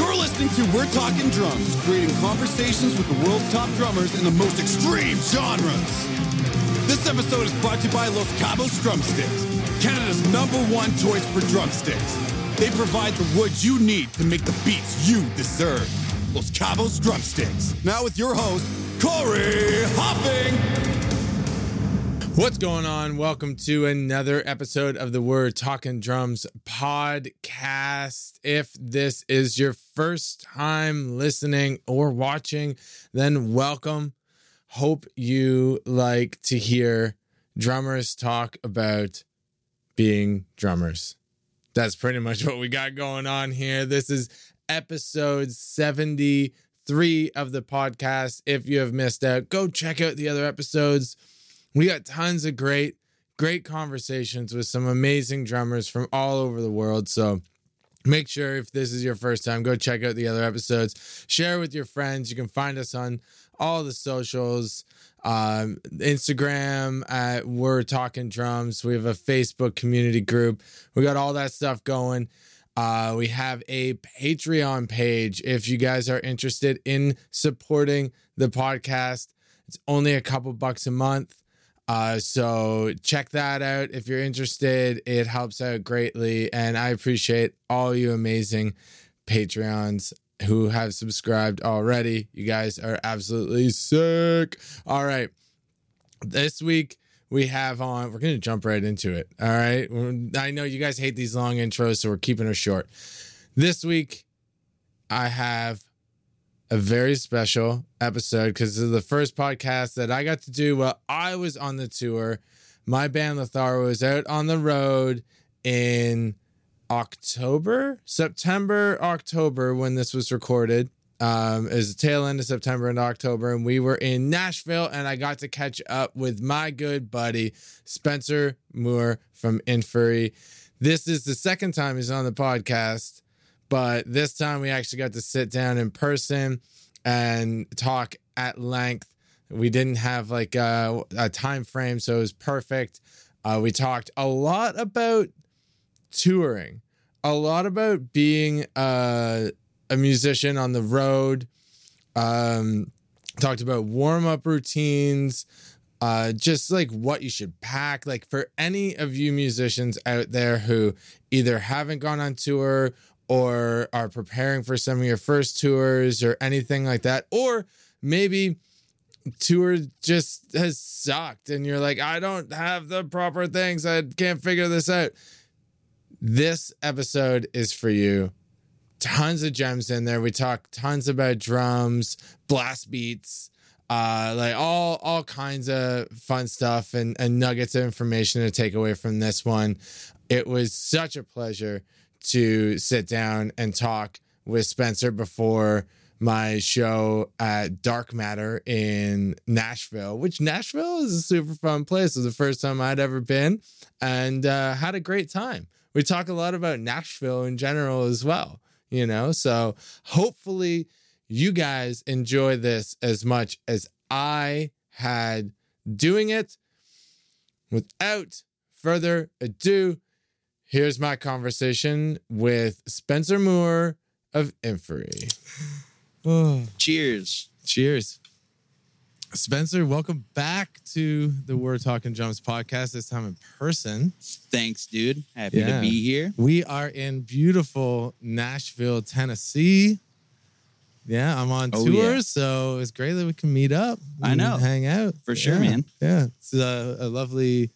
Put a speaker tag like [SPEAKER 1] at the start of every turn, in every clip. [SPEAKER 1] to We're Talking Drums, creating conversations with the world's top drummers in the most extreme genres. This episode is brought to you by Los Cabos Drumsticks, Canada's number one choice for drumsticks. They provide the wood you need to make the beats you deserve. Los Cabos Drumsticks. Now with your host, Corey Hopping.
[SPEAKER 2] What's going on? Welcome to another episode of the Word Talking Drums podcast. If this is your first time listening or watching, then welcome. Hope you like to hear drummers talk about being drummers. That's pretty much what we got going on here. This is episode 73 of the podcast. If you have missed out, go check out the other episodes. We got tons of great, great conversations with some amazing drummers from all over the world. So make sure if this is your first time, go check out the other episodes. Share with your friends. You can find us on all the socials um, Instagram at We're Talking Drums. We have a Facebook community group. We got all that stuff going. Uh, we have a Patreon page if you guys are interested in supporting the podcast. It's only a couple bucks a month. Uh, so check that out if you're interested. It helps out greatly, and I appreciate all you amazing Patreons who have subscribed already. You guys are absolutely sick. All right, this week we have on. We're gonna jump right into it. All right, I know you guys hate these long intros, so we're keeping her short. This week I have a very special episode because this is the first podcast that I got to do while I was on the tour. My band Lothar was out on the road in October, September, October when this was recorded. Um, it was the tail end of September and October, and we were in Nashville, and I got to catch up with my good buddy Spencer Moore from Inferi. This is the second time he's on the podcast but this time we actually got to sit down in person and talk at length. We didn't have like a, a time frame, so it was perfect. Uh, we talked a lot about touring, a lot about being uh, a musician on the road. Um, talked about warm up routines, uh, just like what you should pack. Like for any of you musicians out there who either haven't gone on tour or are preparing for some of your first tours or anything like that, or maybe tour just has sucked and you're like, I don't have the proper things, I can't figure this out. This episode is for you. Tons of gems in there. We talk tons about drums, blast beats, uh, like all all kinds of fun stuff and, and nuggets of information to take away from this one. It was such a pleasure to sit down and talk with Spencer before my show at Dark Matter in Nashville, which Nashville is a super fun place. It was the first time I'd ever been and uh, had a great time. We talk a lot about Nashville in general as well, you know? So hopefully you guys enjoy this as much as I had doing it. Without further ado, here's my conversation with Spencer Moore of Inferi.
[SPEAKER 3] Cheers.
[SPEAKER 2] Cheers. Spencer, welcome back to the We're Talking Drums podcast, this time in person.
[SPEAKER 3] Thanks, dude. Happy
[SPEAKER 2] Yeah.
[SPEAKER 3] to be here.
[SPEAKER 2] We are in beautiful Nashville, Tennessee. Yeah, I'm on
[SPEAKER 3] Oh,
[SPEAKER 2] tour,
[SPEAKER 3] yeah.
[SPEAKER 2] so it's great that we can meet up.
[SPEAKER 3] I
[SPEAKER 2] and
[SPEAKER 3] know.
[SPEAKER 2] Hang out.
[SPEAKER 3] For sure,
[SPEAKER 2] Yeah,
[SPEAKER 3] man.
[SPEAKER 2] Yeah. It's a, a lovely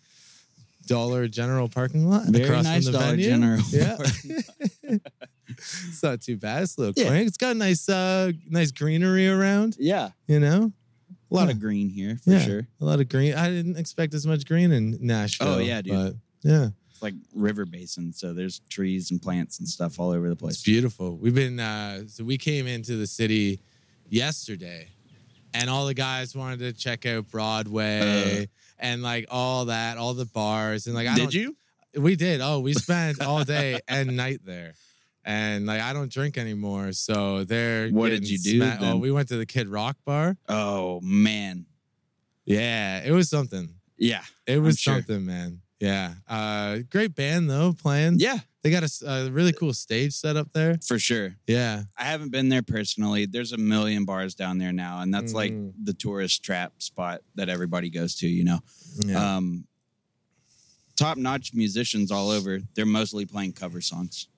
[SPEAKER 2] Dollar General parking lot
[SPEAKER 3] Very
[SPEAKER 2] across
[SPEAKER 3] nice
[SPEAKER 2] from the
[SPEAKER 3] Dollar
[SPEAKER 2] venue.
[SPEAKER 3] General.
[SPEAKER 2] Yeah. it's not too bad. It's a little
[SPEAKER 3] Yeah.
[SPEAKER 2] quaint. It's got nice uh nice greenery around,
[SPEAKER 3] yeah.
[SPEAKER 2] you know?
[SPEAKER 3] A lot
[SPEAKER 2] Yeah.
[SPEAKER 3] of green here for
[SPEAKER 2] Yeah.
[SPEAKER 3] sure.
[SPEAKER 2] A lot of green. I didn't expect as much green in Nashville.
[SPEAKER 3] Oh, yeah, dude.
[SPEAKER 2] But yeah,
[SPEAKER 3] It's like river basin, so there's trees and plants and stuff all over the
[SPEAKER 2] it's
[SPEAKER 3] place.
[SPEAKER 2] beautiful. We've been uh so we came into the city yesterday and all the guys wanted to check out Broadway and like all that, all the bars and like I don't,
[SPEAKER 3] Uh. you?
[SPEAKER 2] we did. Oh, we spent all day and night there. And like I don't drink anymore, so they're
[SPEAKER 3] What did
[SPEAKER 2] getting
[SPEAKER 3] you do
[SPEAKER 2] sma- Oh,
[SPEAKER 3] then?
[SPEAKER 2] we went to the Kid Rock bar.
[SPEAKER 3] Oh man.
[SPEAKER 2] Yeah, it was something.
[SPEAKER 3] Yeah.
[SPEAKER 2] It was
[SPEAKER 3] sure.
[SPEAKER 2] something, man. Yeah. Uh, great band though playing.
[SPEAKER 3] Yeah,
[SPEAKER 2] They got a s- a, really cool stage set up there.
[SPEAKER 3] for sure.
[SPEAKER 2] Yeah.
[SPEAKER 3] I haven't been there personally. There's a million bars down there now, and that's like
[SPEAKER 2] Mm.
[SPEAKER 3] the tourist trap spot that everybody goes to. You know,
[SPEAKER 2] Yeah.
[SPEAKER 3] um, top notch musicians all over. They're mostly playing cover songs,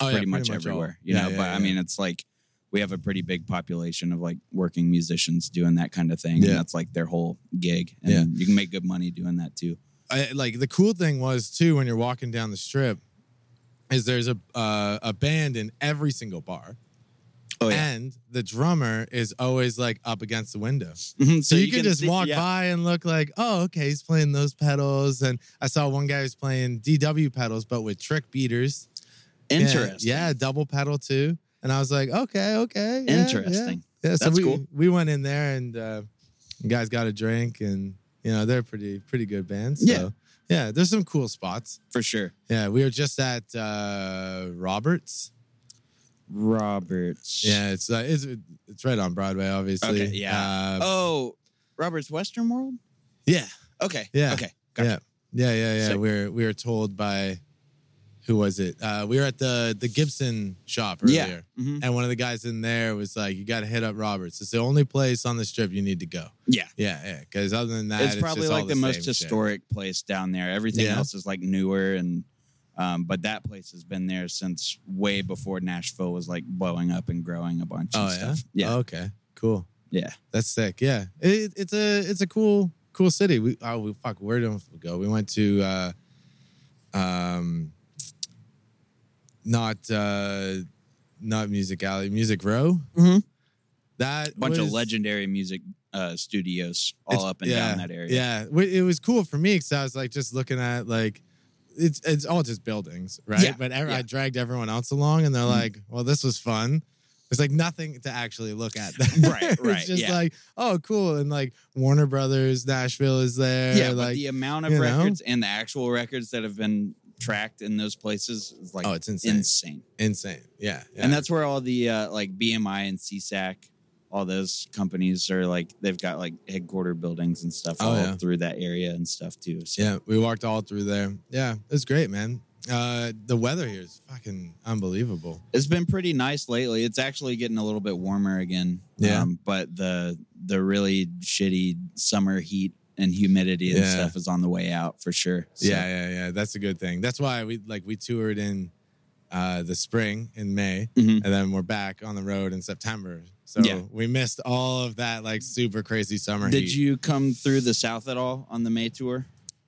[SPEAKER 2] Oh, yeah,
[SPEAKER 3] pretty, much, everywhere. You
[SPEAKER 2] Yeah,
[SPEAKER 3] know,
[SPEAKER 2] yeah,
[SPEAKER 3] but
[SPEAKER 2] yeah.
[SPEAKER 3] I mean, it's like we have a pretty big population of like working musicians doing that kind of thing.
[SPEAKER 2] Yeah.
[SPEAKER 3] And that's like their whole gig, and
[SPEAKER 2] Yeah.
[SPEAKER 3] you can make good money doing that too.
[SPEAKER 2] I, like the cool thing was too when you're walking down the strip, is there's a uh, a band in every single bar,
[SPEAKER 3] Oh yeah,
[SPEAKER 2] and the drummer is always like up against the window, so,
[SPEAKER 3] so,
[SPEAKER 2] you, can, just
[SPEAKER 3] see-
[SPEAKER 2] walk
[SPEAKER 3] yeah.
[SPEAKER 2] by and look like, oh, okay, he's playing those pedals. And I saw one guy who's playing DW pedals, but with trick beaters. Yeah,
[SPEAKER 3] Interesting.
[SPEAKER 2] Yeah, double pedal too. And I was like, okay, okay, yeah, yeah.
[SPEAKER 3] Interesting.
[SPEAKER 2] Yeah, so
[SPEAKER 3] That's
[SPEAKER 2] we
[SPEAKER 3] cool.
[SPEAKER 2] we went in there and uh, the guys got a drink and you know they're pretty pretty good bands. So,
[SPEAKER 3] Yeah.
[SPEAKER 2] yeah. There's some cool spots.
[SPEAKER 3] For sure.
[SPEAKER 2] Yeah, we were just at uh, Roberts.
[SPEAKER 3] Roberts.
[SPEAKER 2] Yeah, it's uh, it's it's right on Broadway, obviously.
[SPEAKER 3] Okay, yeah.
[SPEAKER 2] Uh,
[SPEAKER 3] Oh, Roberts Western World?
[SPEAKER 2] yeah,
[SPEAKER 3] Okay.
[SPEAKER 2] Yeah.
[SPEAKER 3] Okay. Gotcha.
[SPEAKER 2] yeah, yeah, yeah, yeah.
[SPEAKER 3] Sick.
[SPEAKER 2] We were we were told by who was it? Uh, we were at the the Gibson shop
[SPEAKER 3] Yeah.
[SPEAKER 2] earlier,
[SPEAKER 3] Mhm.
[SPEAKER 2] and one of the guys in there was like, "You got to hit up Roberts. It's the only place on the strip you need to go."
[SPEAKER 3] Yeah.
[SPEAKER 2] Yeah, yeah. Because other than that,
[SPEAKER 3] It's probably
[SPEAKER 2] just all
[SPEAKER 3] like the, most
[SPEAKER 2] same shit.
[SPEAKER 3] historic place down there. Everything
[SPEAKER 2] Yeah.
[SPEAKER 3] else is like newer and um, but that place has been there since way before Nashville was like blowing up and growing a bunch and stuff. Yeah.
[SPEAKER 2] Oh, okay. Cool.
[SPEAKER 3] Yeah.
[SPEAKER 2] That's sick. Yeah. It, it's a it's a cool cool city. We oh we fuck where did we go? We went to uh um not uh not Music Alley, Music Row.
[SPEAKER 3] Mhm.
[SPEAKER 2] That
[SPEAKER 3] A bunch
[SPEAKER 2] was,
[SPEAKER 3] of legendary music uh, studios all
[SPEAKER 2] it's-
[SPEAKER 3] up and
[SPEAKER 2] yeah,
[SPEAKER 3] down that area.
[SPEAKER 2] Yeah. Wa- It was cool for me because I was like just looking at like it's it's all just buildings, right?
[SPEAKER 3] Yeah,
[SPEAKER 2] But ev-
[SPEAKER 3] yeah.
[SPEAKER 2] I dragged everyone else along, and they're
[SPEAKER 3] Mhm.
[SPEAKER 2] like, "Well, this was fun." It's like nothing to actually look at.
[SPEAKER 3] Right,
[SPEAKER 2] it's
[SPEAKER 3] right,
[SPEAKER 2] just
[SPEAKER 3] yeah.
[SPEAKER 2] like, oh, cool, and like Warner Brothers Nashville is there.
[SPEAKER 3] Yeah, but
[SPEAKER 2] like,
[SPEAKER 3] the amount of
[SPEAKER 2] you know?
[SPEAKER 3] records and the actual records that have been tracked in those places is like
[SPEAKER 2] oh, it's insane,
[SPEAKER 3] insane.
[SPEAKER 2] insane. Yeah, yeah.
[SPEAKER 3] uh, And that's where all the uh, like BMI and CSAC, all those companies are like they've got like headquarter buildings and stuff
[SPEAKER 2] Oh,
[SPEAKER 3] all
[SPEAKER 2] yeah.
[SPEAKER 3] through that area and stuff too. So
[SPEAKER 2] yeah. We walked all through there. Yeah, it was great, man. Uh, the weather here is fucking unbelievable.
[SPEAKER 3] it's been pretty nice lately. It's actually getting a little bit warmer again.
[SPEAKER 2] Yeah.
[SPEAKER 3] Um, but the the really shitty summer heat and humidity and
[SPEAKER 2] Yeah.
[SPEAKER 3] stuff is on the way out for sure. So,
[SPEAKER 2] Yeah, yeah, yeah. That's a good thing. That's why we like we toured in uh the spring in May
[SPEAKER 3] Mhm.
[SPEAKER 2] and then we're back on the road in September. So
[SPEAKER 3] Yeah.
[SPEAKER 2] we missed all of that like super crazy summer
[SPEAKER 3] Did
[SPEAKER 2] heat.
[SPEAKER 3] you come through the south at all on the May tour?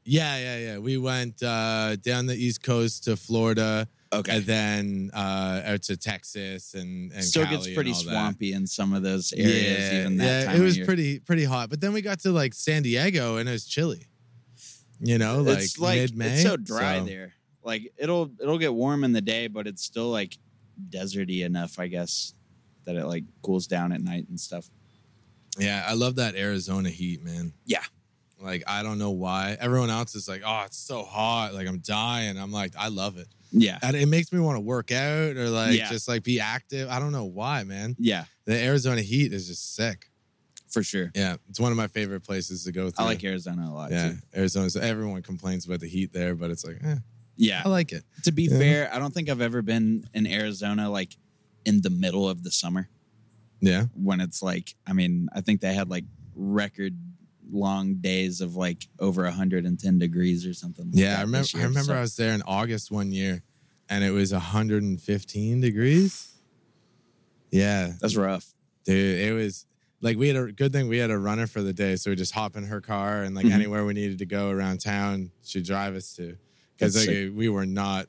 [SPEAKER 2] Yeah, yeah, yeah. We went uh down the east coast to Florida
[SPEAKER 3] Okay.
[SPEAKER 2] and then uh out to Texas and, and
[SPEAKER 3] Still
[SPEAKER 2] Cali
[SPEAKER 3] gets
[SPEAKER 2] and
[SPEAKER 3] pretty
[SPEAKER 2] all that.
[SPEAKER 3] swampy in some of those areas
[SPEAKER 2] yeah,
[SPEAKER 3] even that
[SPEAKER 2] yeah,
[SPEAKER 3] time.
[SPEAKER 2] it
[SPEAKER 3] of
[SPEAKER 2] was
[SPEAKER 3] year.
[SPEAKER 2] pretty pretty hot. But then we got to like San Diego and it was chilly. You know, like,
[SPEAKER 3] it's like
[SPEAKER 2] mid-May.
[SPEAKER 3] it's so dry
[SPEAKER 2] So-
[SPEAKER 3] there. Like it'll it'll get warm in the day, but it's still like deserty enough, I guess, that it like cools down at night and stuff.
[SPEAKER 2] Yeah, I love that Arizona heat, man.
[SPEAKER 3] Yeah.
[SPEAKER 2] Like I don't know why everyone else is like, oh, it's so hot, like I'm dying. I'm like, I love it,
[SPEAKER 3] Yeah,
[SPEAKER 2] and it makes me want to work out or like
[SPEAKER 3] Yeah.
[SPEAKER 2] just like be active. I don't know why, man.
[SPEAKER 3] yeah,
[SPEAKER 2] The Arizona heat is just sick.
[SPEAKER 3] for sure.
[SPEAKER 2] Yeah, it's one of my favorite places to go. Through.
[SPEAKER 3] I like Arizona a lot
[SPEAKER 2] Yeah,
[SPEAKER 3] too.
[SPEAKER 2] Arizona. So everyone complains about the heat there, but it's like, eh,
[SPEAKER 3] Yeah.
[SPEAKER 2] I like it.
[SPEAKER 3] to be
[SPEAKER 2] Yeah.
[SPEAKER 3] fair, I don't think I've ever been in Arizona like in the middle of the summer
[SPEAKER 2] Yeah,
[SPEAKER 3] when it's like I mean I think they had like record long days of like over 110 degrees or something. like
[SPEAKER 2] yeah.
[SPEAKER 3] that
[SPEAKER 2] I remember.
[SPEAKER 3] this
[SPEAKER 2] I
[SPEAKER 3] year,
[SPEAKER 2] remember
[SPEAKER 3] so-
[SPEAKER 2] I was there in August one year, and it was 115 degrees. Yeah,
[SPEAKER 3] that's rough.
[SPEAKER 2] dude it was like we had a good thing we had a runner for the day so we just hop in her car and like
[SPEAKER 3] Mhm.
[SPEAKER 2] anywhere we needed to go around town she'd drive us to because
[SPEAKER 3] That's
[SPEAKER 2] like, we were not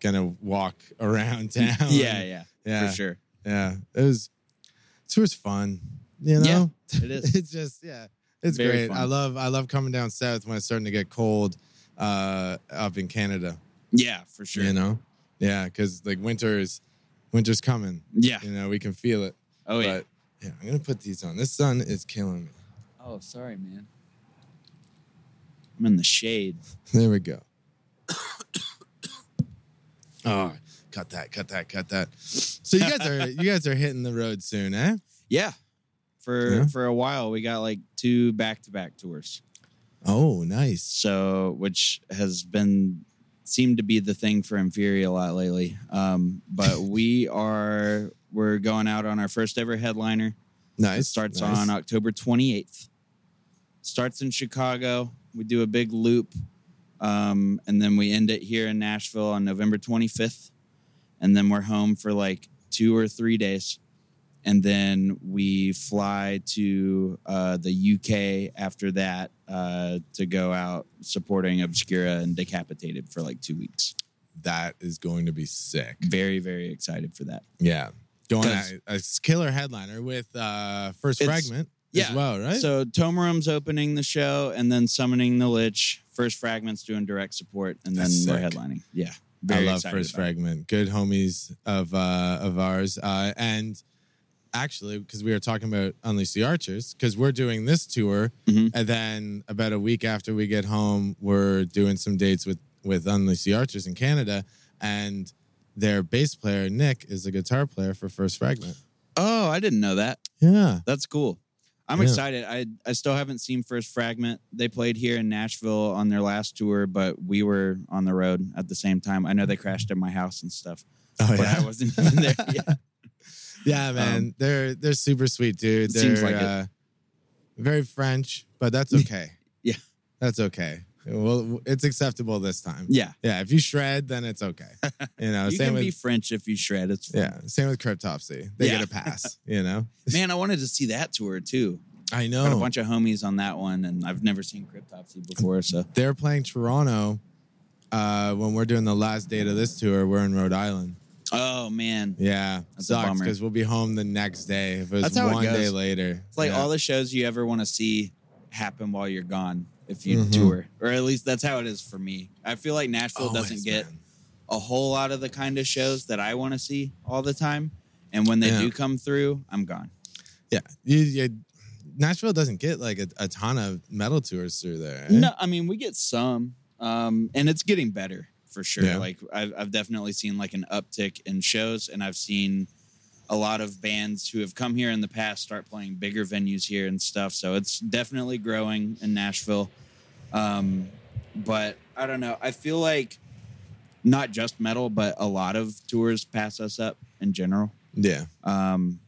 [SPEAKER 2] gonna walk around town
[SPEAKER 3] yeah, yeah,
[SPEAKER 2] yeah
[SPEAKER 3] for sure.
[SPEAKER 2] yeah it was it was fun you
[SPEAKER 3] Yeah,
[SPEAKER 2] know
[SPEAKER 3] it is.
[SPEAKER 2] it's just yeah it's
[SPEAKER 3] Very
[SPEAKER 2] great
[SPEAKER 3] fun.
[SPEAKER 2] i love i love coming down south when it's starting to get cold uh up in canada
[SPEAKER 3] Yeah, for sure.
[SPEAKER 2] you know yeah because like winter is winter's coming
[SPEAKER 3] Yeah.
[SPEAKER 2] you know we can feel it
[SPEAKER 3] Oh yeah.
[SPEAKER 2] but yeah, I'm gonna put these on. This sun is killing me.
[SPEAKER 3] Oh, sorry, man. I'm in the shade.
[SPEAKER 2] There we go. oh, cut that, cut that, cut that. So you guys are you guys are hitting the road soon, eh?
[SPEAKER 3] Yeah. For
[SPEAKER 2] Yeah.
[SPEAKER 3] for a while, we got like two back to back tours.
[SPEAKER 2] Oh, nice.
[SPEAKER 3] so which has been seemed to be the thing for Inferi a lot lately. Um, but we are we're going out on our first ever headliner. It
[SPEAKER 2] Nice.
[SPEAKER 3] starts
[SPEAKER 2] nice.
[SPEAKER 3] on uh, October 28th. Starts in Chicago. We do a big loop, um, and then we end it here in Nashville on November 25th, and then we're home for like two or three days, and then we fly to uh, the UK after that uh, to go out supporting Obscura and Decapitated for like two weeks.
[SPEAKER 2] That is going to be sick.
[SPEAKER 3] Very very excited for that.
[SPEAKER 2] Yeah. Going
[SPEAKER 3] Because-
[SPEAKER 2] at a killer headliner with uh first
[SPEAKER 3] It's-
[SPEAKER 2] fragment
[SPEAKER 3] yeah.
[SPEAKER 2] as well, right?
[SPEAKER 3] So Tomarum's opening the show and then summoning the Lich. First Fragment's doing direct support and then
[SPEAKER 2] That's
[SPEAKER 3] we're
[SPEAKER 2] sick.
[SPEAKER 3] headlining. Yeah.
[SPEAKER 2] I
[SPEAKER 3] very
[SPEAKER 2] love
[SPEAKER 3] excited
[SPEAKER 2] first
[SPEAKER 3] about it.
[SPEAKER 2] fragment. Good homies of uh of ours. Uh and actually because we were talking about Unleash the Archers, because we're doing this tour
[SPEAKER 3] Mhm.
[SPEAKER 2] and then about a week after we get home, we're doing some dates with with Unleash the Archers in Canada and their bass player Nick is a guitar player for First Fragment.
[SPEAKER 3] Oh, I didn't know that.
[SPEAKER 2] Yeah.
[SPEAKER 3] That's cool. I'm
[SPEAKER 2] Yeah.
[SPEAKER 3] excited. I I still haven't seen First Fragment. They played here in Nashville on their last tour, but we were on the road at the same time. I know they crashed at my house and stuff,
[SPEAKER 2] Oh
[SPEAKER 3] but I wasn't even there. yet.
[SPEAKER 2] Yeah, man, they're they're super sweet,
[SPEAKER 3] Um,
[SPEAKER 2] dude.
[SPEAKER 3] It
[SPEAKER 2] They're
[SPEAKER 3] seems like it.
[SPEAKER 2] uh, very French, but that's okay.
[SPEAKER 3] Yeah.
[SPEAKER 2] that's okay. Well, it's acceptable this time. Yeah,
[SPEAKER 3] Yeah.
[SPEAKER 2] if you shred, then it's okay. You know,
[SPEAKER 3] you
[SPEAKER 2] same
[SPEAKER 3] can
[SPEAKER 2] with
[SPEAKER 3] be French if you shred. It's fun.
[SPEAKER 2] yeah, same with cryptopsy. They
[SPEAKER 3] Yeah.
[SPEAKER 2] get a pass. You know,
[SPEAKER 3] Man, I wanted to see that tour too.
[SPEAKER 2] I
[SPEAKER 3] Got a
[SPEAKER 2] know
[SPEAKER 3] bunch of homies on that one, and I've never seen Cryptopsy before, so
[SPEAKER 2] they're playing Toronto. Uh, when we're doing the last date of this tour, we're in Rhode Island.
[SPEAKER 3] Oh man.
[SPEAKER 2] Yeah,
[SPEAKER 3] That's a
[SPEAKER 2] sucks
[SPEAKER 3] bummer.
[SPEAKER 2] because we'll be home the next day. If it was
[SPEAKER 3] That's how it
[SPEAKER 2] one day
[SPEAKER 3] goes.
[SPEAKER 2] later,
[SPEAKER 3] It's like
[SPEAKER 2] yeah.
[SPEAKER 3] all the shows you ever want to see happen while you're gone if you
[SPEAKER 2] Mhm.
[SPEAKER 3] tour. Or at least that's how it is for me. I feel like Nashville
[SPEAKER 2] Always,
[SPEAKER 3] doesn't get
[SPEAKER 2] man.
[SPEAKER 3] a whole lot of the kind of shows that I want to see all the time. And when they
[SPEAKER 2] Yeah.
[SPEAKER 3] do come through, I'm gone.
[SPEAKER 2] Yeah, you, you, Nashville doesn't get like a, a ton of metal tours through there. eh?
[SPEAKER 3] No, I mean we get some, um, and it's getting better for sure.
[SPEAKER 2] Yeah.
[SPEAKER 3] Like I've, I've definitely seen like an uptick in shows, and I've seen a lot of bands who have come here in the past start playing bigger venues here and stuff. So it's definitely growing in Nashville. Um, but I don't know. I feel like not just metal, but a lot of tours pass us up in general.
[SPEAKER 2] yeah,
[SPEAKER 3] Um,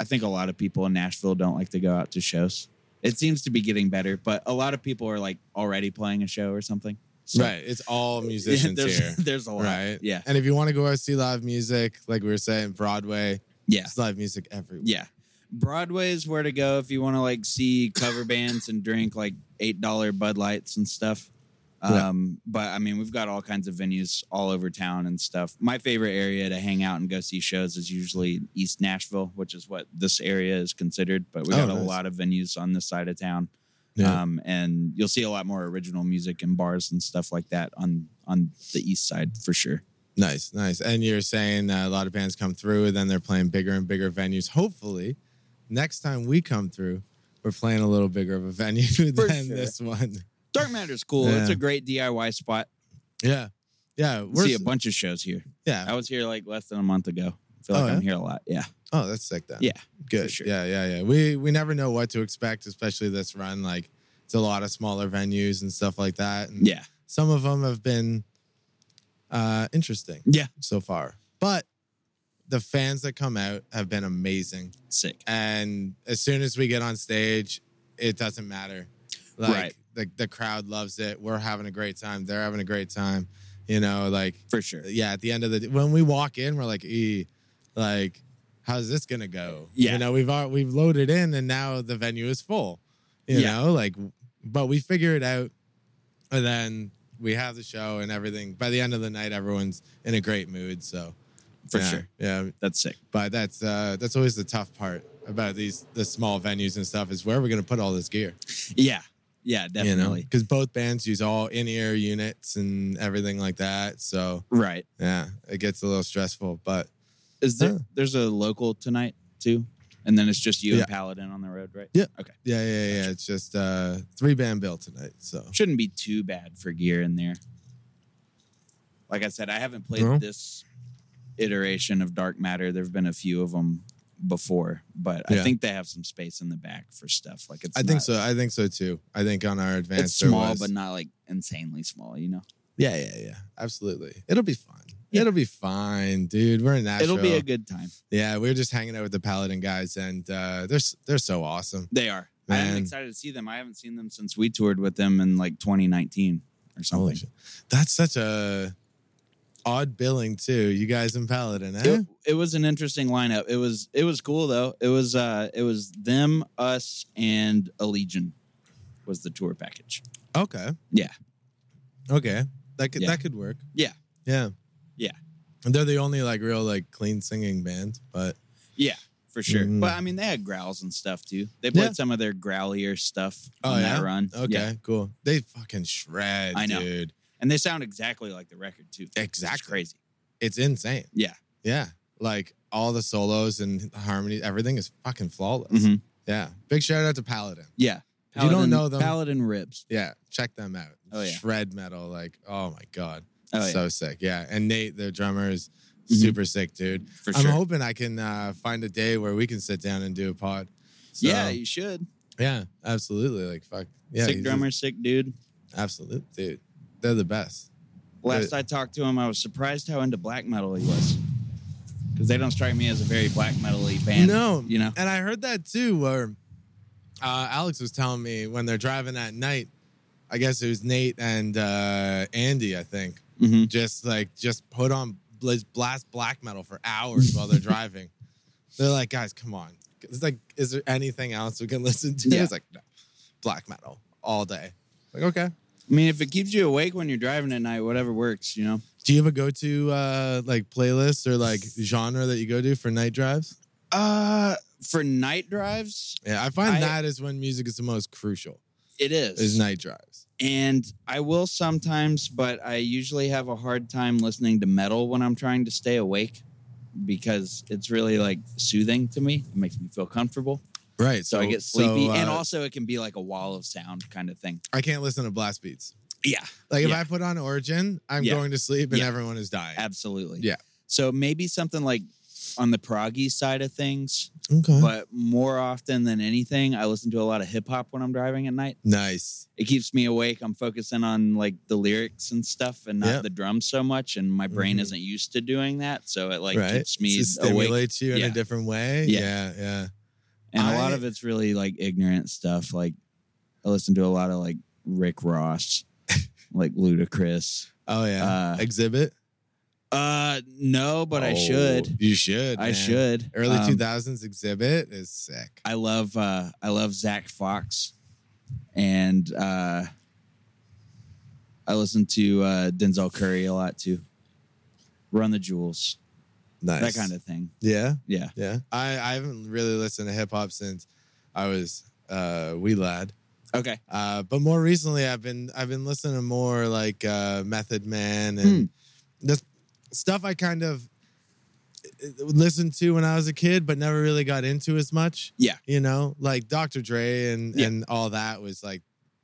[SPEAKER 3] I think a lot of people in Nashville don't like to go out to shows. It seems to be getting better, but a lot of people are like already playing a show or something. So-
[SPEAKER 2] right. It's all
[SPEAKER 3] Yeah,
[SPEAKER 2] musicians
[SPEAKER 3] there's,
[SPEAKER 2] here,
[SPEAKER 3] there's a lot.
[SPEAKER 2] right?
[SPEAKER 3] Yeah.
[SPEAKER 2] And if you want to go out see live music, like we were saying, Broadway,
[SPEAKER 3] Yeah.
[SPEAKER 2] it's live music everywhere.
[SPEAKER 3] Yeah. Broadway is where to go if you want to like see cover bands and drink like $8 Bud Lights and stuff.
[SPEAKER 2] Yeah.
[SPEAKER 3] Um, But I mean, we've got all kinds of venues all over town and stuff. My favorite area to hang out and go see shows is usually East Nashville, which is what this area is considered. But we
[SPEAKER 2] Oh,
[SPEAKER 3] got a
[SPEAKER 2] nice.
[SPEAKER 3] lot of venues on this side of town.
[SPEAKER 2] Yeah.
[SPEAKER 3] Um, and you'll see a lot more original music and bars and stuff like that on on the east side for sure.
[SPEAKER 2] nice, nice. And you're saying uh, a lot of bands come through, and then they're playing bigger and bigger venues. Hopefully, next time we come through, we're playing a little bigger of a venue
[SPEAKER 3] For
[SPEAKER 2] than
[SPEAKER 3] sure.
[SPEAKER 2] this one.
[SPEAKER 3] Dark Matter's cool.
[SPEAKER 2] Yeah.
[SPEAKER 3] It's a great DIY spot.
[SPEAKER 2] Yeah, yeah. We're
[SPEAKER 3] see a bunch of shows here.
[SPEAKER 2] yeah.
[SPEAKER 3] I was here like less than a month ago. I feel like
[SPEAKER 2] Oh, yeah?
[SPEAKER 3] I'm here a lot. Yeah.
[SPEAKER 2] Oh, that's sick then.
[SPEAKER 3] Yeah,
[SPEAKER 2] Good.
[SPEAKER 3] sure.
[SPEAKER 2] Yeah, yeah, yeah. We we never know what to expect, especially this run. Like it's a lot of smaller venues and stuff like that. And
[SPEAKER 3] Yeah.
[SPEAKER 2] Some of them have been uh interesting
[SPEAKER 3] Yeah.
[SPEAKER 2] so far. But the fans that come out have been amazing.
[SPEAKER 3] Sick.
[SPEAKER 2] And as soon as we get on stage, it doesn't matter. Like
[SPEAKER 3] Right.
[SPEAKER 2] the, the crowd loves it. We're having a great time. They're having a great time. You know, like
[SPEAKER 3] For sure.
[SPEAKER 2] yeah, at the end of the when we walk in, we're like, e, like, how's this gonna go?
[SPEAKER 3] Yeah.
[SPEAKER 2] you know, we've al- we've loaded in, and now the venue is full. You
[SPEAKER 3] Yeah.
[SPEAKER 2] know, like, but we figure it out, and then we have the show and everything. By the end of the night, everyone's in a great mood. So
[SPEAKER 3] For
[SPEAKER 2] yeah,
[SPEAKER 3] sure.
[SPEAKER 2] yeah.
[SPEAKER 3] That's sick.
[SPEAKER 2] But that's uh that's always the tough part about these the small venues and stuff is where we're gonna put all this gear.
[SPEAKER 3] Yeah. Yeah, definitely.
[SPEAKER 2] because both bands use all in ear units and everything like that. So
[SPEAKER 3] Right.
[SPEAKER 2] yeah, it gets a little stressful, but.
[SPEAKER 3] Is there
[SPEAKER 2] Yeah.
[SPEAKER 3] there's a local tonight too? And then it's just you
[SPEAKER 2] Yeah.
[SPEAKER 3] and Paladin on the road, right?
[SPEAKER 2] Yeah, yeah, yeah. It's just uh three band bill tonight. So
[SPEAKER 3] Shouldn't be too bad for gear in there. Like I said, I haven't played
[SPEAKER 2] No.
[SPEAKER 3] this iteration of Dark Matter. There've been a few of them before, but I
[SPEAKER 2] Yeah.
[SPEAKER 3] think they have some space in the back for stuff. Like it's
[SPEAKER 2] I think
[SPEAKER 3] not-
[SPEAKER 2] so. I think so too. I think on our advanced,
[SPEAKER 3] It's small,
[SPEAKER 2] there was-
[SPEAKER 3] but not like insanely small. You know,
[SPEAKER 2] yeah, yeah, yeah. Absolutely, it'll be fun.
[SPEAKER 3] Yeah.
[SPEAKER 2] It'll be fine, dude. We're in Nashville.
[SPEAKER 3] it'll be a good time.
[SPEAKER 2] yeah. We were just hanging out with the Paladin guys, and uh, they're s- they're so awesome.
[SPEAKER 3] They are. I'm
[SPEAKER 2] Man.
[SPEAKER 3] excited to see them. I haven't seen them since we toured with them in like 2019 or something.
[SPEAKER 2] Holy shit. That's such a odd billing too. You guys in Paladin, eh?
[SPEAKER 3] it, it was an interesting lineup. It was it was cool though. It was uh it was them, us, and Allegiant was the tour package.
[SPEAKER 2] Okay.
[SPEAKER 3] Yeah.
[SPEAKER 2] Okay. That could
[SPEAKER 3] Yeah.
[SPEAKER 2] that could work.
[SPEAKER 3] Yeah.
[SPEAKER 2] Yeah.
[SPEAKER 3] Yeah.
[SPEAKER 2] And they're the only like real like clean singing band, but
[SPEAKER 3] Yeah, for sure.
[SPEAKER 2] Mm.
[SPEAKER 3] But I mean, they had growls and stuff too. They played
[SPEAKER 2] Yeah.
[SPEAKER 3] some of their growlier stuff
[SPEAKER 2] Oh,
[SPEAKER 3] on
[SPEAKER 2] yeah?
[SPEAKER 3] that run.
[SPEAKER 2] okay,
[SPEAKER 3] Yeah.
[SPEAKER 2] cool. They fucking shred,
[SPEAKER 3] I know.
[SPEAKER 2] dude.
[SPEAKER 3] and they sound exactly like the record too.
[SPEAKER 2] Exactly.
[SPEAKER 3] it's crazy.
[SPEAKER 2] It's insane.
[SPEAKER 3] Yeah.
[SPEAKER 2] Yeah. Like all the solos and harmonies, everything is fucking flawless.
[SPEAKER 3] Mhm.
[SPEAKER 2] Yeah. Big shout out to Paladin.
[SPEAKER 3] Yeah,
[SPEAKER 2] If you don't
[SPEAKER 3] Paladin-
[SPEAKER 2] know them-
[SPEAKER 3] Paladin ribs.
[SPEAKER 2] Yeah. Check them out.
[SPEAKER 3] Oh, yeah.
[SPEAKER 2] Shred metal. Like, oh my God.
[SPEAKER 3] Oh yeah,
[SPEAKER 2] so sick. Yeah. And Nate, the drummer, is
[SPEAKER 3] Mhm.
[SPEAKER 2] super sick, dude.
[SPEAKER 3] for
[SPEAKER 2] I'm
[SPEAKER 3] sure.
[SPEAKER 2] hoping I can uh, find a day where we can sit down and do a pod. So,
[SPEAKER 3] yeah, you should.
[SPEAKER 2] Yeah. Absolutely. Like, fuck. Yeah.
[SPEAKER 3] sick
[SPEAKER 2] he's
[SPEAKER 3] drummer, sick dude.
[SPEAKER 2] just- Absolute, dude. They're the best.
[SPEAKER 3] Last
[SPEAKER 2] Good.
[SPEAKER 3] I talked to him, I was surprised how into black metal he was. Because they don't strike me as a very black metal y band.
[SPEAKER 2] No.
[SPEAKER 3] You know?
[SPEAKER 2] And I heard that too, where uh, Alex was telling me when they're driving at night. I guess it was Nate and uh, Andy. I think
[SPEAKER 3] Mm-hmm.
[SPEAKER 2] just like just put on let's blast black metal for hours while they're driving. They're like, guys, come on. It's like, is there anything else we can listen to?
[SPEAKER 3] Yeah.
[SPEAKER 2] It's like, no, black metal all day. Like, okay.
[SPEAKER 3] I mean, if it keeps you awake when you're driving at night, whatever works, you know?
[SPEAKER 2] Do you have a go-to uh, like playlist or like genre that you go to for night drives?
[SPEAKER 3] Uh, for night drives,
[SPEAKER 2] Yeah, I find
[SPEAKER 3] I-
[SPEAKER 2] that is when music is the most crucial.
[SPEAKER 3] it is.
[SPEAKER 2] Is night drives.
[SPEAKER 3] and I will sometimes, but I usually have a hard time listening to metal when I'm trying to stay awake because it's really like soothing to me. It makes me feel comfortable.
[SPEAKER 2] Right.
[SPEAKER 3] So, I get sleepy.
[SPEAKER 2] so, uh,
[SPEAKER 3] and also, it can be like a wall of sound kind of thing.
[SPEAKER 2] I can't listen to blast beats.
[SPEAKER 3] Yeah.
[SPEAKER 2] Like if
[SPEAKER 3] Yeah.
[SPEAKER 2] I put on Origin, I'm
[SPEAKER 3] Yeah.
[SPEAKER 2] going to sleep and
[SPEAKER 3] Yeah.
[SPEAKER 2] everyone is dying.
[SPEAKER 3] Absolutely.
[SPEAKER 2] Yeah.
[SPEAKER 3] So maybe something like on the proggy side of things,
[SPEAKER 2] Okay.
[SPEAKER 3] but more often than anything, I listen to a lot of hip hop when I'm driving at night.
[SPEAKER 2] nice.
[SPEAKER 3] It keeps me awake. I'm focusing on like the lyrics and stuff and not
[SPEAKER 2] Yeah.
[SPEAKER 3] the drums so much. And my brain
[SPEAKER 2] Mhm.
[SPEAKER 3] isn't used to doing that. So it like
[SPEAKER 2] right.
[SPEAKER 3] keeps me
[SPEAKER 2] to
[SPEAKER 3] awake.
[SPEAKER 2] stimulate you in a
[SPEAKER 3] Yeah.
[SPEAKER 2] different way.
[SPEAKER 3] Yeah.
[SPEAKER 2] Yeah. Yeah.
[SPEAKER 3] And a lot
[SPEAKER 2] I-
[SPEAKER 3] of it's really like ignorant stuff. Like I listen to a lot of like Rick Ross, like Ludacris.
[SPEAKER 2] Oh yeah.
[SPEAKER 3] Uh,
[SPEAKER 2] Exhibit.
[SPEAKER 3] Uh, no, but I
[SPEAKER 2] Oh,
[SPEAKER 3] should.
[SPEAKER 2] You should.
[SPEAKER 3] I
[SPEAKER 2] man.
[SPEAKER 3] should.
[SPEAKER 2] Early
[SPEAKER 3] Um,
[SPEAKER 2] 2000s Exhibit is sick.
[SPEAKER 3] I love uh, I love Zach Fox, and uh, I listen to uh, Denzel Curry a lot too. Run the Jewels,
[SPEAKER 2] Nice.
[SPEAKER 3] that kind of thing.
[SPEAKER 2] Yeah.
[SPEAKER 3] Yeah,
[SPEAKER 2] Yeah. I I haven't really listened to hip hop since I was uh wee lad.
[SPEAKER 3] okay,
[SPEAKER 2] Uh, but more recently, I've been I've been listening to more like uh, Method Man and
[SPEAKER 3] Hmm.
[SPEAKER 2] this stuff I kind of uh, listened to when I was a kid, but never really got into as much.
[SPEAKER 3] Yeah.
[SPEAKER 2] you know, like Dr. Dre and
[SPEAKER 3] Yeah.
[SPEAKER 2] and all that was like,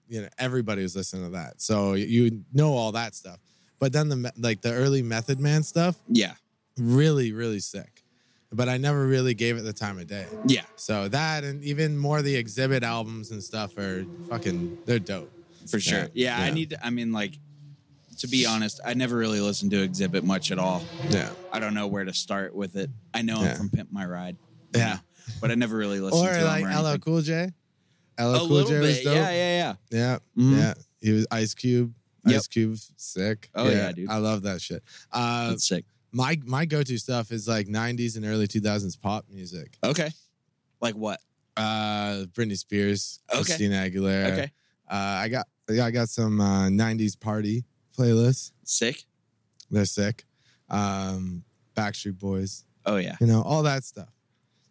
[SPEAKER 2] you know, everybody was listening to that, so you know all that stuff. But then the me- like the early Method Man stuff,
[SPEAKER 3] yeah,
[SPEAKER 2] really really sick. But I never really gave it the time of day.
[SPEAKER 3] yeah,
[SPEAKER 2] So that and even more the exhibit albums and stuff are fucking they're dope.
[SPEAKER 3] for sure.
[SPEAKER 2] Yeah,
[SPEAKER 3] Yeah,
[SPEAKER 2] yeah.
[SPEAKER 3] I need. To, I mean, like, to be honest, I never really listened to Exhibit much at all.
[SPEAKER 2] Yeah.
[SPEAKER 3] I don't know where to start with it. I know
[SPEAKER 2] Yeah.
[SPEAKER 3] I'm from Pimp My Ride. you
[SPEAKER 2] Yeah.
[SPEAKER 3] know, but I never really listened
[SPEAKER 2] Or
[SPEAKER 3] to
[SPEAKER 2] like
[SPEAKER 3] him or
[SPEAKER 2] LL
[SPEAKER 3] anything.
[SPEAKER 2] Cool J. LL
[SPEAKER 3] a
[SPEAKER 2] Cool
[SPEAKER 3] little
[SPEAKER 2] J was
[SPEAKER 3] bit,
[SPEAKER 2] dope.
[SPEAKER 3] yeah, yeah, yeah.
[SPEAKER 2] Yeah.
[SPEAKER 3] Mhm.
[SPEAKER 2] Yeah. He was Ice Cube.
[SPEAKER 3] Yep.
[SPEAKER 2] Ice Cube sick.
[SPEAKER 3] Oh, yeah, dude.
[SPEAKER 2] I love that shit. Uh
[SPEAKER 3] That's sick.
[SPEAKER 2] my my go-to stuff is like 90s and early 2000s pop music.
[SPEAKER 3] Okay, like what?
[SPEAKER 2] Uh Britney Spears,
[SPEAKER 3] Okay.
[SPEAKER 2] Christina Aguilera.
[SPEAKER 3] Okay,
[SPEAKER 2] Uh I got I got some uh 90s party playlists.
[SPEAKER 3] sick.
[SPEAKER 2] They're sick. Um Backstreet Boys.
[SPEAKER 3] Oh yeah.
[SPEAKER 2] you know, all that stuff.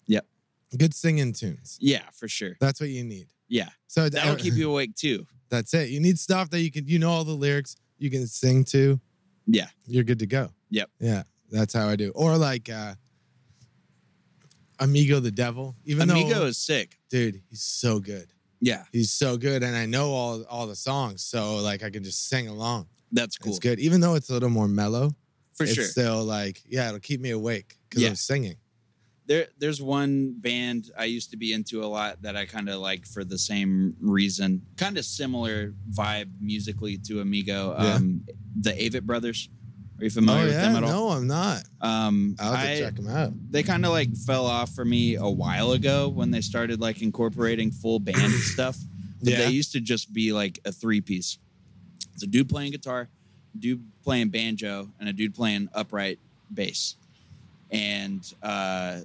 [SPEAKER 3] Yep.
[SPEAKER 2] Good singing tunes.
[SPEAKER 3] Yeah, for sure.
[SPEAKER 2] That's what you need.
[SPEAKER 3] Yeah,
[SPEAKER 2] So uh,
[SPEAKER 3] that'll keep you awake too.
[SPEAKER 2] That's it. You need stuff that you can, you know, all the lyrics you can sing to.
[SPEAKER 3] Yeah.
[SPEAKER 2] You're good to go.
[SPEAKER 3] Yep.
[SPEAKER 2] Yeah. That's how I do. Or like, uh, Amigo the Devil, even
[SPEAKER 3] Amigo
[SPEAKER 2] though
[SPEAKER 3] is sick.
[SPEAKER 2] dude, he's so good.
[SPEAKER 3] Yeah,
[SPEAKER 2] He's so good, and I know all all the songs, so like I can just sing along.
[SPEAKER 3] that's cool
[SPEAKER 2] It's good, even though it's a little more mellow.
[SPEAKER 3] for
[SPEAKER 2] it's
[SPEAKER 3] sure.
[SPEAKER 2] Still like, yeah, it'll keep me awake because
[SPEAKER 3] Yeah.
[SPEAKER 2] I'm singing.
[SPEAKER 3] there there's one band I used to be into a lot that I kind of like for the same reason, kind of similar vibe musically to Amigo.
[SPEAKER 2] Yeah. Oh,
[SPEAKER 3] Um, the Avett Brothers. Are you familiar with them at all?
[SPEAKER 2] no, I'm not.
[SPEAKER 3] Um,
[SPEAKER 2] I'll have to
[SPEAKER 3] I-
[SPEAKER 2] check them out.
[SPEAKER 3] they kind of like fell off for me a while ago when they started like incorporating full band stuff. But
[SPEAKER 2] Yeah.
[SPEAKER 3] they used to just be like a three piece. It's a dude playing guitar, dude playing banjo, and a dude playing upright bass. And uh,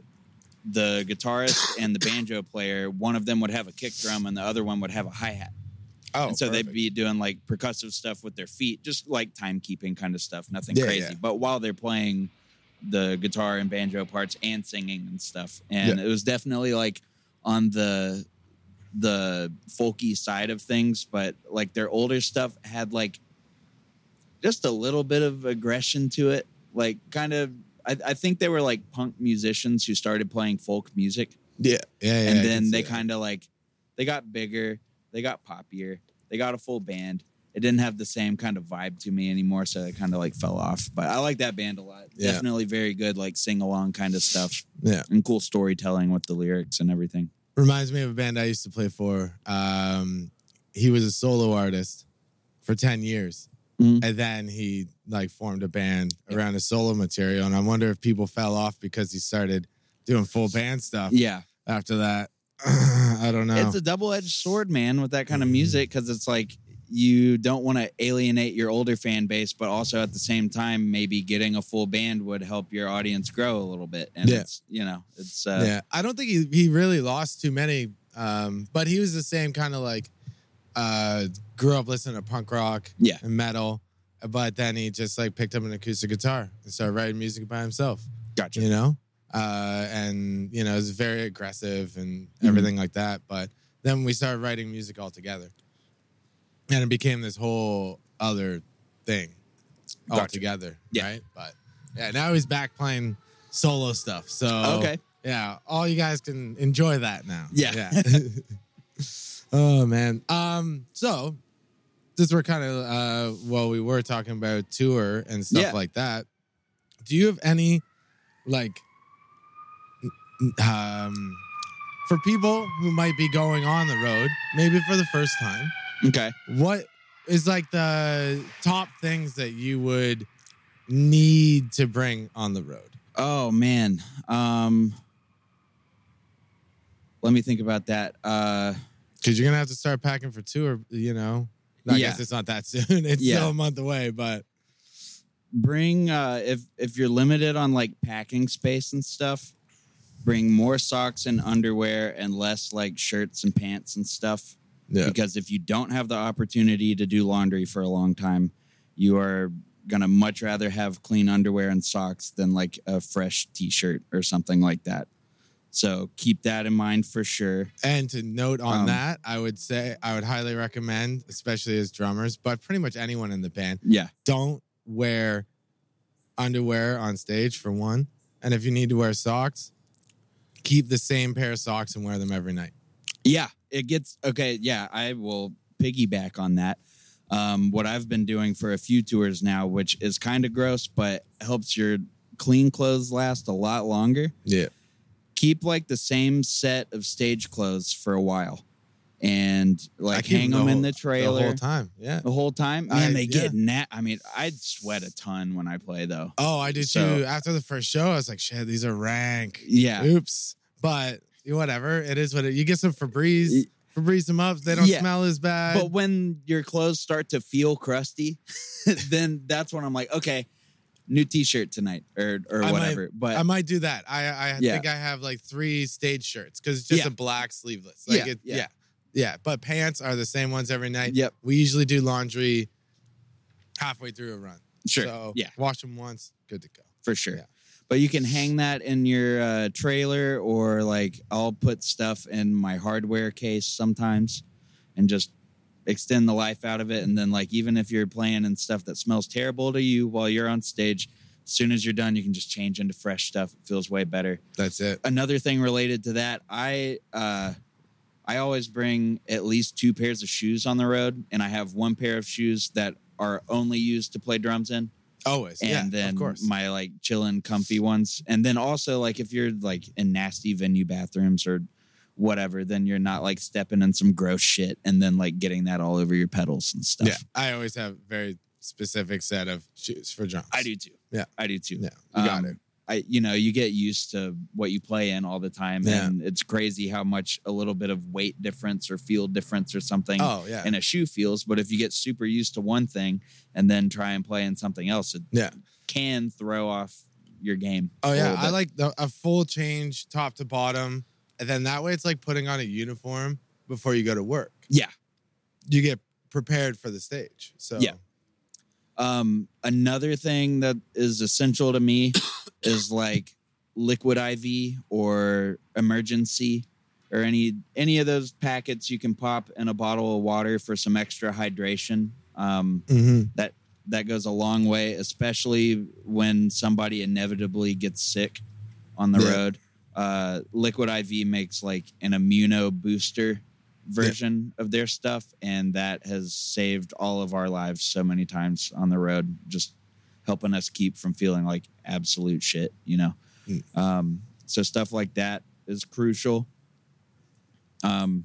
[SPEAKER 3] the guitarist and the banjo player, one of them would have a kick drum and the other one would have a hi hat.
[SPEAKER 2] Oh,
[SPEAKER 3] and so
[SPEAKER 2] perfect.
[SPEAKER 3] they'd be doing like percussive stuff with their feet, just like timekeeping kind of stuff, nothing
[SPEAKER 2] Yeah,
[SPEAKER 3] crazy.
[SPEAKER 2] yeah.
[SPEAKER 3] But while they're playing the guitar and banjo parts and singing and stuff, and it was definitely like on the the folky side of things, but like their older stuff had like just a little bit of aggression to it, like kind of. I, I think they were like punk musicians who started playing folk music
[SPEAKER 2] yeah, yeah, yeah. I
[SPEAKER 3] and
[SPEAKER 2] can
[SPEAKER 3] then
[SPEAKER 2] see
[SPEAKER 3] they
[SPEAKER 2] that.
[SPEAKER 3] kind of like they got bigger, they got poppier, they got a full band. It didn't have the same kind of vibe to me anymore, so it kind of like fell off. But I like that band a lot.
[SPEAKER 2] Yeah.
[SPEAKER 3] Definitely very good, like sing along kind of stuff
[SPEAKER 2] yeah.
[SPEAKER 3] and cool storytelling with the lyrics and everything.
[SPEAKER 2] reminds me of a band I used to play for. Um, he was a solo artist for 10 years.
[SPEAKER 3] Mhm.
[SPEAKER 2] And then he like formed a band around his solo material. And I wonder if people fell off because he started doing full band stuff
[SPEAKER 3] Yeah,
[SPEAKER 2] after that. I don't know.
[SPEAKER 3] it's a double edged sword, man, with that kind of music because it's like you don't want to alienate your older fan base, but also at the same time, maybe getting a full band would help your audience grow a little bit. And
[SPEAKER 2] Yeah.
[SPEAKER 3] it's you know, it's uh,
[SPEAKER 2] yeah. I don't think he, he really lost too many. Um, but he was the same kind of like uh grew up listening to punk rock
[SPEAKER 3] Yeah.
[SPEAKER 2] and metal. But then he just like picked up an acoustic guitar and started writing music by himself.
[SPEAKER 3] gotcha.
[SPEAKER 2] you know uh and you know it's very aggressive and
[SPEAKER 3] Mm-hmm.
[SPEAKER 2] everything like that but then we started writing music all together and it became this whole other thing
[SPEAKER 3] Gotcha.
[SPEAKER 2] altogether
[SPEAKER 3] Yeah.
[SPEAKER 2] right but yeah now he's back playing solo stuff so
[SPEAKER 3] Okay.
[SPEAKER 2] yeah all you guys can enjoy that now
[SPEAKER 3] Yeah.
[SPEAKER 2] oh man um so since we're kind of uh well we were talking about tour and stuff
[SPEAKER 3] Yeah.
[SPEAKER 2] like that do you have any like n- n- um for people who might be going on the road maybe for the first time
[SPEAKER 3] Okay.
[SPEAKER 2] what is like the top things that you would need to bring on the road
[SPEAKER 3] Oh man. Um let me think about that. Uh
[SPEAKER 2] because you're gonna have to start packing for tour you know i
[SPEAKER 3] Yeah.
[SPEAKER 2] guess it's not that soon it's
[SPEAKER 3] Yeah.
[SPEAKER 2] still a month away but
[SPEAKER 3] bring uh if if you're limited on like packing space and stuff, bring more socks and underwear and less like shirts and pants and stuff
[SPEAKER 2] yeah
[SPEAKER 3] because if you don't have the opportunity to do laundry for a long time, you are going to much rather have clean underwear and socks than like a fresh t-shirt or something like that. So keep that in mind for sure.
[SPEAKER 2] And to note on
[SPEAKER 3] Um,
[SPEAKER 2] that, I would say I would highly recommend, especially as drummers, but pretty much anyone in the band,
[SPEAKER 3] Yeah.
[SPEAKER 2] don't wear underwear on stage for one. And if you need to wear socks, keep the same pair of socks and wear them every night.
[SPEAKER 3] Yeah, it gets okay. Yeah, I will piggyback on that. Um, what I've been doing for a few tours now, which is kind of gross, but helps your clean clothes last a lot longer.
[SPEAKER 2] Yeah.
[SPEAKER 3] Keep like the same set of stage clothes for a while, and like hang them in the trailer
[SPEAKER 2] the whole time. Yeah.
[SPEAKER 3] the whole time.
[SPEAKER 2] I-
[SPEAKER 3] Man, they get
[SPEAKER 2] yeah.
[SPEAKER 3] nat. I mean, I sweat a ton when I play though.
[SPEAKER 2] Oh, I did
[SPEAKER 3] So-
[SPEAKER 2] too. After the first show, I was like, shit, these are rank.
[SPEAKER 3] Yeah,
[SPEAKER 2] Oops. But whatever. It is what it You get some Febreze, Febreze them up. They don't
[SPEAKER 3] Yeah.
[SPEAKER 2] smell as bad.
[SPEAKER 3] but when your clothes start to feel crusty, then that's when I'm like, okay, new T-shirt tonight or or
[SPEAKER 2] I might-
[SPEAKER 3] whatever. but
[SPEAKER 2] I might do that. I I
[SPEAKER 3] Yeah.
[SPEAKER 2] think I have like three stage shirts because it's just
[SPEAKER 3] Yeah.
[SPEAKER 2] a black sleeveless. Like
[SPEAKER 3] Yeah,
[SPEAKER 2] it,
[SPEAKER 3] yeah.
[SPEAKER 2] yeah, yeah. But pants are the same ones every night.
[SPEAKER 3] yep,
[SPEAKER 2] We usually do laundry halfway through a run.
[SPEAKER 3] sure,
[SPEAKER 2] So
[SPEAKER 3] yeah,
[SPEAKER 2] wash them once, good to go.
[SPEAKER 3] for sure.
[SPEAKER 2] yeah.
[SPEAKER 3] But you can hang that in your uh, trailer, or like I'll put stuff in my hardware case sometimes, and just extend the life out of it. And then like even if you're playing and stuff that smells terrible to you while you're on stage, as soon as you're done, you can just change into fresh stuff. It feels way better.
[SPEAKER 2] That's it.
[SPEAKER 3] another thing related to that, I uh, I always bring at least two pairs of shoes on the road, and I have one pair of shoes that are only used to play drums in,
[SPEAKER 2] Always.
[SPEAKER 3] and
[SPEAKER 2] yeah,
[SPEAKER 3] then
[SPEAKER 2] of course.
[SPEAKER 3] my like chillin' comfy ones. And then also like if you're like in nasty venue bathrooms or whatever, then you're not like stepping in some gross shit and then like getting that all over your pedals and stuff.
[SPEAKER 2] yeah. I always have very specific set of shoes for drums.
[SPEAKER 3] I do too.
[SPEAKER 2] Yeah.
[SPEAKER 3] I do too.
[SPEAKER 2] Yeah. You got
[SPEAKER 3] Um,
[SPEAKER 2] it.
[SPEAKER 3] I you know, you get used to what you play in all the time.
[SPEAKER 2] Yeah.
[SPEAKER 3] And it's crazy how much a little bit of weight difference or feel difference or something
[SPEAKER 2] Oh yeah.
[SPEAKER 3] in a shoe feels. But if you get super used to one thing and then try and play in something else, it
[SPEAKER 2] Yeah.
[SPEAKER 3] can throw off your game.
[SPEAKER 2] Oh
[SPEAKER 3] a
[SPEAKER 2] yeah,
[SPEAKER 3] little
[SPEAKER 2] I
[SPEAKER 3] bit.
[SPEAKER 2] like the, a full change top to bottom, and then that way it's like putting on a uniform before you go to work.
[SPEAKER 3] Yeah.
[SPEAKER 2] You get prepared for the stage. So
[SPEAKER 3] Yeah. Um, another thing that is essential to me is like liquid IV or emergency or any any of those packets you can pop in a bottle of water for some extra hydration. Um,
[SPEAKER 2] Mhm.
[SPEAKER 3] that goes a long way, especially when somebody inevitably gets sick on the
[SPEAKER 2] Yeah.
[SPEAKER 3] road. Uh, Liquid IV makes like an immuno booster version of their stuff, and that has saved all of our lives so many times on the road, just helping us keep from feeling like absolute shit, you know.
[SPEAKER 2] Mm.
[SPEAKER 3] Um, so stuff like that is crucial. Um,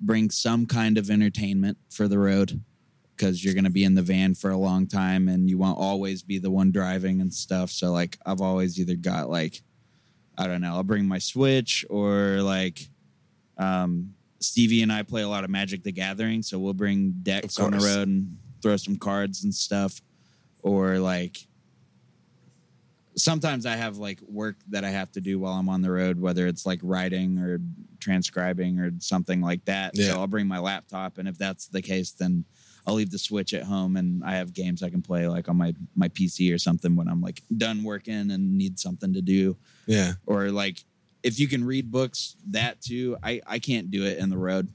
[SPEAKER 3] bring some kind of entertainment for the road because you're going to be in the van for a long time and you won't always be the one driving and stuff. So, like, I've always either got like, I don't know, I'll bring my Switch or like, um, Stevie and I play a lot of Magic the Gathering. So, we'll bring decks
[SPEAKER 2] Of
[SPEAKER 3] on the
[SPEAKER 2] course.
[SPEAKER 3] road and throw some cards and stuff. Or like, sometimes I have like work that I have to do while I'm on the road, whether it's like writing or transcribing or something like that.
[SPEAKER 2] Yeah.
[SPEAKER 3] So I'll bring my laptop, and if that's the case, then I'll leave the Switch at home, and I have games I can play like on my my PC or something when I'm like done working and need something to do,
[SPEAKER 2] yeah.
[SPEAKER 3] or like if you can read books, that too. I I can't do it in the road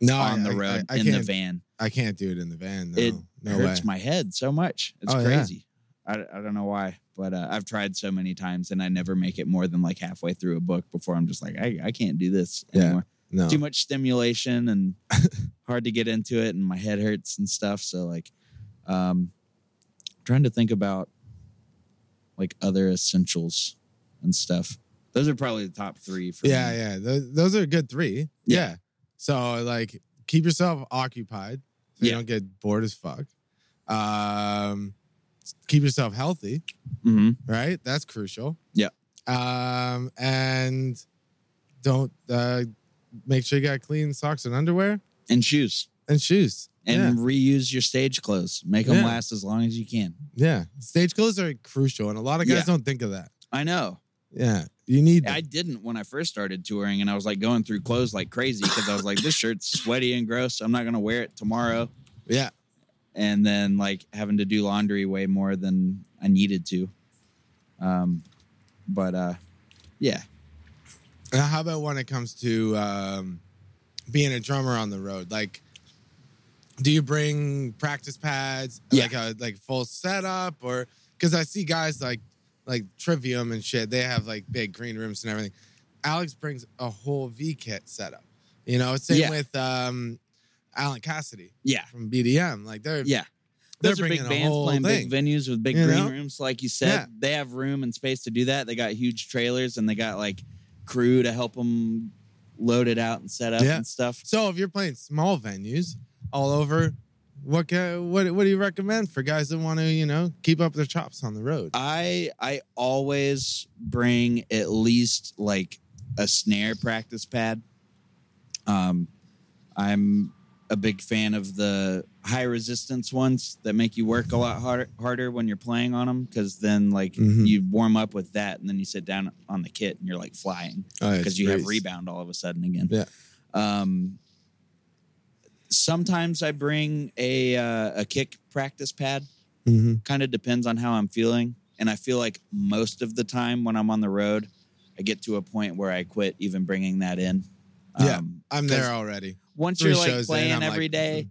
[SPEAKER 2] No, I-
[SPEAKER 3] on
[SPEAKER 2] Oh, I-
[SPEAKER 3] the road
[SPEAKER 2] I, I
[SPEAKER 3] in
[SPEAKER 2] can't,
[SPEAKER 3] the van.
[SPEAKER 2] I can't do it in the van. No,
[SPEAKER 3] It
[SPEAKER 2] no way.
[SPEAKER 3] hurts my head so much. It's
[SPEAKER 2] Oh, yeah.
[SPEAKER 3] crazy. I, I don't know why, but uh, I've tried so many times and I never make it more than like halfway through a book before I'm just like, I, I can't do this
[SPEAKER 2] Yeah.
[SPEAKER 3] anymore.
[SPEAKER 2] no.
[SPEAKER 3] Too much stimulation and hard to get into it, and my head hurts and stuff. So, like, um, trying to think about like other essentials and stuff. Those are probably the top three for
[SPEAKER 2] yeah,
[SPEAKER 3] me.
[SPEAKER 2] yeah. Those, those are good three.
[SPEAKER 3] Yeah.
[SPEAKER 2] So like keep yourself occupied so you
[SPEAKER 3] Yeah.
[SPEAKER 2] don't get bored as fuck. Um keep yourself healthy,
[SPEAKER 3] hmm
[SPEAKER 2] right? That's crucial.
[SPEAKER 3] Yeah.
[SPEAKER 2] Um and don't uh make sure you got clean socks and underwear
[SPEAKER 3] And shoes.
[SPEAKER 2] and shoes.
[SPEAKER 3] And reuse your stage clothes. Make them
[SPEAKER 2] Yeah.
[SPEAKER 3] last as long as you can.
[SPEAKER 2] yeah. yeah. Stage clothes are crucial and a lot of guys
[SPEAKER 3] Yeah.
[SPEAKER 2] don't think of that.
[SPEAKER 3] I know.
[SPEAKER 2] Yeah. You need
[SPEAKER 3] I
[SPEAKER 2] them.
[SPEAKER 3] didn't when I first started touring, and I was like going through clothes like crazy because I was like, this shirt's sweaty and gross. I'm not gonna wear it tomorrow.
[SPEAKER 2] yeah.
[SPEAKER 3] And then like having to do laundry way more than I needed to. Um, but uh, yeah,
[SPEAKER 2] Now, how about when it comes to um, being a drummer on the road? Like, do you bring practice pads,
[SPEAKER 3] Yeah.
[SPEAKER 2] like a like full setup, or because I see guys like like Trivium and shit, they have like big green rooms and everything. Alex brings a whole V kit setup. You know, same
[SPEAKER 3] Yeah.
[SPEAKER 2] with um, Alan Cassidy
[SPEAKER 3] yeah,
[SPEAKER 2] from BDM. Like they're
[SPEAKER 3] yeah.
[SPEAKER 2] they're
[SPEAKER 3] Those are
[SPEAKER 2] bringing
[SPEAKER 3] big
[SPEAKER 2] a
[SPEAKER 3] bands
[SPEAKER 2] whole
[SPEAKER 3] playing
[SPEAKER 2] thing.
[SPEAKER 3] big venues with big
[SPEAKER 2] You
[SPEAKER 3] green
[SPEAKER 2] know?
[SPEAKER 3] rooms, like you said.
[SPEAKER 2] Yeah.
[SPEAKER 3] They have room and space to do that. They got huge trailers and they got like crew to help them load it out and set up
[SPEAKER 2] Yeah.
[SPEAKER 3] and stuff.
[SPEAKER 2] So if you're playing small venues all over, what ca- what what do you recommend for guys that want to you know keep up their chops on the road?
[SPEAKER 3] Uh, I I always bring at least like a snare practice pad. Um, I'm a big fan of the high resistance ones that make you work a lot harder harder when you're playing on them because then like
[SPEAKER 2] Mhm.
[SPEAKER 3] you warm up with that and then you sit down on the kit and you're like flying
[SPEAKER 2] Oh,
[SPEAKER 3] because you have
[SPEAKER 2] rebound.
[SPEAKER 3] rebound all of a sudden again.
[SPEAKER 2] Yeah.
[SPEAKER 3] Um, sometimes I bring a uh, a kick practice pad
[SPEAKER 2] Mm-hmm.
[SPEAKER 3] kind of depends on how I'm feeling. And I feel like most of the time when I'm on the road, I get to a point where I quit even bringing that in.
[SPEAKER 2] Yeah.
[SPEAKER 3] Um,
[SPEAKER 2] I'm
[SPEAKER 3] 'Cause
[SPEAKER 2] there already.
[SPEAKER 3] once
[SPEAKER 2] Three
[SPEAKER 3] you're like
[SPEAKER 2] shows in, I'm
[SPEAKER 3] playing
[SPEAKER 2] like, mm-hmm.
[SPEAKER 3] every day,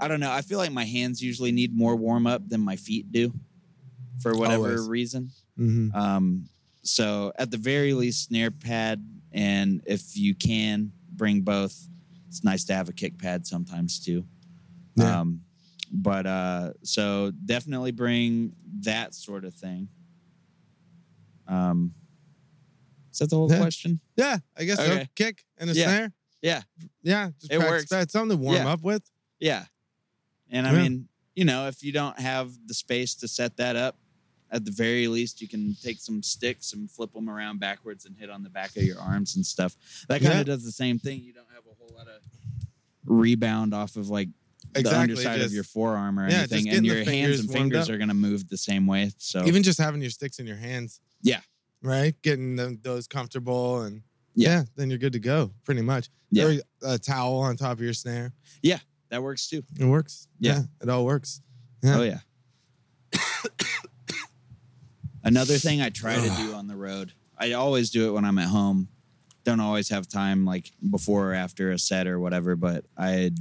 [SPEAKER 3] I don't know. I feel like my hands usually need more warm up than my feet do for whatever
[SPEAKER 2] Always.
[SPEAKER 3] reason.
[SPEAKER 2] Mm-hmm.
[SPEAKER 3] Um, so at the very least, snare pad, and if you can bring both, it's nice to have a kick pad sometimes too.
[SPEAKER 2] Mm-hmm. Yeah.
[SPEAKER 3] Um, But uh, so definitely bring that sort of thing. Um, is that the whole
[SPEAKER 2] Yeah.
[SPEAKER 3] question?
[SPEAKER 2] Yeah, I guess so.
[SPEAKER 3] Okay.
[SPEAKER 2] Kick and a
[SPEAKER 3] Yeah.
[SPEAKER 2] snare.
[SPEAKER 3] Yeah.
[SPEAKER 2] Yeah, just
[SPEAKER 3] It
[SPEAKER 2] practice
[SPEAKER 3] works.
[SPEAKER 2] that. Something to warm
[SPEAKER 3] Yeah.
[SPEAKER 2] up with.
[SPEAKER 3] Yeah. And I
[SPEAKER 2] Yeah.
[SPEAKER 3] mean, you know, if you don't have the space to set that up, at the very least, you can take some sticks and flip them around backwards and hit on the back of your arms and stuff. That kind of
[SPEAKER 2] Yeah.
[SPEAKER 3] does the same thing. You don't have a whole lot of rebound off of like the
[SPEAKER 2] Exactly.
[SPEAKER 3] underside
[SPEAKER 2] just-
[SPEAKER 3] of your forearm or
[SPEAKER 2] yeah, just
[SPEAKER 3] anything.
[SPEAKER 2] getting
[SPEAKER 3] And
[SPEAKER 2] the
[SPEAKER 3] your hands
[SPEAKER 2] fingers
[SPEAKER 3] and
[SPEAKER 2] warmed
[SPEAKER 3] fingers
[SPEAKER 2] up.
[SPEAKER 3] are going to move the same way. So,
[SPEAKER 2] even just having your sticks in your hands.
[SPEAKER 3] Yeah.
[SPEAKER 2] Right? Getting them, those comfortable and yeah.
[SPEAKER 3] Yeah.
[SPEAKER 2] then you're good to go pretty much.
[SPEAKER 3] Yeah.
[SPEAKER 2] Or a towel on top of your snare.
[SPEAKER 3] that works too.
[SPEAKER 2] It works.
[SPEAKER 3] Yeah.
[SPEAKER 2] it all works. Yeah.
[SPEAKER 3] Oh yeah. Another thing I try to do on the road. I always do it when I'm at home. Don't always have time like before or after a set or whatever, but I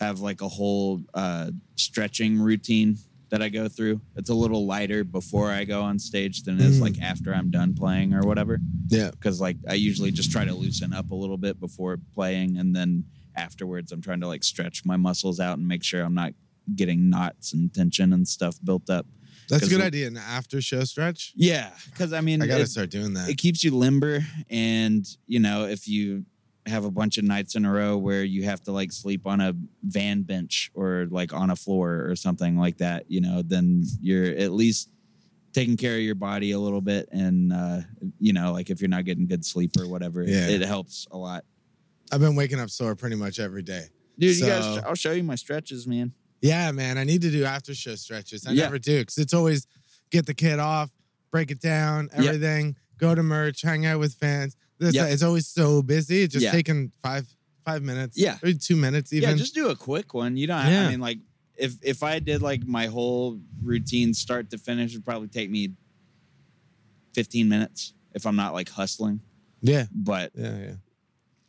[SPEAKER 3] have like a whole uh, stretching routine that I go through. It's a little lighter before I go on stage than it is
[SPEAKER 2] Mm.
[SPEAKER 3] like after I'm done playing or whatever.
[SPEAKER 2] Yeah.
[SPEAKER 3] Because like I usually just try to loosen up a little bit before playing, and then afterwards I'm trying to like stretch my muscles out and make sure I'm not getting knots and tension and stuff built up.
[SPEAKER 2] That's a
[SPEAKER 3] 'Cause
[SPEAKER 2] good
[SPEAKER 3] we-
[SPEAKER 2] idea. An after show stretch.
[SPEAKER 3] Yeah, because I mean,
[SPEAKER 2] I gotta
[SPEAKER 3] it,
[SPEAKER 2] start doing that.
[SPEAKER 3] it keeps you limber, and you know if you have a bunch of nights in a row where you have to like sleep on a van bench or like on a floor or something like that, you know, then you're at least taking care of your body a little bit and uh you know like if you're not getting good sleep or whatever it-
[SPEAKER 2] Yeah.
[SPEAKER 3] it helps a lot
[SPEAKER 2] I've been waking up sore pretty much every day.
[SPEAKER 3] Dude,
[SPEAKER 2] So-
[SPEAKER 3] you guys, I'll show you my stretches, man.
[SPEAKER 2] Yeah, man. I need to do after show stretches. I
[SPEAKER 3] Yeah.
[SPEAKER 2] never do because it's always get the kid off, break it down,
[SPEAKER 3] Yeah.
[SPEAKER 2] everything, go to merch, hang out with fans. This,
[SPEAKER 3] Yeah.
[SPEAKER 2] that. It's always so busy. It's just
[SPEAKER 3] Yeah.
[SPEAKER 2] taking five five minutes.
[SPEAKER 3] Yeah.
[SPEAKER 2] Or two minutes even.
[SPEAKER 3] Yeah, just do a quick one. You don't.
[SPEAKER 2] Yeah.
[SPEAKER 3] I mean, like if if I did like my whole routine start to finish, it'd probably take me fifteen minutes if I'm not like hustling.
[SPEAKER 2] yeah.
[SPEAKER 3] But
[SPEAKER 2] Yeah, yeah.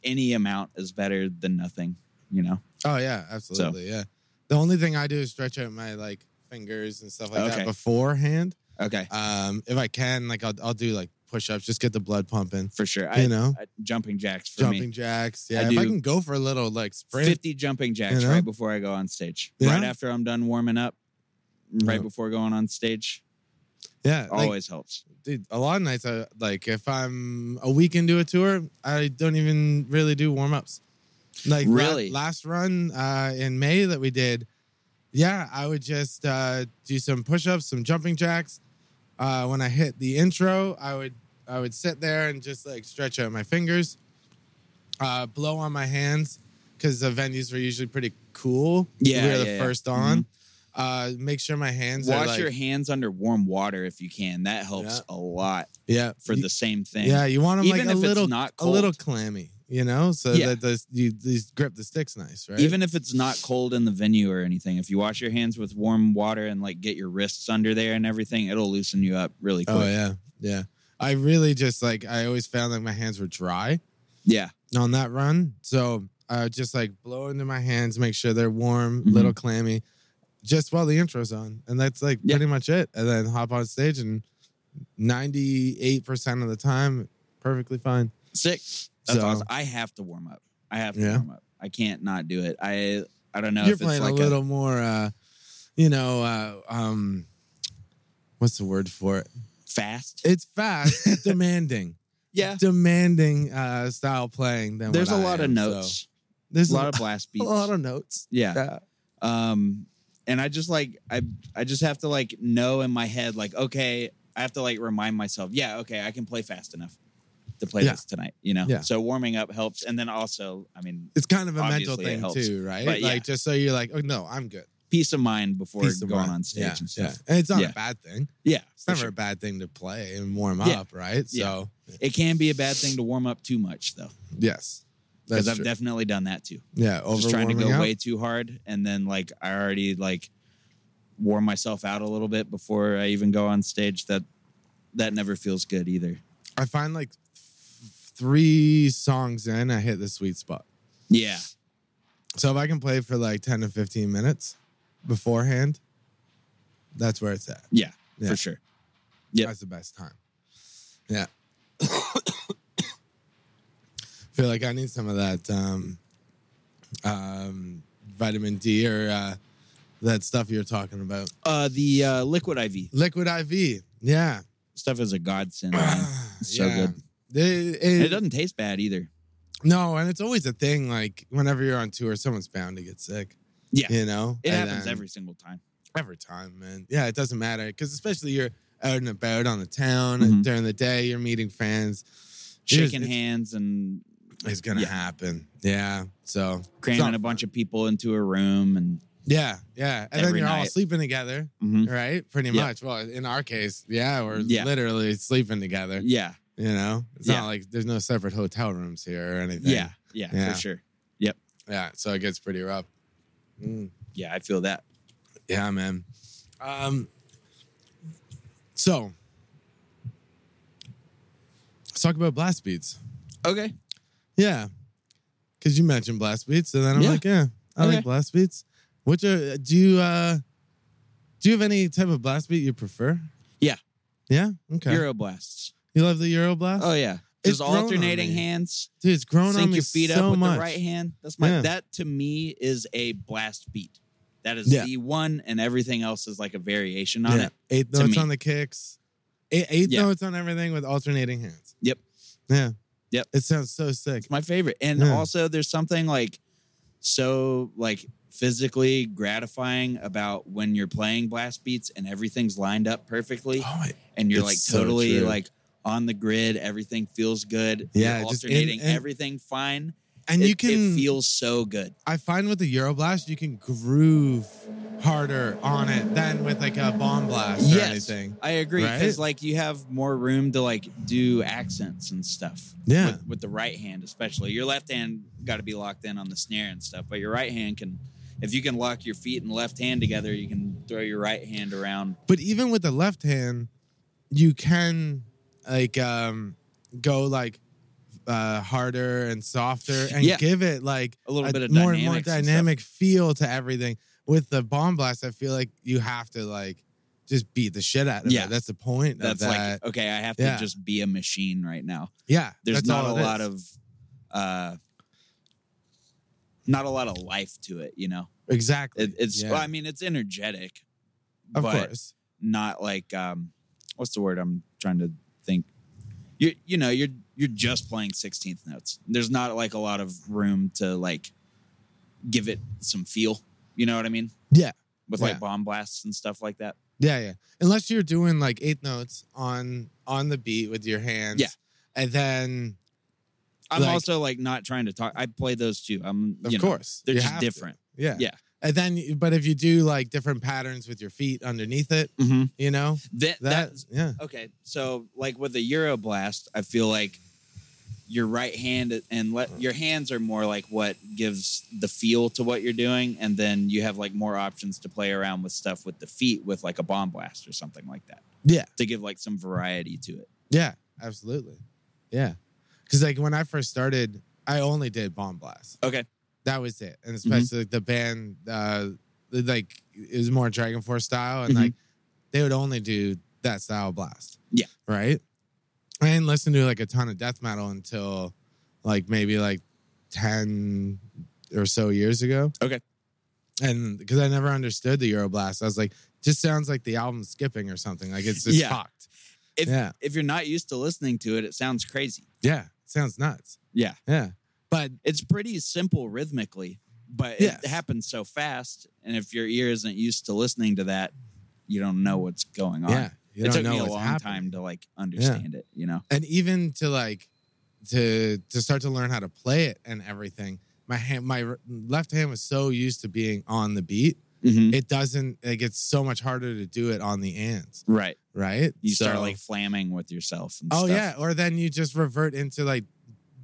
[SPEAKER 3] any amount is better than nothing. You know.
[SPEAKER 2] Oh yeah, absolutely. Yeah. The only thing I do is stretch out my like fingers and stuff like that
[SPEAKER 3] Okay.
[SPEAKER 2] beforehand.
[SPEAKER 3] Okay,
[SPEAKER 2] Um, if I can, like I'll I'll do like push ups, just get the blood pumping.
[SPEAKER 3] for sure.
[SPEAKER 2] you
[SPEAKER 3] I,
[SPEAKER 2] know,
[SPEAKER 3] I- jumping jacks for
[SPEAKER 2] jumping
[SPEAKER 3] me.
[SPEAKER 2] jacks.
[SPEAKER 3] I
[SPEAKER 2] Yeah. if I
[SPEAKER 3] do-
[SPEAKER 2] can go for a little like sprint.
[SPEAKER 3] Fifty jumping jacks
[SPEAKER 2] You know?
[SPEAKER 3] right before I go on stage.
[SPEAKER 2] Yeah.
[SPEAKER 3] Right after I'm done warming up. Right
[SPEAKER 2] Yeah.
[SPEAKER 3] before going on stage,
[SPEAKER 2] yeah. Like,
[SPEAKER 3] always helps.
[SPEAKER 2] dude, a lot of nights I like if I'm a week into a tour, I don't even really do warm ups. Like la-
[SPEAKER 3] Really?
[SPEAKER 2] last run uh, in May that we did, yeah, I would just uh, do some push ups, some jumping jacks. Uh, when I hit the intro, I would I would sit there and just like stretch out my fingers, uh, blow on my hands because the venues were usually pretty cool.
[SPEAKER 3] Yeah,
[SPEAKER 2] we were the
[SPEAKER 3] yeah, yeah.
[SPEAKER 2] first on. Uh, make sure my hands are
[SPEAKER 3] Wash
[SPEAKER 2] like,
[SPEAKER 3] your hands under warm water if you can. That helps a lot
[SPEAKER 2] yeah
[SPEAKER 3] for
[SPEAKER 2] you-
[SPEAKER 3] the same thing.
[SPEAKER 2] Yeah, you want them
[SPEAKER 3] even
[SPEAKER 2] like
[SPEAKER 3] if
[SPEAKER 2] a little
[SPEAKER 3] it's not
[SPEAKER 2] a
[SPEAKER 3] cold.
[SPEAKER 2] little clammy, you know, so
[SPEAKER 3] Yeah.
[SPEAKER 2] that the, you, you grip the sticks nice, right?
[SPEAKER 3] Even if it's not cold in the venue or anything, if you wash your hands with warm water and like get your wrists under there and everything, it'll loosen you up really quick.
[SPEAKER 2] oh yeah, yeah. I really just like I always found like my hands were dry
[SPEAKER 3] yeah.
[SPEAKER 2] on that run, so I would just like blow into my hands, make sure they're warm,
[SPEAKER 3] Mhm.
[SPEAKER 2] little clammy, just while the intro's on, and that's like
[SPEAKER 3] Yeah.
[SPEAKER 2] pretty much it. And then hop on stage, and ninety eight percent of the time, perfectly fine.
[SPEAKER 3] Sick. That's
[SPEAKER 2] So-
[SPEAKER 3] awesome. I have to warm up. I have to
[SPEAKER 2] Yeah.
[SPEAKER 3] warm up. I can't not do it. I I don't know
[SPEAKER 2] You're
[SPEAKER 3] if it's
[SPEAKER 2] playing
[SPEAKER 3] like
[SPEAKER 2] a little more, uh, you know, uh, um, what's the word for it?
[SPEAKER 3] fast.
[SPEAKER 2] It's fast, demanding,
[SPEAKER 3] yeah.
[SPEAKER 2] demanding uh, style playing. Than
[SPEAKER 3] There's a
[SPEAKER 2] what I
[SPEAKER 3] lot of
[SPEAKER 2] am, so-
[SPEAKER 3] notes.
[SPEAKER 2] There's
[SPEAKER 3] There's a lot of blast
[SPEAKER 2] a
[SPEAKER 3] beats.
[SPEAKER 2] lot of notes.
[SPEAKER 3] yeah.
[SPEAKER 2] Yeah.
[SPEAKER 3] um and i just like i i just have to like know in my head like okay i have to like remind myself yeah okay i can play fast enough to play
[SPEAKER 2] Yeah.
[SPEAKER 3] this tonight you know
[SPEAKER 2] Yeah.
[SPEAKER 3] so warming up helps and then also i mean
[SPEAKER 2] It's kind of a
[SPEAKER 3] Obviously, it
[SPEAKER 2] mental
[SPEAKER 3] helps,
[SPEAKER 2] thing too, right?
[SPEAKER 3] but yeah.
[SPEAKER 2] Like just so you're like, oh no, I'm good.
[SPEAKER 3] peace of mind before
[SPEAKER 2] Peace of
[SPEAKER 3] going
[SPEAKER 2] mind.
[SPEAKER 3] on stage
[SPEAKER 2] Yeah,
[SPEAKER 3] and stuff
[SPEAKER 2] yeah. And it's not
[SPEAKER 3] Yeah.
[SPEAKER 2] a bad thing.
[SPEAKER 3] yeah,
[SPEAKER 2] It's
[SPEAKER 3] for
[SPEAKER 2] never
[SPEAKER 3] sure.
[SPEAKER 2] a bad thing to play and warm
[SPEAKER 3] Yeah.
[SPEAKER 2] up, right?
[SPEAKER 3] Yeah.
[SPEAKER 2] So
[SPEAKER 3] it can be a bad thing to warm up too much though
[SPEAKER 2] yes,
[SPEAKER 3] because
[SPEAKER 2] that's
[SPEAKER 3] i've
[SPEAKER 2] true.
[SPEAKER 3] definitely done that too
[SPEAKER 2] yeah, over
[SPEAKER 3] just trying to go
[SPEAKER 2] warming up.
[SPEAKER 3] way too hard and then like i already like warm myself out a little bit before i even go on stage that that never feels good either
[SPEAKER 2] I find like th- three songs in, I hit the sweet spot.
[SPEAKER 3] yeah
[SPEAKER 2] So if I can play for like ten to fifteen minutes beforehand, that's where it's at.
[SPEAKER 3] yeah,
[SPEAKER 2] Yeah.
[SPEAKER 3] for sure Yep.
[SPEAKER 2] That's the best time. Yeah. Feel like I need some of that um, um, vitamin D or uh, That stuff you're talking about.
[SPEAKER 3] Uh, the uh, liquid IV
[SPEAKER 2] Liquid IV. Yeah.
[SPEAKER 3] stuff is a godsend. man.
[SPEAKER 2] Ah,
[SPEAKER 3] It's so
[SPEAKER 2] Yeah.
[SPEAKER 3] good.
[SPEAKER 2] They- it-
[SPEAKER 3] And it doesn't taste bad either.
[SPEAKER 2] no, and it's always a thing. Like whenever you're on tour, someone's bound to get sick.
[SPEAKER 3] Yeah.
[SPEAKER 2] You know?
[SPEAKER 3] It
[SPEAKER 2] And
[SPEAKER 3] happens
[SPEAKER 2] then-
[SPEAKER 3] every single time.
[SPEAKER 2] every time, man. Yeah, it doesn't matter because especially you're out and about on the town
[SPEAKER 3] Mhm.
[SPEAKER 2] and during the day, you're meeting fans. It's-
[SPEAKER 3] Shaking
[SPEAKER 2] it's-
[SPEAKER 3] hands and
[SPEAKER 2] It's gonna
[SPEAKER 3] Yeah.
[SPEAKER 2] happen. Yeah. So
[SPEAKER 3] cramming a bunch of people into a room and
[SPEAKER 2] yeah, yeah, and then
[SPEAKER 3] Every
[SPEAKER 2] you're all
[SPEAKER 3] night.
[SPEAKER 2] sleeping together,
[SPEAKER 3] Mhm.
[SPEAKER 2] right? Pretty
[SPEAKER 3] Yeah.
[SPEAKER 2] much. Well, in our case, yeah, we're
[SPEAKER 3] Yeah.
[SPEAKER 2] literally sleeping together.
[SPEAKER 3] yeah,
[SPEAKER 2] You know, it's
[SPEAKER 3] Yeah.
[SPEAKER 2] not like there's no separate hotel rooms here or anything.
[SPEAKER 3] yeah, yeah,
[SPEAKER 2] Yeah.
[SPEAKER 3] for sure.
[SPEAKER 2] yeah. So it gets pretty rough. Mm.
[SPEAKER 3] Yeah, I feel that.
[SPEAKER 2] Yeah, man. Um, so let's talk about blast beats.
[SPEAKER 3] Okay.
[SPEAKER 2] Yeah, because you mentioned blast beats, and then I'm
[SPEAKER 3] Yeah.
[SPEAKER 2] like, yeah, I
[SPEAKER 3] Okay.
[SPEAKER 2] like blast beats. Which are do you uh, do you have any type of blast beat you prefer?
[SPEAKER 3] Yeah.
[SPEAKER 2] yeah, okay.
[SPEAKER 3] Euroblasts.
[SPEAKER 2] you love the Euro blast,
[SPEAKER 3] Oh yeah.
[SPEAKER 2] It's
[SPEAKER 3] Just
[SPEAKER 2] grown on
[SPEAKER 3] alternating
[SPEAKER 2] me.
[SPEAKER 3] hands.
[SPEAKER 2] dude. It's grown on
[SPEAKER 3] Sink
[SPEAKER 2] me
[SPEAKER 3] your feet
[SPEAKER 2] so
[SPEAKER 3] up with
[SPEAKER 2] much.
[SPEAKER 3] the right hand. That's my
[SPEAKER 2] Yeah.
[SPEAKER 3] that to me is a blast beat. That is
[SPEAKER 2] Yeah.
[SPEAKER 3] the one and everything else is like a variation on it.
[SPEAKER 2] Eighth
[SPEAKER 3] to
[SPEAKER 2] notes
[SPEAKER 3] me.
[SPEAKER 2] on the kicks, eight, eight
[SPEAKER 3] Yeah.
[SPEAKER 2] notes on everything with alternating hands.
[SPEAKER 3] Yep.
[SPEAKER 2] Yeah.
[SPEAKER 3] Yep.
[SPEAKER 2] It sounds so sick.
[SPEAKER 3] It's my favorite. And
[SPEAKER 2] Yeah.
[SPEAKER 3] also there's something like so like physically gratifying about when you're playing blast beats and everything's lined up perfectly
[SPEAKER 2] Oh, I-
[SPEAKER 3] and you're
[SPEAKER 2] It's
[SPEAKER 3] like
[SPEAKER 2] so
[SPEAKER 3] totally
[SPEAKER 2] true.
[SPEAKER 3] like on the grid, everything feels good.
[SPEAKER 2] Yeah,
[SPEAKER 3] You're
[SPEAKER 2] just in-
[SPEAKER 3] alternating
[SPEAKER 2] and-
[SPEAKER 3] everything fine.
[SPEAKER 2] and
[SPEAKER 3] it,
[SPEAKER 2] you can
[SPEAKER 3] it feels so good.
[SPEAKER 2] I find with the Euroblast, you can groove harder on it than with like a bomb blast or anything.
[SPEAKER 3] I agree
[SPEAKER 2] Right?
[SPEAKER 3] because like you have more room to like do accents and stuff.
[SPEAKER 2] Yeah.
[SPEAKER 3] with, with the right hand especially. Your left hand got to be locked in on the snare and stuff, but your right hand can, if you can lock your feet and left hand together, you can throw your right hand around.
[SPEAKER 2] But even with the left hand, you can like um go like uh harder and softer and
[SPEAKER 3] Yeah.
[SPEAKER 2] give it like
[SPEAKER 3] A little bit of
[SPEAKER 2] more and more
[SPEAKER 3] dynamics and stuff.
[SPEAKER 2] dynamic feel to everything. With the bomb blast, I feel like you have to like just beat the shit out of
[SPEAKER 3] Yeah.
[SPEAKER 2] it. That's the point.
[SPEAKER 3] That's
[SPEAKER 2] That's of that.
[SPEAKER 3] like okay, I have to
[SPEAKER 2] Yeah.
[SPEAKER 3] just be a machine right now.
[SPEAKER 2] yeah.
[SPEAKER 3] There's
[SPEAKER 2] that's
[SPEAKER 3] not a
[SPEAKER 2] all it
[SPEAKER 3] lot
[SPEAKER 2] is.
[SPEAKER 3] of, uh, not a lot of life to it. You know,
[SPEAKER 2] exactly.
[SPEAKER 3] it, it's.
[SPEAKER 2] Yeah.
[SPEAKER 3] Well, I mean, it's energetic,
[SPEAKER 2] of
[SPEAKER 3] but
[SPEAKER 2] course.
[SPEAKER 3] not like um, what's the word I'm trying to think. You you know you're you're just playing 16th notes. There's not like a lot of room to like give it some feel. You know what I mean?
[SPEAKER 2] Yeah.
[SPEAKER 3] With
[SPEAKER 2] Yeah.
[SPEAKER 3] like bomb blasts and stuff like that.
[SPEAKER 2] Yeah, yeah. Unless you're doing like eighth notes on on the beat with your hands.
[SPEAKER 3] Yeah.
[SPEAKER 2] And then
[SPEAKER 3] I'm
[SPEAKER 2] Like-
[SPEAKER 3] also like not trying to talk. I play those too. I'm
[SPEAKER 2] of
[SPEAKER 3] you know,
[SPEAKER 2] course.
[SPEAKER 3] they're
[SPEAKER 2] you
[SPEAKER 3] just
[SPEAKER 2] have to.
[SPEAKER 3] different.
[SPEAKER 2] Yeah.
[SPEAKER 3] Yeah.
[SPEAKER 2] And then but if you do like different patterns with your feet underneath it,
[SPEAKER 3] Mm-hmm.
[SPEAKER 2] you know?
[SPEAKER 3] That,
[SPEAKER 2] That,
[SPEAKER 3] that's
[SPEAKER 2] yeah.
[SPEAKER 3] okay. So like with the Euroblast, I feel like your right hand and
[SPEAKER 2] Mm.
[SPEAKER 3] let your hands are more like what gives the feel to what you're doing, and then you have like more options to play around with stuff with the feet with like a bomb blast or something like that.
[SPEAKER 2] Yeah.
[SPEAKER 3] To give like some variety to it.
[SPEAKER 2] Yeah. Absolutely. Yeah. Cause like when I first started, I only did bomb blast.
[SPEAKER 3] Okay. Mm-hmm.
[SPEAKER 2] That was it. And especially like the band uh like it was more Dragon Force style and
[SPEAKER 3] Mhm.
[SPEAKER 2] like they would only do that style of blast.
[SPEAKER 3] Yeah.
[SPEAKER 2] Right? I didn't listen to like a ton of death metal until like maybe like 10 or so years ago.
[SPEAKER 3] Okay.
[SPEAKER 2] And because I never understood the Euroblast, I was like, just sounds like the album skipping or something. Like it's just
[SPEAKER 3] Yeah.
[SPEAKER 2] fucked.
[SPEAKER 3] If-
[SPEAKER 2] yeah.
[SPEAKER 3] If you're not used to listening to it, it sounds crazy.
[SPEAKER 2] Yeah. Sounds nuts.
[SPEAKER 3] Yeah.
[SPEAKER 2] Yeah. But
[SPEAKER 3] It's pretty simple rhythmically, but
[SPEAKER 2] Yes.
[SPEAKER 3] it happens so fast. And if your ear isn't used to listening to that, you don't know what's going on.
[SPEAKER 2] yeah. You
[SPEAKER 3] it
[SPEAKER 2] don't
[SPEAKER 3] took
[SPEAKER 2] know
[SPEAKER 3] me a
[SPEAKER 2] what's
[SPEAKER 3] long
[SPEAKER 2] happening.
[SPEAKER 3] time to like understand it, you know.
[SPEAKER 2] and even to like to to start to learn how to play it and everything my hand my r- left hand was so used to being on the beat
[SPEAKER 3] Mm-hmm.
[SPEAKER 2] it doesn't like it's so much harder to do it on the ands
[SPEAKER 3] Right.
[SPEAKER 2] right
[SPEAKER 3] You start
[SPEAKER 2] So-
[SPEAKER 3] like flamming with yourself and
[SPEAKER 2] oh
[SPEAKER 3] stuff.
[SPEAKER 2] yeah or then you just revert into like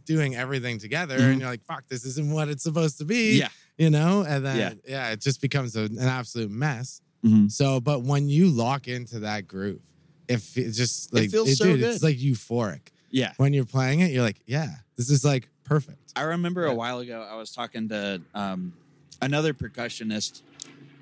[SPEAKER 2] doing everything together and
[SPEAKER 3] Mhm.
[SPEAKER 2] you're like fuck this isn't what it's supposed to be
[SPEAKER 3] Yeah.
[SPEAKER 2] you know and then yeah, it just becomes a, an absolute mess
[SPEAKER 3] Mhm.
[SPEAKER 2] so but when you lock into that groove if it just
[SPEAKER 3] It
[SPEAKER 2] like
[SPEAKER 3] feels so
[SPEAKER 2] dude,
[SPEAKER 3] good.
[SPEAKER 2] it's like euphoric
[SPEAKER 3] Yeah.
[SPEAKER 2] when you're playing it, you're like, yeah, this is like perfect.
[SPEAKER 3] I remember
[SPEAKER 2] Yeah.
[SPEAKER 3] a while ago I was talking to um, another percussionist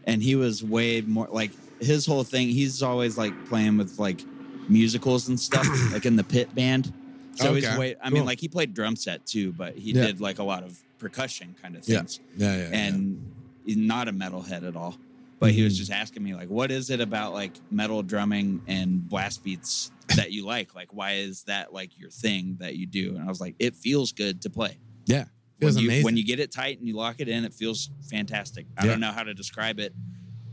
[SPEAKER 3] and he was way more like his whole thing, he's always like playing with like musicals and stuff, like in the pit band. So
[SPEAKER 2] Okay,
[SPEAKER 3] he's way I
[SPEAKER 2] cool.
[SPEAKER 3] mean like he played drum set too, but he
[SPEAKER 2] Yeah.
[SPEAKER 3] did like a lot of percussion kind of
[SPEAKER 2] Yeah,
[SPEAKER 3] things.
[SPEAKER 2] Yeah, yeah.
[SPEAKER 3] and he's not a metalhead at all. but he
[SPEAKER 2] Mm-hmm.
[SPEAKER 3] was just asking me like what is it about like metal drumming and blast beats that you like like why is that like your thing that you do and i was like it feels good to play
[SPEAKER 2] Yeah.
[SPEAKER 3] when
[SPEAKER 2] Feels
[SPEAKER 3] you,
[SPEAKER 2] amazing.
[SPEAKER 3] when you get it tight and you lock it in it feels fantastic i
[SPEAKER 2] Yeah.
[SPEAKER 3] don't know how to describe it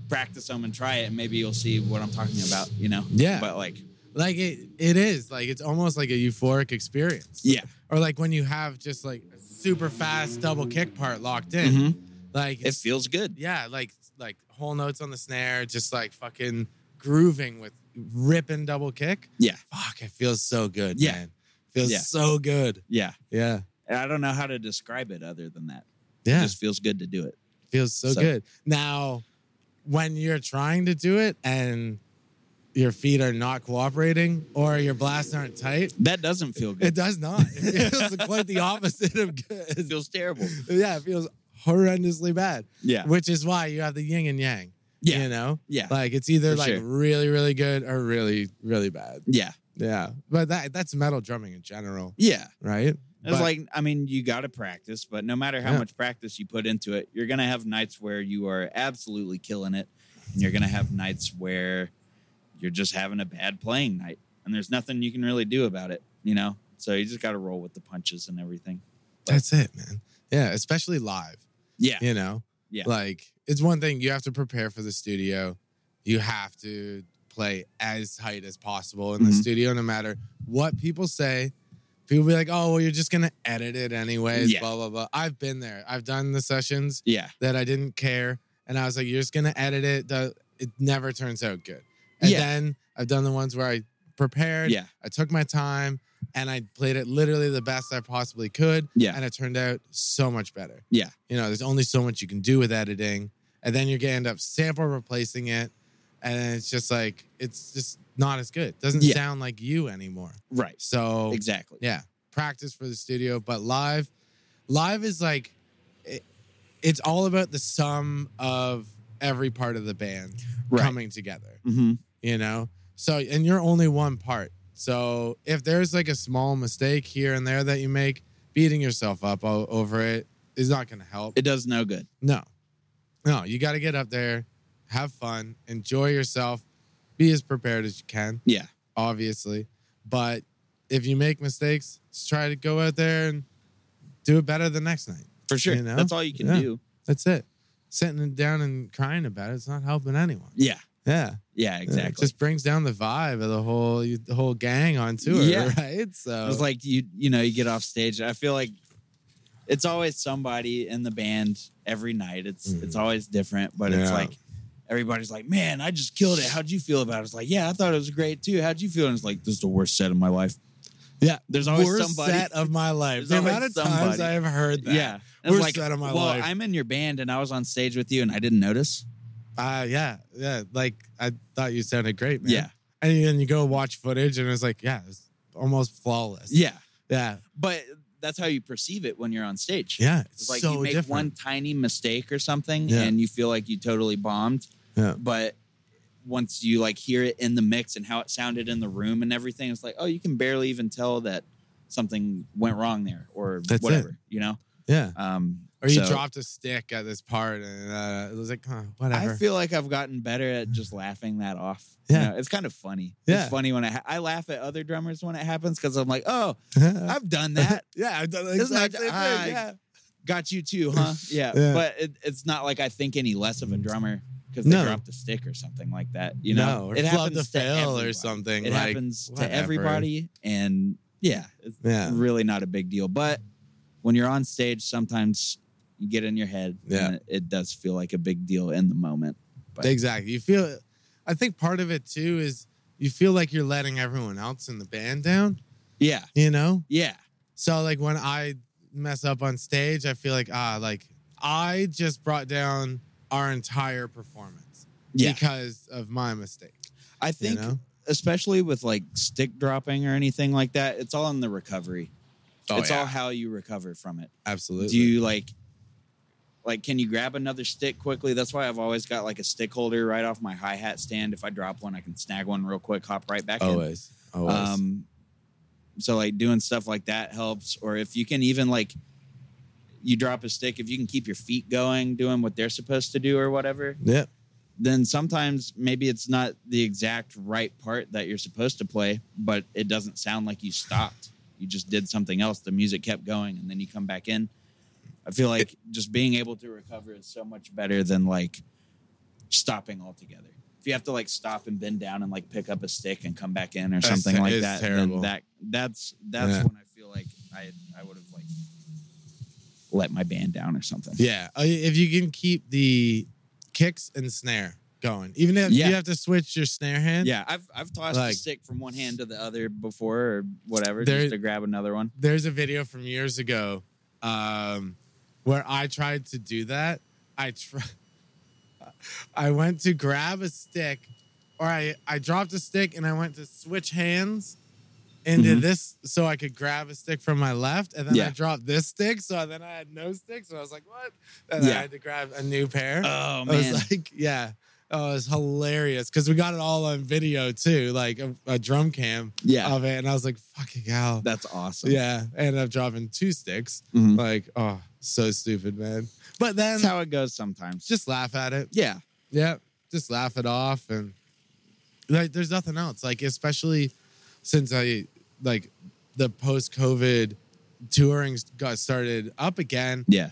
[SPEAKER 3] practice them and try it and maybe you'll see what i'm talking about you know
[SPEAKER 2] Yeah.
[SPEAKER 3] but like
[SPEAKER 2] like it, it is like it's almost like a euphoric experience.
[SPEAKER 3] yeah
[SPEAKER 2] Or like when you have just like a super fast double kick part locked in.
[SPEAKER 3] Mhm.
[SPEAKER 2] Like
[SPEAKER 3] it feels good
[SPEAKER 2] yeah, like like whole notes on the snare, just like fucking grooving with ripping double kick.
[SPEAKER 3] Yeah.
[SPEAKER 2] Fuck, it feels so good.
[SPEAKER 3] Yeah.
[SPEAKER 2] man. feels
[SPEAKER 3] Yeah.
[SPEAKER 2] so good.
[SPEAKER 3] yeah
[SPEAKER 2] Yeah,
[SPEAKER 3] And i don't know how to describe it other than that
[SPEAKER 2] yeah,
[SPEAKER 3] it just feels good to do it
[SPEAKER 2] feels so,
[SPEAKER 3] so-
[SPEAKER 2] good. Now, when you're trying to do it and your feet are not cooperating or your blasts aren't tight,
[SPEAKER 3] that doesn't feel
[SPEAKER 2] it
[SPEAKER 3] good
[SPEAKER 2] does not. It feels quite the opposite of good.
[SPEAKER 3] it feels terrible
[SPEAKER 2] yeah, it feels horrendously bad.
[SPEAKER 3] yeah
[SPEAKER 2] Which is why you have the yin and yang.
[SPEAKER 3] Yeah.
[SPEAKER 2] You know?
[SPEAKER 3] yeah
[SPEAKER 2] Like it's either
[SPEAKER 3] For
[SPEAKER 2] like
[SPEAKER 3] sure.
[SPEAKER 2] really, really good or really, really bad.
[SPEAKER 3] yeah
[SPEAKER 2] Yeah. But that that's metal drumming in general,
[SPEAKER 3] yeah
[SPEAKER 2] right?
[SPEAKER 3] It's
[SPEAKER 2] But-
[SPEAKER 3] like, I mean, you got to practice, but no matter how
[SPEAKER 2] Yeah.
[SPEAKER 3] much practice you put into it, you're going to have nights where you are absolutely killing it. And you're going to have nights where you're just having a bad playing night. And there's nothing you can really do about it, you know? So you just got to roll with the punches and everything.
[SPEAKER 2] That's it, man. Yeah, especially live.
[SPEAKER 3] Yeah.
[SPEAKER 2] You know?
[SPEAKER 3] Yeah.
[SPEAKER 2] Like it's one thing you have to prepare for the studio. You have to play as tight as possible in the
[SPEAKER 3] Mhm.
[SPEAKER 2] studio, no matter what people say. People be like, oh, well, you're just gonna edit it anyways,
[SPEAKER 3] Yeah.
[SPEAKER 2] blah, blah, blah. I've been there. I've done the sessions
[SPEAKER 3] Yeah.
[SPEAKER 2] that I didn't care. And I was like, you're just going to edit it. The- It never turns out good. And
[SPEAKER 3] Yeah.
[SPEAKER 2] then I've done the ones where I prepared,
[SPEAKER 3] Yeah.
[SPEAKER 2] I took my time, and I played it literally the best I possibly could.
[SPEAKER 3] Yeah.
[SPEAKER 2] And it turned out so much better.
[SPEAKER 3] Yeah.
[SPEAKER 2] You know, there's only so much you can do with editing. And then you're going to end up sample replacing it. And it's just like, it's just not as good. doesn't
[SPEAKER 3] Yeah.
[SPEAKER 2] sound like you anymore.
[SPEAKER 3] Right.
[SPEAKER 2] So
[SPEAKER 3] Exactly.
[SPEAKER 2] yeah, practice for the studio, but live, live is like, it, it's all about the sum of every part of the band
[SPEAKER 3] Right.
[SPEAKER 2] coming together.
[SPEAKER 3] hmm
[SPEAKER 2] You know, so and you're only one part. So if there's like a small mistake here and there that you make, beating yourself up o- over it is not going to help.
[SPEAKER 3] It does no good.
[SPEAKER 2] No, no, you got to get up there, have fun, enjoy yourself, be as prepared as you can
[SPEAKER 3] Yeah.
[SPEAKER 2] obviously. But if you make mistakes, just try to go out there and do it better the next night.
[SPEAKER 3] For sure.
[SPEAKER 2] You know?
[SPEAKER 3] That's all you can
[SPEAKER 2] Yeah.
[SPEAKER 3] do.
[SPEAKER 2] That's it. Sitting down and crying about it, it's not helping anyone.
[SPEAKER 3] Yeah.
[SPEAKER 2] Yeah,
[SPEAKER 3] Yeah.
[SPEAKER 2] It
[SPEAKER 3] Exactly.
[SPEAKER 2] just brings down the vibe of the whole you- the whole gang on tour,
[SPEAKER 3] Yeah.
[SPEAKER 2] right? So
[SPEAKER 3] It's like you you know you get off stage. I feel like it's always somebody in the band every night. It's
[SPEAKER 2] Mhm.
[SPEAKER 3] it's always different, but it's
[SPEAKER 2] Yeah.
[SPEAKER 3] like everybody's like, "Man, I just killed it. How'd you feel about it?" It's like, "Yeah, I thought it was great too. How'd you feel?" And it's like, "This is the worst set of my life."
[SPEAKER 2] yeah,
[SPEAKER 3] There's always
[SPEAKER 2] worst
[SPEAKER 3] somebody.
[SPEAKER 2] set of my life.
[SPEAKER 3] There's
[SPEAKER 2] The
[SPEAKER 3] always
[SPEAKER 2] amount of times
[SPEAKER 3] somebody.
[SPEAKER 2] I have heard that.
[SPEAKER 3] yeah, And
[SPEAKER 2] Worst
[SPEAKER 3] it's like,
[SPEAKER 2] set of my
[SPEAKER 3] well,
[SPEAKER 2] life.
[SPEAKER 3] I'm in your band, and I was on stage with you, and I didn't notice.
[SPEAKER 2] uh, yeah, yeah. Like I thought you sounded great, man.
[SPEAKER 3] Yeah,
[SPEAKER 2] and then you go watch footage, and it's like, yeah, it's almost flawless.
[SPEAKER 3] yeah,
[SPEAKER 2] yeah,
[SPEAKER 3] but that's how you perceive it when you're on stage.
[SPEAKER 2] yeah. It's,
[SPEAKER 3] It's like
[SPEAKER 2] so
[SPEAKER 3] you make
[SPEAKER 2] different.
[SPEAKER 3] one tiny mistake or something,
[SPEAKER 2] Yeah.
[SPEAKER 3] and you feel like you totally bombed.
[SPEAKER 2] Yeah.
[SPEAKER 3] But once you like hear it in the mix and how it sounded in the room and everything, it's like, oh, you can barely even tell that something went wrong there or
[SPEAKER 2] That's it.
[SPEAKER 3] whatever, you know.
[SPEAKER 2] yeah.
[SPEAKER 3] Um,
[SPEAKER 2] Or you
[SPEAKER 3] so
[SPEAKER 2] dropped a stick at this part, and uh, it was like, huh, whatever.
[SPEAKER 3] I feel like I've gotten better at just laughing that off.
[SPEAKER 2] Yeah.
[SPEAKER 3] you know, it's kind of funny.
[SPEAKER 2] Yeah.
[SPEAKER 3] It's funny when I ha- I laugh at other drummers when it happens because I'm like, oh, I've done that.
[SPEAKER 2] yeah, I've done the
[SPEAKER 3] Isn't that-
[SPEAKER 2] exact same thing,
[SPEAKER 3] I-
[SPEAKER 2] yeah.
[SPEAKER 3] Got you too, huh? Yeah.
[SPEAKER 2] Yeah.
[SPEAKER 3] But it, it's not like I think any less of a drummer because
[SPEAKER 2] No.
[SPEAKER 3] they dropped a stick or something like that. You know,
[SPEAKER 2] No, or
[SPEAKER 3] it
[SPEAKER 2] flubbed a
[SPEAKER 3] happens to
[SPEAKER 2] fill or
[SPEAKER 3] everybody.
[SPEAKER 2] something.
[SPEAKER 3] It
[SPEAKER 2] like,
[SPEAKER 3] happens
[SPEAKER 2] whatever.
[SPEAKER 3] to everybody, and yeah, it's
[SPEAKER 2] Yeah.
[SPEAKER 3] really not a big deal. But when you're on stage, sometimes you get in your head.
[SPEAKER 2] Yeah.
[SPEAKER 3] and it, it does feel like a big deal in the moment. But-
[SPEAKER 2] Exactly. You feel. I think part of it too is you feel like you're letting everyone else in the band down.
[SPEAKER 3] Yeah,
[SPEAKER 2] You know.
[SPEAKER 3] yeah,
[SPEAKER 2] So like when I mess up on stage, I feel like ah, like I just brought down our entire performance
[SPEAKER 3] yeah.
[SPEAKER 2] because of my mistake.
[SPEAKER 3] I
[SPEAKER 2] You
[SPEAKER 3] think,
[SPEAKER 2] know?
[SPEAKER 3] especially with like stick dropping or anything like that, it's all in the recovery.
[SPEAKER 2] Oh,
[SPEAKER 3] it's all how you recover from it.
[SPEAKER 2] absolutely.
[SPEAKER 3] Do you like like can you grab another stick quickly? That's why I've always got like a stick holder right off my hi hat stand. If I drop one, I can snag one real quick, hop right back in.
[SPEAKER 2] always? Oh, Always.
[SPEAKER 3] Um, so like doing stuff like that helps. Or if you can even like you drop a stick, if you can keep your feet going, doing what they're supposed to do or whatever,
[SPEAKER 2] yeah.
[SPEAKER 3] then sometimes maybe it's not the exact right part that you're supposed to play, but it doesn't sound like you stopped. You just did something else. The music kept going, and then you come back in. I feel like just being able to recover is so much better than like stopping altogether. If you have to like stop and bend down and like pick up a stick and come back in or
[SPEAKER 2] That's-
[SPEAKER 3] something
[SPEAKER 2] that
[SPEAKER 3] like
[SPEAKER 2] is
[SPEAKER 3] that,
[SPEAKER 2] terrible.
[SPEAKER 3] then that that's that's
[SPEAKER 2] Yeah.
[SPEAKER 3] when I feel like I I would have like let my band down or something.
[SPEAKER 2] Yeah, uh, if you can keep the kicks and snare going, even if
[SPEAKER 3] Yeah.
[SPEAKER 2] you have to switch your snare hand.
[SPEAKER 3] Yeah, I've I've tossed
[SPEAKER 2] Like-
[SPEAKER 3] a stick from one hand to the other before or whatever
[SPEAKER 2] There-
[SPEAKER 3] just to grab another one.
[SPEAKER 2] there's a video from years ago um, where I tried to do that. I tr- I went to grab a stick, or I I dropped a stick and I went to switch hands into
[SPEAKER 3] Mhm.
[SPEAKER 2] this so I could grab a stick from my left, and then I
[SPEAKER 3] Yeah.
[SPEAKER 2] dropped this stick. So then I had no sticks, and I was like, what? And then I
[SPEAKER 3] Yeah.
[SPEAKER 2] had to grab a new pair.
[SPEAKER 3] Oh
[SPEAKER 2] I was like, yeah. Oh, it was hilarious because we got it all on video too, like a, a drum cam
[SPEAKER 3] yeah,
[SPEAKER 2] of it. And I was like, fucking hell.
[SPEAKER 3] that's awesome.
[SPEAKER 2] Yeah, I ended up dropping two sticks.
[SPEAKER 3] Mhm.
[SPEAKER 2] Like, oh, so stupid, man. But then
[SPEAKER 3] that's how it goes sometimes.
[SPEAKER 2] just laugh at it.
[SPEAKER 3] Yeah,
[SPEAKER 2] Yeah, just laugh it off, and like, there's nothing else. Like, especially since I like the post COVID touring got started up again.
[SPEAKER 3] yeah,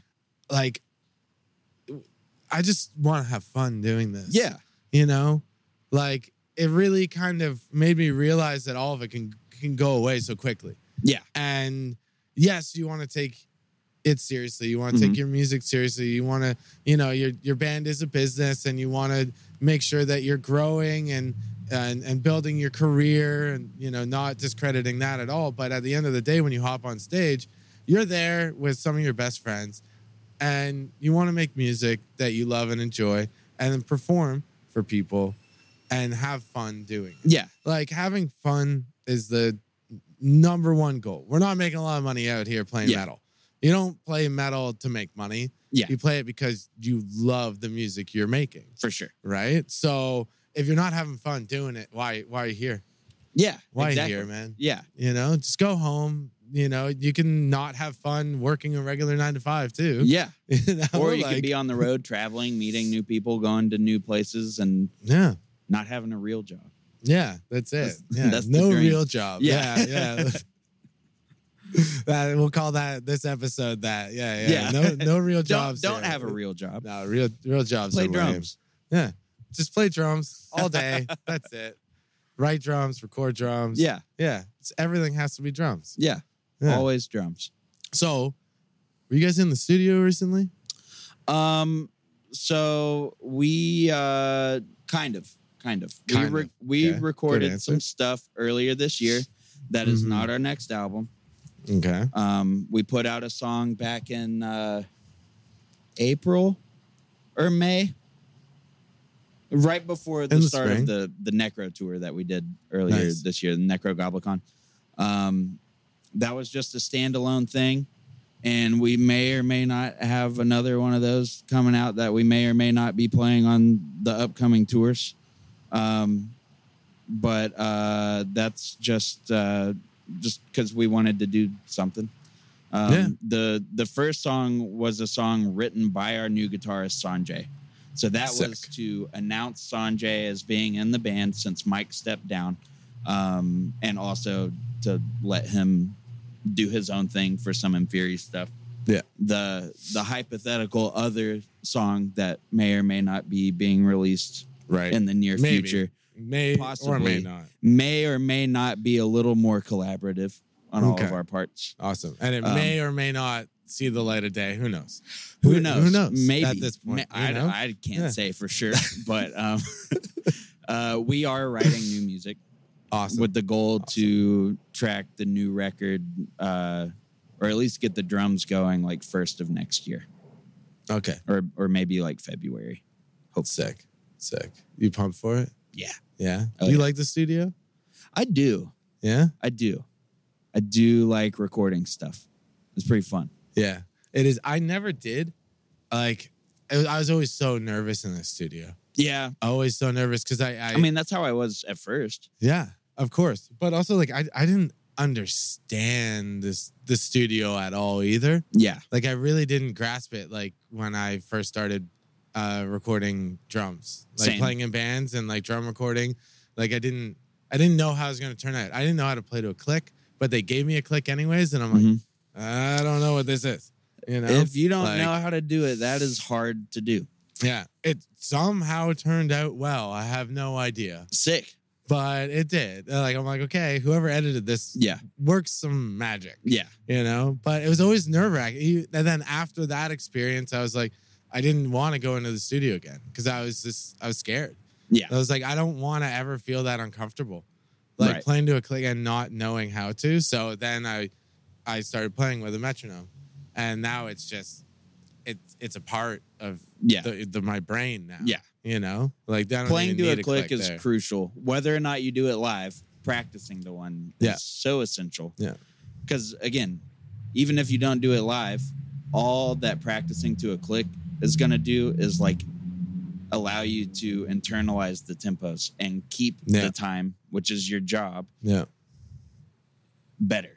[SPEAKER 2] Like, I just want to have fun doing this.
[SPEAKER 3] yeah,
[SPEAKER 2] you know, like it really kind of made me realize that all of it can can go away so quickly.
[SPEAKER 3] yeah.
[SPEAKER 2] and yes you want to take it seriously you want to take your music seriously you want to you know your your band is a business and you want to make sure that you're growing and and and building your career and you know not discrediting that at all but at the end of the day when you hop on stage you're there with some of your best friends and you want to make music that you love and enjoy and then perform for people and have fun doing it
[SPEAKER 3] Yeah,
[SPEAKER 2] like having fun is the number one goal. We're not making a lot of money out here playing
[SPEAKER 3] Yeah.
[SPEAKER 2] metal. You don't play metal to make money.
[SPEAKER 3] Yeah.
[SPEAKER 2] You play it because you love the music you're making,
[SPEAKER 3] for sure.
[SPEAKER 2] right? So if you're not having fun doing it, why why are you here?
[SPEAKER 3] Yeah,
[SPEAKER 2] Why
[SPEAKER 3] exactly.
[SPEAKER 2] are you here, man?
[SPEAKER 3] Yeah,
[SPEAKER 2] You know, just go home. You know, you can not have fun working a regular nine to five too.
[SPEAKER 3] yeah.
[SPEAKER 2] You know,
[SPEAKER 3] Or you can
[SPEAKER 2] like-
[SPEAKER 3] be on the road traveling, meeting new people, going to new places, and
[SPEAKER 2] Yeah.
[SPEAKER 3] not having a real job.
[SPEAKER 2] Yeah, that's
[SPEAKER 3] That's-
[SPEAKER 2] it. yeah,
[SPEAKER 3] that's the
[SPEAKER 2] no
[SPEAKER 3] dream.
[SPEAKER 2] real job. Yeah,
[SPEAKER 3] Yeah.
[SPEAKER 2] yeah. That- we'll call that this episode that. Yeah, yeah.
[SPEAKER 3] Yeah.
[SPEAKER 2] No, no real
[SPEAKER 3] Don't,
[SPEAKER 2] jobs.
[SPEAKER 3] don't
[SPEAKER 2] here.
[SPEAKER 3] have a real job.
[SPEAKER 2] No, real real jobs.
[SPEAKER 3] Play
[SPEAKER 2] are lame.
[SPEAKER 3] drums.
[SPEAKER 2] Just play drums all day. that's it. Write drums, record drums.
[SPEAKER 3] Yeah,
[SPEAKER 2] yeah. It's, everything has to be drums.
[SPEAKER 3] yeah,
[SPEAKER 2] Yeah.
[SPEAKER 3] Always drums.
[SPEAKER 2] So, were you guys in the studio recently?
[SPEAKER 3] Um, so we uh, kind of, kind of,
[SPEAKER 2] Kind of.
[SPEAKER 3] we, we
[SPEAKER 2] Okay. Good
[SPEAKER 3] recorded
[SPEAKER 2] answer.
[SPEAKER 3] some stuff earlier this year. That is
[SPEAKER 2] Mhm.
[SPEAKER 3] not our next album.
[SPEAKER 2] Okay.
[SPEAKER 3] Um, we put out a song back in uh, April or May, right before the,
[SPEAKER 2] In the
[SPEAKER 3] start
[SPEAKER 2] spring.
[SPEAKER 3] of the the Necro tour that we did earlier
[SPEAKER 2] Nice.
[SPEAKER 3] this year, the Necro Goblicon. Um, that was just a standalone thing, and we may or may not have another one of those coming out that we may or may not be playing on the upcoming tours. Um, but uh, that's just uh, just because we wanted to do something. Um,
[SPEAKER 2] Yeah.
[SPEAKER 3] The the first song was a song written by our new guitarist Sanjay. So that was
[SPEAKER 2] Sick.
[SPEAKER 3] to announce Sanjay as being in the band since Mike stepped down, um, and also to let him do his own thing for some Inferi stuff.
[SPEAKER 2] Yeah.
[SPEAKER 3] The the hypothetical other song that may or may not be being released
[SPEAKER 2] Right.
[SPEAKER 3] in the near
[SPEAKER 2] Maybe.
[SPEAKER 3] future
[SPEAKER 2] may or may
[SPEAKER 3] possibly.
[SPEAKER 2] not.
[SPEAKER 3] may or may not be a little more collaborative on all
[SPEAKER 2] Okay.
[SPEAKER 3] of our parts.
[SPEAKER 2] Awesome. And it
[SPEAKER 3] Um,
[SPEAKER 2] may or may not see the light of day. Who knows?
[SPEAKER 3] Who knows?
[SPEAKER 2] Who knows?
[SPEAKER 3] Maybe
[SPEAKER 2] At this point.
[SPEAKER 3] Ma- I,
[SPEAKER 2] you know?
[SPEAKER 3] I can't
[SPEAKER 2] Yeah.
[SPEAKER 3] say for sure, but um, uh, we are writing new music
[SPEAKER 2] awesome.
[SPEAKER 3] with the goal to track the new record, uh, or at least get the drums going like first of next year,
[SPEAKER 2] okay.
[SPEAKER 3] or or maybe like February.
[SPEAKER 2] Sick. Sick. You pumped for it?
[SPEAKER 3] Yeah.
[SPEAKER 2] Yeah.
[SPEAKER 3] Oh,
[SPEAKER 2] Do you
[SPEAKER 3] yeah.
[SPEAKER 2] like the studio?
[SPEAKER 3] I do,
[SPEAKER 2] Yeah.
[SPEAKER 3] I do, I do like recording stuff. It's pretty fun.
[SPEAKER 2] Yeah. It is. I never did. Like, it was- I was always so nervous in the studio.
[SPEAKER 3] Yeah,
[SPEAKER 2] Always so nervous because I, I,
[SPEAKER 3] I mean that's how I was at first.
[SPEAKER 2] yeah, of course. But also, like, I, I didn't understand this, the studio at all either.
[SPEAKER 3] Yeah,
[SPEAKER 2] Like, I really didn't grasp it. Like, when I first started uh, recording drums, like
[SPEAKER 3] Same.
[SPEAKER 2] playing in bands and like drum recording. Like I didn't, I didn't know how I was going to turn out. I didn't know how to play to a click, but they gave me a click anyways, and I'm like,
[SPEAKER 3] Mhm.
[SPEAKER 2] I don't know what this is. You know,
[SPEAKER 3] If you don't
[SPEAKER 2] Like-
[SPEAKER 3] know how to do it, that is hard to do.
[SPEAKER 2] yeah, it somehow turned out well. I have no idea,
[SPEAKER 3] Sick.
[SPEAKER 2] but it did. Uh, Like I'm like, okay, whoever edited this
[SPEAKER 3] Yeah.
[SPEAKER 2] worked some magic.
[SPEAKER 3] Yeah.
[SPEAKER 2] you know. But it was always nerve wracking. And then after that experience, I was like, I didn't want to go into the studio again because I was just I was scared.
[SPEAKER 3] Yeah.
[SPEAKER 2] I was like, I don't want to ever feel that uncomfortable, like
[SPEAKER 3] Right.
[SPEAKER 2] playing to a click and not knowing how to. So then I, I started playing with a metronome, and now it's just, it's it's a part of
[SPEAKER 3] Yeah.
[SPEAKER 2] the, the my brain now.
[SPEAKER 3] Yeah.
[SPEAKER 2] you know, like I don't
[SPEAKER 3] Playing
[SPEAKER 2] even
[SPEAKER 3] to a
[SPEAKER 2] need
[SPEAKER 3] click is
[SPEAKER 2] there.
[SPEAKER 3] crucial. Whether or not you do it live, practicing the one
[SPEAKER 2] Yeah.
[SPEAKER 3] is so essential.
[SPEAKER 2] Yeah.
[SPEAKER 3] Because again, even if you don't do it live, all that practicing to a click is going to do is like allow you to internalize the tempos and keep
[SPEAKER 2] Yeah.
[SPEAKER 3] the time, which is your job,
[SPEAKER 2] yeah.
[SPEAKER 3] better.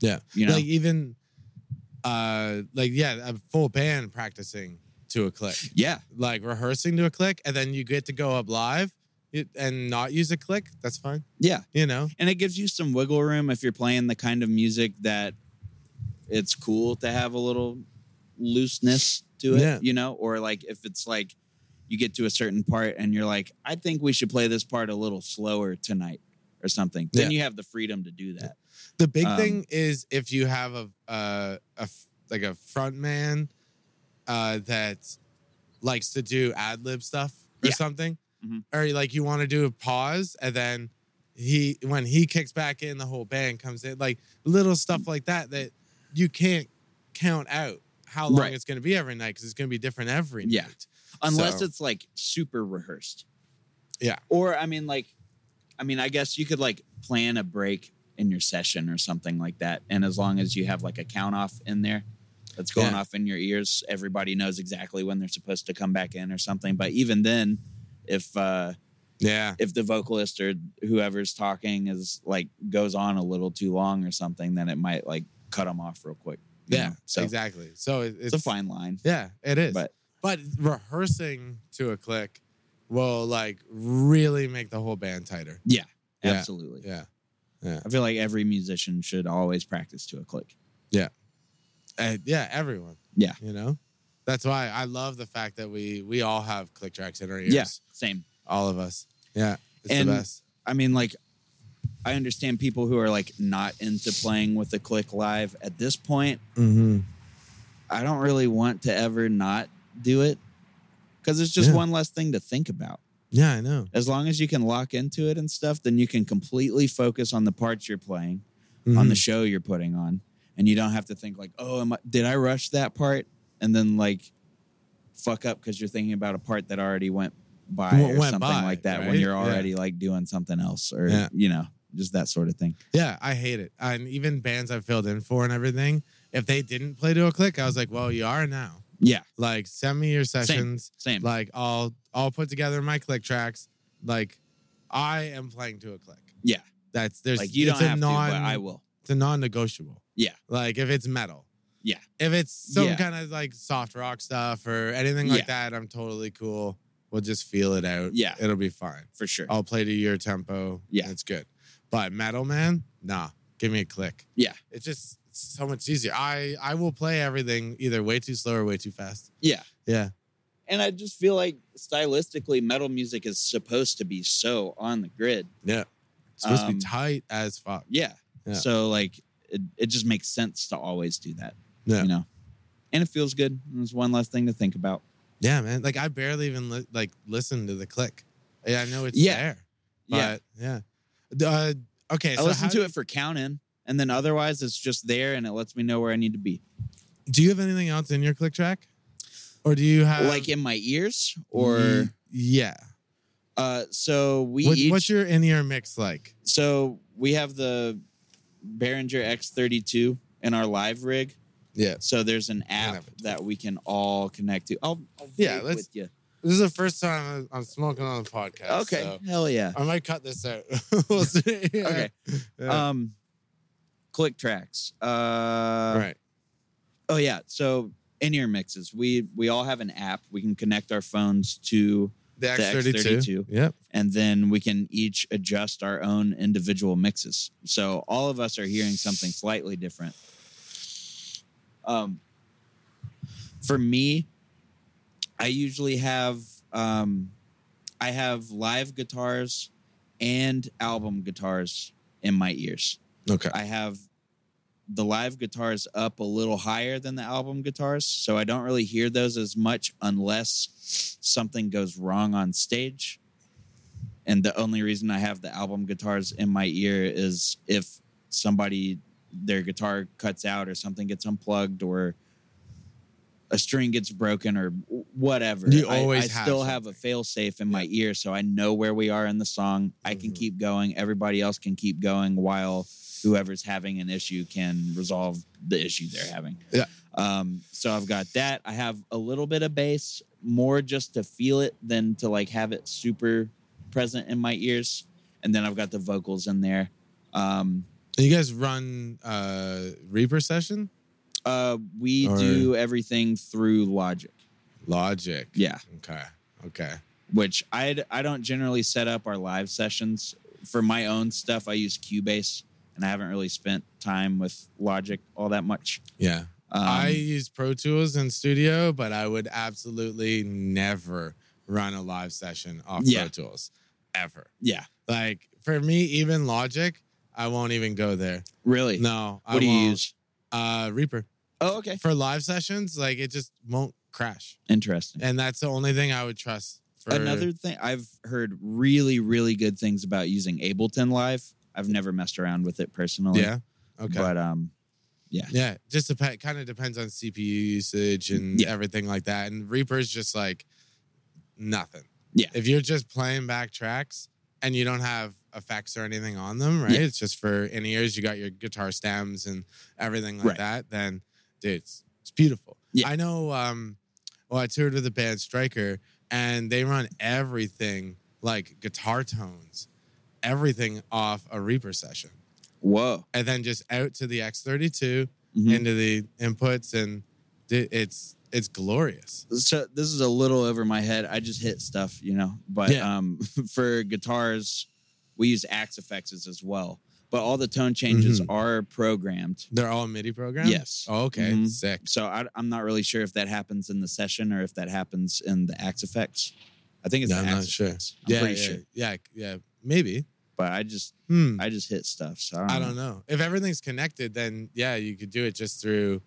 [SPEAKER 2] Yeah.
[SPEAKER 3] You know?
[SPEAKER 2] Like even uh like yeah, a full band practicing to a click.
[SPEAKER 3] Yeah.
[SPEAKER 2] Like rehearsing to a click and then you get to go up live it- and not use a click, that's fine.
[SPEAKER 3] Yeah.
[SPEAKER 2] You know.
[SPEAKER 3] and it gives you some wiggle room if you're playing the kind of music that it's cool to have a little looseness to it,
[SPEAKER 2] Yeah.
[SPEAKER 3] you know, or like if it's like you get to a certain part and you're like, I think we should play this part a little slower tonight or something. Then
[SPEAKER 2] Yeah.
[SPEAKER 3] you have the freedom to do that.
[SPEAKER 2] The big
[SPEAKER 3] Um,
[SPEAKER 2] thing is if you have a uh, a f- like a front man uh that likes to do ad lib stuff or
[SPEAKER 3] Yeah.
[SPEAKER 2] something
[SPEAKER 3] Mhm.
[SPEAKER 2] or like you want to do a pause and then he when he kicks back in the whole band comes in like little
[SPEAKER 3] Mm.
[SPEAKER 2] stuff like that that you can't count out how long
[SPEAKER 3] Right.
[SPEAKER 2] it's going to be every night because it's going to be different every
[SPEAKER 3] Yeah.
[SPEAKER 2] night
[SPEAKER 3] Unless
[SPEAKER 2] So-
[SPEAKER 3] it's like super rehearsed.
[SPEAKER 2] Yeah.
[SPEAKER 3] Or I mean like I mean I guess you could like plan a break in your session or something like that and as long as you have like a count off in there that's going
[SPEAKER 2] Yeah.
[SPEAKER 3] off in your ears everybody knows exactly when they're supposed to come back in or something but even then if uh
[SPEAKER 2] yeah
[SPEAKER 3] if the vocalist or whoever's talking is like goes on a little too long or something then it might like cut them off real quick you
[SPEAKER 2] yeah
[SPEAKER 3] know? so
[SPEAKER 2] exactly so it-
[SPEAKER 3] it's a fine line
[SPEAKER 2] Yeah, it is. But,
[SPEAKER 3] But-
[SPEAKER 2] rehearsing to a click will like really make the whole band tighter. Yeah.
[SPEAKER 3] absolutely
[SPEAKER 2] Yeah.
[SPEAKER 3] i feel like every musician should always practice to a click
[SPEAKER 2] And Uh, yeah, everyone.
[SPEAKER 3] Yeah.
[SPEAKER 2] You know? That's why I love the fact that we we all have click tracks in our ears.
[SPEAKER 3] Yeah, same.
[SPEAKER 2] All of us. Yeah. It's
[SPEAKER 3] And-
[SPEAKER 2] the best.
[SPEAKER 3] I mean, like, I understand people who are like not into playing with the click live at this point.
[SPEAKER 2] Mm-hmm.
[SPEAKER 3] I don't really want to ever not do it because it's just
[SPEAKER 2] Yeah.
[SPEAKER 3] one less thing to think about.
[SPEAKER 2] Yeah, I know.
[SPEAKER 3] As long as you can lock into it and stuff, then you can completely focus on the parts you're playing,
[SPEAKER 2] Mm-hmm.
[SPEAKER 3] on the show you're putting on, and you don't have to think like, "Oh, am I, did I rush that part?" and then like fuck up because you're thinking about a part that already went by
[SPEAKER 2] W-
[SPEAKER 3] or
[SPEAKER 2] went
[SPEAKER 3] something
[SPEAKER 2] by,
[SPEAKER 3] like that
[SPEAKER 2] right?
[SPEAKER 3] when you're
[SPEAKER 2] Yeah.
[SPEAKER 3] already like doing something else or
[SPEAKER 2] Yeah.
[SPEAKER 3] you know just that sort of thing.
[SPEAKER 2] Yeah, I hate it. And even bands I've filled in for and everything, if they didn't play to a click, I was like, well, you are now.
[SPEAKER 3] Yeah,
[SPEAKER 2] Like, send me your sessions.
[SPEAKER 3] same.
[SPEAKER 2] like I'll I'll put together my click tracks. Like I am playing to a click.
[SPEAKER 3] Yeah.
[SPEAKER 2] That's there's
[SPEAKER 3] like you don't
[SPEAKER 2] it's a
[SPEAKER 3] have
[SPEAKER 2] non,
[SPEAKER 3] to, but I will.
[SPEAKER 2] it's a non-negotiable.
[SPEAKER 3] Yeah.
[SPEAKER 2] Like if it's metal.
[SPEAKER 3] Yeah.
[SPEAKER 2] If it's some
[SPEAKER 3] Yeah.
[SPEAKER 2] kind of like soft rock stuff or anything like that, I'm totally cool. We'll just feel it out.
[SPEAKER 3] Yeah.
[SPEAKER 2] It'll be fine.
[SPEAKER 3] For sure.
[SPEAKER 2] I'll play to your tempo.
[SPEAKER 3] Yeah.
[SPEAKER 2] It's good. But metal man, nah. Give me a click.
[SPEAKER 3] Yeah.
[SPEAKER 2] It's just it's so much easier. I I will play everything either way too slow or way too fast.
[SPEAKER 3] Yeah.
[SPEAKER 2] Yeah.
[SPEAKER 3] And I just feel like stylistically, metal music is supposed to be so on the grid.
[SPEAKER 2] Yeah. It's supposed to
[SPEAKER 3] Um,
[SPEAKER 2] be tight as fuck.
[SPEAKER 3] Yeah.
[SPEAKER 2] Yeah.
[SPEAKER 3] So like, it, it just makes sense to always do that.
[SPEAKER 2] Yeah.
[SPEAKER 3] You know, and it feels good. And It's one less thing to think about.
[SPEAKER 2] Yeah, man. Like I barely even li- like listen to the click. Yeah, I know it's
[SPEAKER 3] Yeah.
[SPEAKER 2] there.
[SPEAKER 3] yeah.
[SPEAKER 2] But yeah. D- Uh, okay.
[SPEAKER 3] I
[SPEAKER 2] so
[SPEAKER 3] listen
[SPEAKER 2] how
[SPEAKER 3] to
[SPEAKER 2] do,
[SPEAKER 3] it for count in, and then otherwise it's just there, and it lets me know where I need to be,
[SPEAKER 2] do you have anything else in your click track? Or do you have
[SPEAKER 3] like in my ears or.
[SPEAKER 2] Um, Ye- yeah.
[SPEAKER 3] Uh, so we
[SPEAKER 2] What,
[SPEAKER 3] each
[SPEAKER 2] what's your in ear mix like?
[SPEAKER 3] so we have the Behringer X32 in our live rig.
[SPEAKER 2] Yeah.
[SPEAKER 3] So there's an
[SPEAKER 2] have
[SPEAKER 3] app
[SPEAKER 2] it.
[SPEAKER 3] that we can all connect to. I'll, I'll
[SPEAKER 2] Yeah,
[SPEAKER 3] vape
[SPEAKER 2] let's-
[SPEAKER 3] with you.
[SPEAKER 2] This is the first time I'm, I'm smoking on the podcast.
[SPEAKER 3] Okay,
[SPEAKER 2] so
[SPEAKER 3] hell yeah.
[SPEAKER 2] I might cut this out. we'll see. Yeah.
[SPEAKER 3] Okay.
[SPEAKER 2] Yeah.
[SPEAKER 3] Um, click tracks. Uh,
[SPEAKER 2] right.
[SPEAKER 3] Oh yeah. So in-ear mixes. We we all have an app. We can connect our phones to
[SPEAKER 2] The
[SPEAKER 3] X32.
[SPEAKER 2] X32. Yep.
[SPEAKER 3] and then we can each adjust our own individual mixes. So all of us are hearing something slightly different. Um, for me, I usually have um, I have live guitars and album guitars in my ears.
[SPEAKER 2] Okay.
[SPEAKER 3] I have the live guitars up a little higher than the album guitars, so I don't really hear those as much unless something goes wrong on stage. And the only reason I have the album guitars in my ear is if somebody their guitar cuts out or something gets unplugged or a string gets broken or whatever.
[SPEAKER 2] You
[SPEAKER 3] I-
[SPEAKER 2] always
[SPEAKER 3] I,
[SPEAKER 2] have
[SPEAKER 3] still have a fail safe in my ear so I know where we are in the song. I can
[SPEAKER 2] Mhm.
[SPEAKER 3] keep going. Everybody else can keep going while whoever's having an issue can resolve the issue they're having.
[SPEAKER 2] Yeah.
[SPEAKER 3] Um, so I've got that. I have a little bit of bass, more just to feel it than to like have it super present in my ears. And then I've got the vocals in there. Um,
[SPEAKER 2] you guys run uh Reaper session?
[SPEAKER 3] uh, we
[SPEAKER 2] Or-
[SPEAKER 3] do everything through Logic.
[SPEAKER 2] Logic.
[SPEAKER 3] Yeah.
[SPEAKER 2] Okay. Okay.
[SPEAKER 3] Which I I don't generally set up our live sessions for my own stuff. I use Cubase, and I haven't really spent time with Logic all that much.
[SPEAKER 2] Yeah.
[SPEAKER 3] Um,
[SPEAKER 2] I use Pro Tools in studio, but I would absolutely never run a live session off
[SPEAKER 3] Yeah.
[SPEAKER 2] Pro Tools ever.
[SPEAKER 3] yeah,
[SPEAKER 2] Like for me, even Logic, I won't even go there.
[SPEAKER 3] really.
[SPEAKER 2] No, I
[SPEAKER 3] what do you
[SPEAKER 2] won't.
[SPEAKER 3] use?
[SPEAKER 2] Uh, Reaper
[SPEAKER 3] Oh, okay.
[SPEAKER 2] for live sessions. Like it just won't crash,
[SPEAKER 3] Interesting.
[SPEAKER 2] and that's the only thing I would trust. For
[SPEAKER 3] Another thing I've heard really, really good things about using Ableton Live. I've never messed around with it personally.
[SPEAKER 2] yeah, okay,
[SPEAKER 3] But um,
[SPEAKER 2] yeah. Just depend. Kind of depends on CPU usage and
[SPEAKER 3] Mm, Yeah.
[SPEAKER 2] everything like that. And Reaper's just like nothing.
[SPEAKER 3] Yeah.
[SPEAKER 2] if you're just playing back tracks and you don't have effects or anything on them, right?
[SPEAKER 3] Yeah.
[SPEAKER 2] It's just for in ears. You got your guitar stems and everything like
[SPEAKER 3] Right.
[SPEAKER 2] that. Then, dude, it's, it's beautiful.
[SPEAKER 3] Yeah.
[SPEAKER 2] I know. Um, well, I toured with the band Striker, and they run everything like guitar tones, everything off a Reaper session,
[SPEAKER 3] whoa.
[SPEAKER 2] and then just out to the X32
[SPEAKER 3] Mhm.
[SPEAKER 2] into the inputs, and dude, it's it's glorious.
[SPEAKER 3] so this is a little over my head. I just hit stuff, you know. But
[SPEAKER 2] Yeah.
[SPEAKER 3] um, for guitars, we use Axe Effects as well. But all the tone changes are programmed.
[SPEAKER 2] They're all MIDI programs.
[SPEAKER 3] Yes.
[SPEAKER 2] Mm-hmm. Oh, okay.
[SPEAKER 3] Mhm.
[SPEAKER 2] Sick.
[SPEAKER 3] So I, I'm not really sure if that happens in the session or if that happens in the Axe Effects. I think it's
[SPEAKER 2] Yeah,
[SPEAKER 3] the
[SPEAKER 2] I'm
[SPEAKER 3] Axe
[SPEAKER 2] not sure.
[SPEAKER 3] Effects. I'm
[SPEAKER 2] yeah,
[SPEAKER 3] pretty
[SPEAKER 2] yeah,
[SPEAKER 3] sure.
[SPEAKER 2] Yeah, yeah, maybe.
[SPEAKER 3] But I just
[SPEAKER 2] Hmm.
[SPEAKER 3] I just hit stuff. So I don't,
[SPEAKER 2] I don't know. If everything's connected, then yeah, you could do it just through.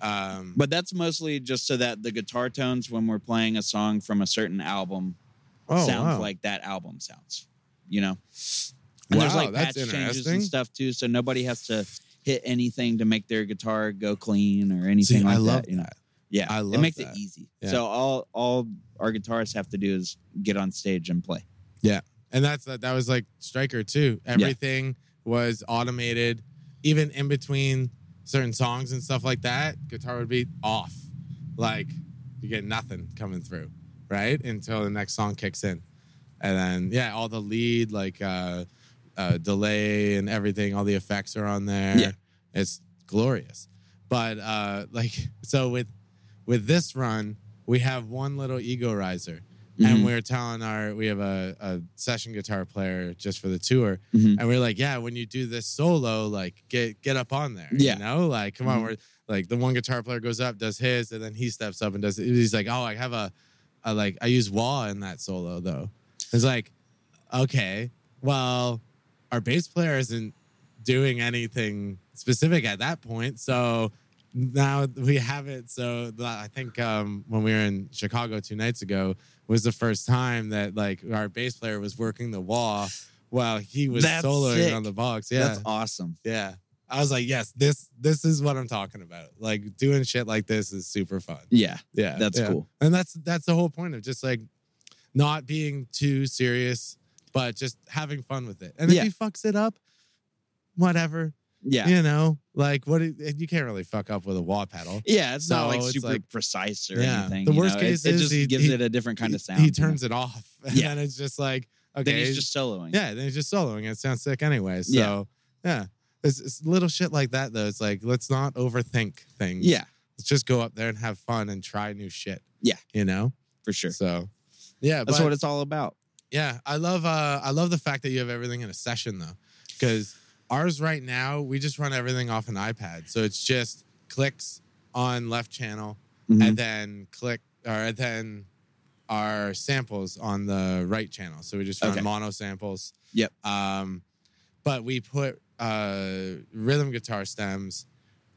[SPEAKER 2] Um,
[SPEAKER 3] But that's mostly just so that the guitar tones when we're playing a song from a certain album
[SPEAKER 2] oh,
[SPEAKER 3] sounds
[SPEAKER 2] wow.
[SPEAKER 3] like that album sounds. You know? And there's
[SPEAKER 2] Wow,
[SPEAKER 3] like
[SPEAKER 2] that's
[SPEAKER 3] patch changes and
[SPEAKER 2] interesting.
[SPEAKER 3] stuff too, so nobody has to hit anything to make their guitar go clean or
[SPEAKER 2] See,
[SPEAKER 3] anything like
[SPEAKER 2] I love
[SPEAKER 3] that. You know? Yeah.
[SPEAKER 2] I
[SPEAKER 3] it
[SPEAKER 2] love
[SPEAKER 3] makes
[SPEAKER 2] that.
[SPEAKER 3] it easy.
[SPEAKER 2] Yeah.
[SPEAKER 3] So all all our guitarists have to do is get on stage and play.
[SPEAKER 2] and that's that. That was like Striker too. Everything was automated, even in between certain songs and stuff like that. Guitar would be off, like you get nothing coming through, right until the next song kicks in, and then yeah, all the lead like uh, uh, delay and everything, all the effects are on there.
[SPEAKER 3] Yeah.
[SPEAKER 2] It's glorious, but uh, like so with with this run, we have one little ego riser and
[SPEAKER 3] Mhm.
[SPEAKER 2] we were telling our we have a, a session guitar player just for the tour
[SPEAKER 3] Mhm.
[SPEAKER 2] and we are like yeah when you do this solo like get get up on there
[SPEAKER 3] Yeah.
[SPEAKER 2] you know like come on
[SPEAKER 3] Mhm.
[SPEAKER 2] we're like the one guitar player goes up does his and then he steps up and does it. he's like oh i have a, a like i use wah in that solo though it's like okay well our bass player isn't doing anything specific at that point so now we have it so the- i think um, when we were in chicago two nights ago was the first time that like our bass player was working the wall while he was
[SPEAKER 3] That's
[SPEAKER 2] soloing
[SPEAKER 3] sick.
[SPEAKER 2] on the box yeah
[SPEAKER 3] That's awesome.
[SPEAKER 2] yeah i was like yes this this is what i'm talking about like doing shit like this is super fun
[SPEAKER 3] Yeah.
[SPEAKER 2] yeah
[SPEAKER 3] That's
[SPEAKER 2] Uh, yeah.
[SPEAKER 3] cool.
[SPEAKER 2] and that's that's the whole point of just like not being too serious but just having fun with it and if
[SPEAKER 3] Yeah.
[SPEAKER 2] he fucks it up whatever
[SPEAKER 3] Yeah.
[SPEAKER 2] you know like what it- you can't really fuck up with a wah pedal
[SPEAKER 3] Yeah, it's
[SPEAKER 2] So
[SPEAKER 3] not like
[SPEAKER 2] it's
[SPEAKER 3] super
[SPEAKER 2] like-
[SPEAKER 3] precise or
[SPEAKER 2] Yeah.
[SPEAKER 3] anything.
[SPEAKER 2] The
[SPEAKER 3] you
[SPEAKER 2] worst
[SPEAKER 3] know?
[SPEAKER 2] case
[SPEAKER 3] it, it
[SPEAKER 2] is
[SPEAKER 3] just
[SPEAKER 2] he-
[SPEAKER 3] gives
[SPEAKER 2] he-
[SPEAKER 3] it a different kind of
[SPEAKER 2] He-
[SPEAKER 3] sound.
[SPEAKER 2] He
[SPEAKER 3] you know?
[SPEAKER 2] turns it off, and
[SPEAKER 3] Yeah.
[SPEAKER 2] then it's just like okay,
[SPEAKER 3] Then he's just soloing.
[SPEAKER 2] yeah, then he's just soloing. It sounds sick anyway. So yeah,
[SPEAKER 3] Yeah.
[SPEAKER 2] It's, it's little shit like that though. It's like let's not overthink things.
[SPEAKER 3] Yeah.
[SPEAKER 2] let's just go up there and have fun and try new shit.
[SPEAKER 3] Yeah.
[SPEAKER 2] You know?
[SPEAKER 3] for sure.
[SPEAKER 2] So yeah,
[SPEAKER 3] That's
[SPEAKER 2] but-
[SPEAKER 3] what it's all about.
[SPEAKER 2] yeah, I love uh I love the fact that you have everything in a session though. Cuz ours right now, we just run everything off an iPad. So it's just clicks on left channel
[SPEAKER 3] Mm-hmm.
[SPEAKER 2] and then click or then our samples on the right channel. So we just run
[SPEAKER 3] Okay.
[SPEAKER 2] mono samples.
[SPEAKER 3] Yep.
[SPEAKER 2] Um but we put uh rhythm guitar stems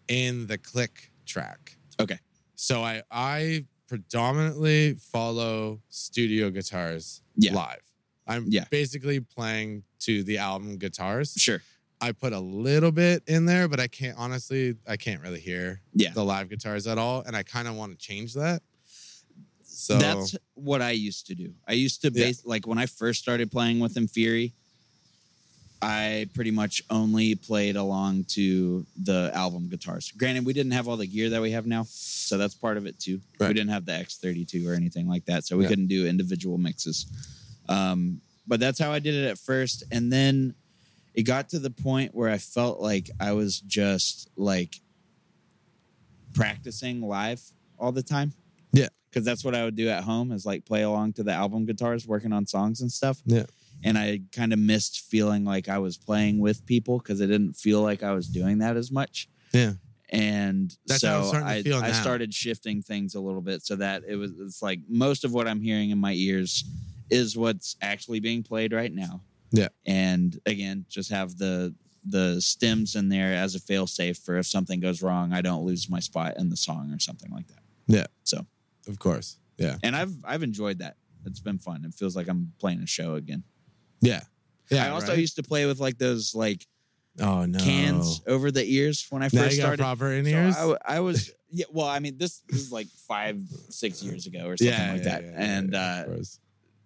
[SPEAKER 2] in the click track.
[SPEAKER 3] Okay.
[SPEAKER 2] So I I predominantly follow studio guitars
[SPEAKER 3] Yeah.
[SPEAKER 2] live. I'm
[SPEAKER 3] Yeah.
[SPEAKER 2] basically playing to the album guitars.
[SPEAKER 3] Sure.
[SPEAKER 2] I put a little bit in there, but I can't honestly I can't really hear
[SPEAKER 3] Yeah.
[SPEAKER 2] the live guitars at all. And I kind of want to change that. So
[SPEAKER 3] that's what I used to do. I used to
[SPEAKER 2] Yeah.
[SPEAKER 3] base like when I first started playing with Inferi, I pretty much only played along to the album guitars. Granted, we didn't have all the gear that we have now, so that's part of it too.
[SPEAKER 2] Right.
[SPEAKER 3] We didn't have the X32 or anything like that, so we
[SPEAKER 2] Yeah.
[SPEAKER 3] couldn't do individual mixes. Um, but that's how I did it at first, and then it got to the point where I felt like I was just like practicing live all the time.
[SPEAKER 2] Yeah.
[SPEAKER 3] Cause that's what I would do at home is like play along to the album guitars, working on songs and stuff.
[SPEAKER 2] Yeah.
[SPEAKER 3] And I kind of missed feeling like I was playing with people because it didn't feel like I was doing that as much.
[SPEAKER 2] Yeah.
[SPEAKER 3] And
[SPEAKER 2] That's how I'm
[SPEAKER 3] so
[SPEAKER 2] starting to
[SPEAKER 3] I,
[SPEAKER 2] feel
[SPEAKER 3] I
[SPEAKER 2] now.
[SPEAKER 3] started shifting things a little bit so that it was it's like most of what I'm hearing in my ears is what's actually being played right now.
[SPEAKER 2] Yeah.
[SPEAKER 3] And again, just have the the stems in there as a fail safe for if something goes wrong, I don't lose my spot in the song or something like that.
[SPEAKER 2] of course. Yeah.
[SPEAKER 3] And I've I've enjoyed that. It's been fun. It feels like I'm playing a show again.
[SPEAKER 2] Yeah. Yeah.
[SPEAKER 3] I also
[SPEAKER 2] right?
[SPEAKER 3] used to play with like those like
[SPEAKER 2] Oh no.
[SPEAKER 3] cans over the ears when I
[SPEAKER 2] Now
[SPEAKER 3] first
[SPEAKER 2] you got
[SPEAKER 3] started.
[SPEAKER 2] proper in
[SPEAKER 3] So
[SPEAKER 2] ears?
[SPEAKER 3] I, w- I was yeah. Well, I mean this, this is like five six years ago or something like that,
[SPEAKER 2] yeah, yeah,
[SPEAKER 3] and
[SPEAKER 2] yeah,
[SPEAKER 3] uh,
[SPEAKER 2] of course.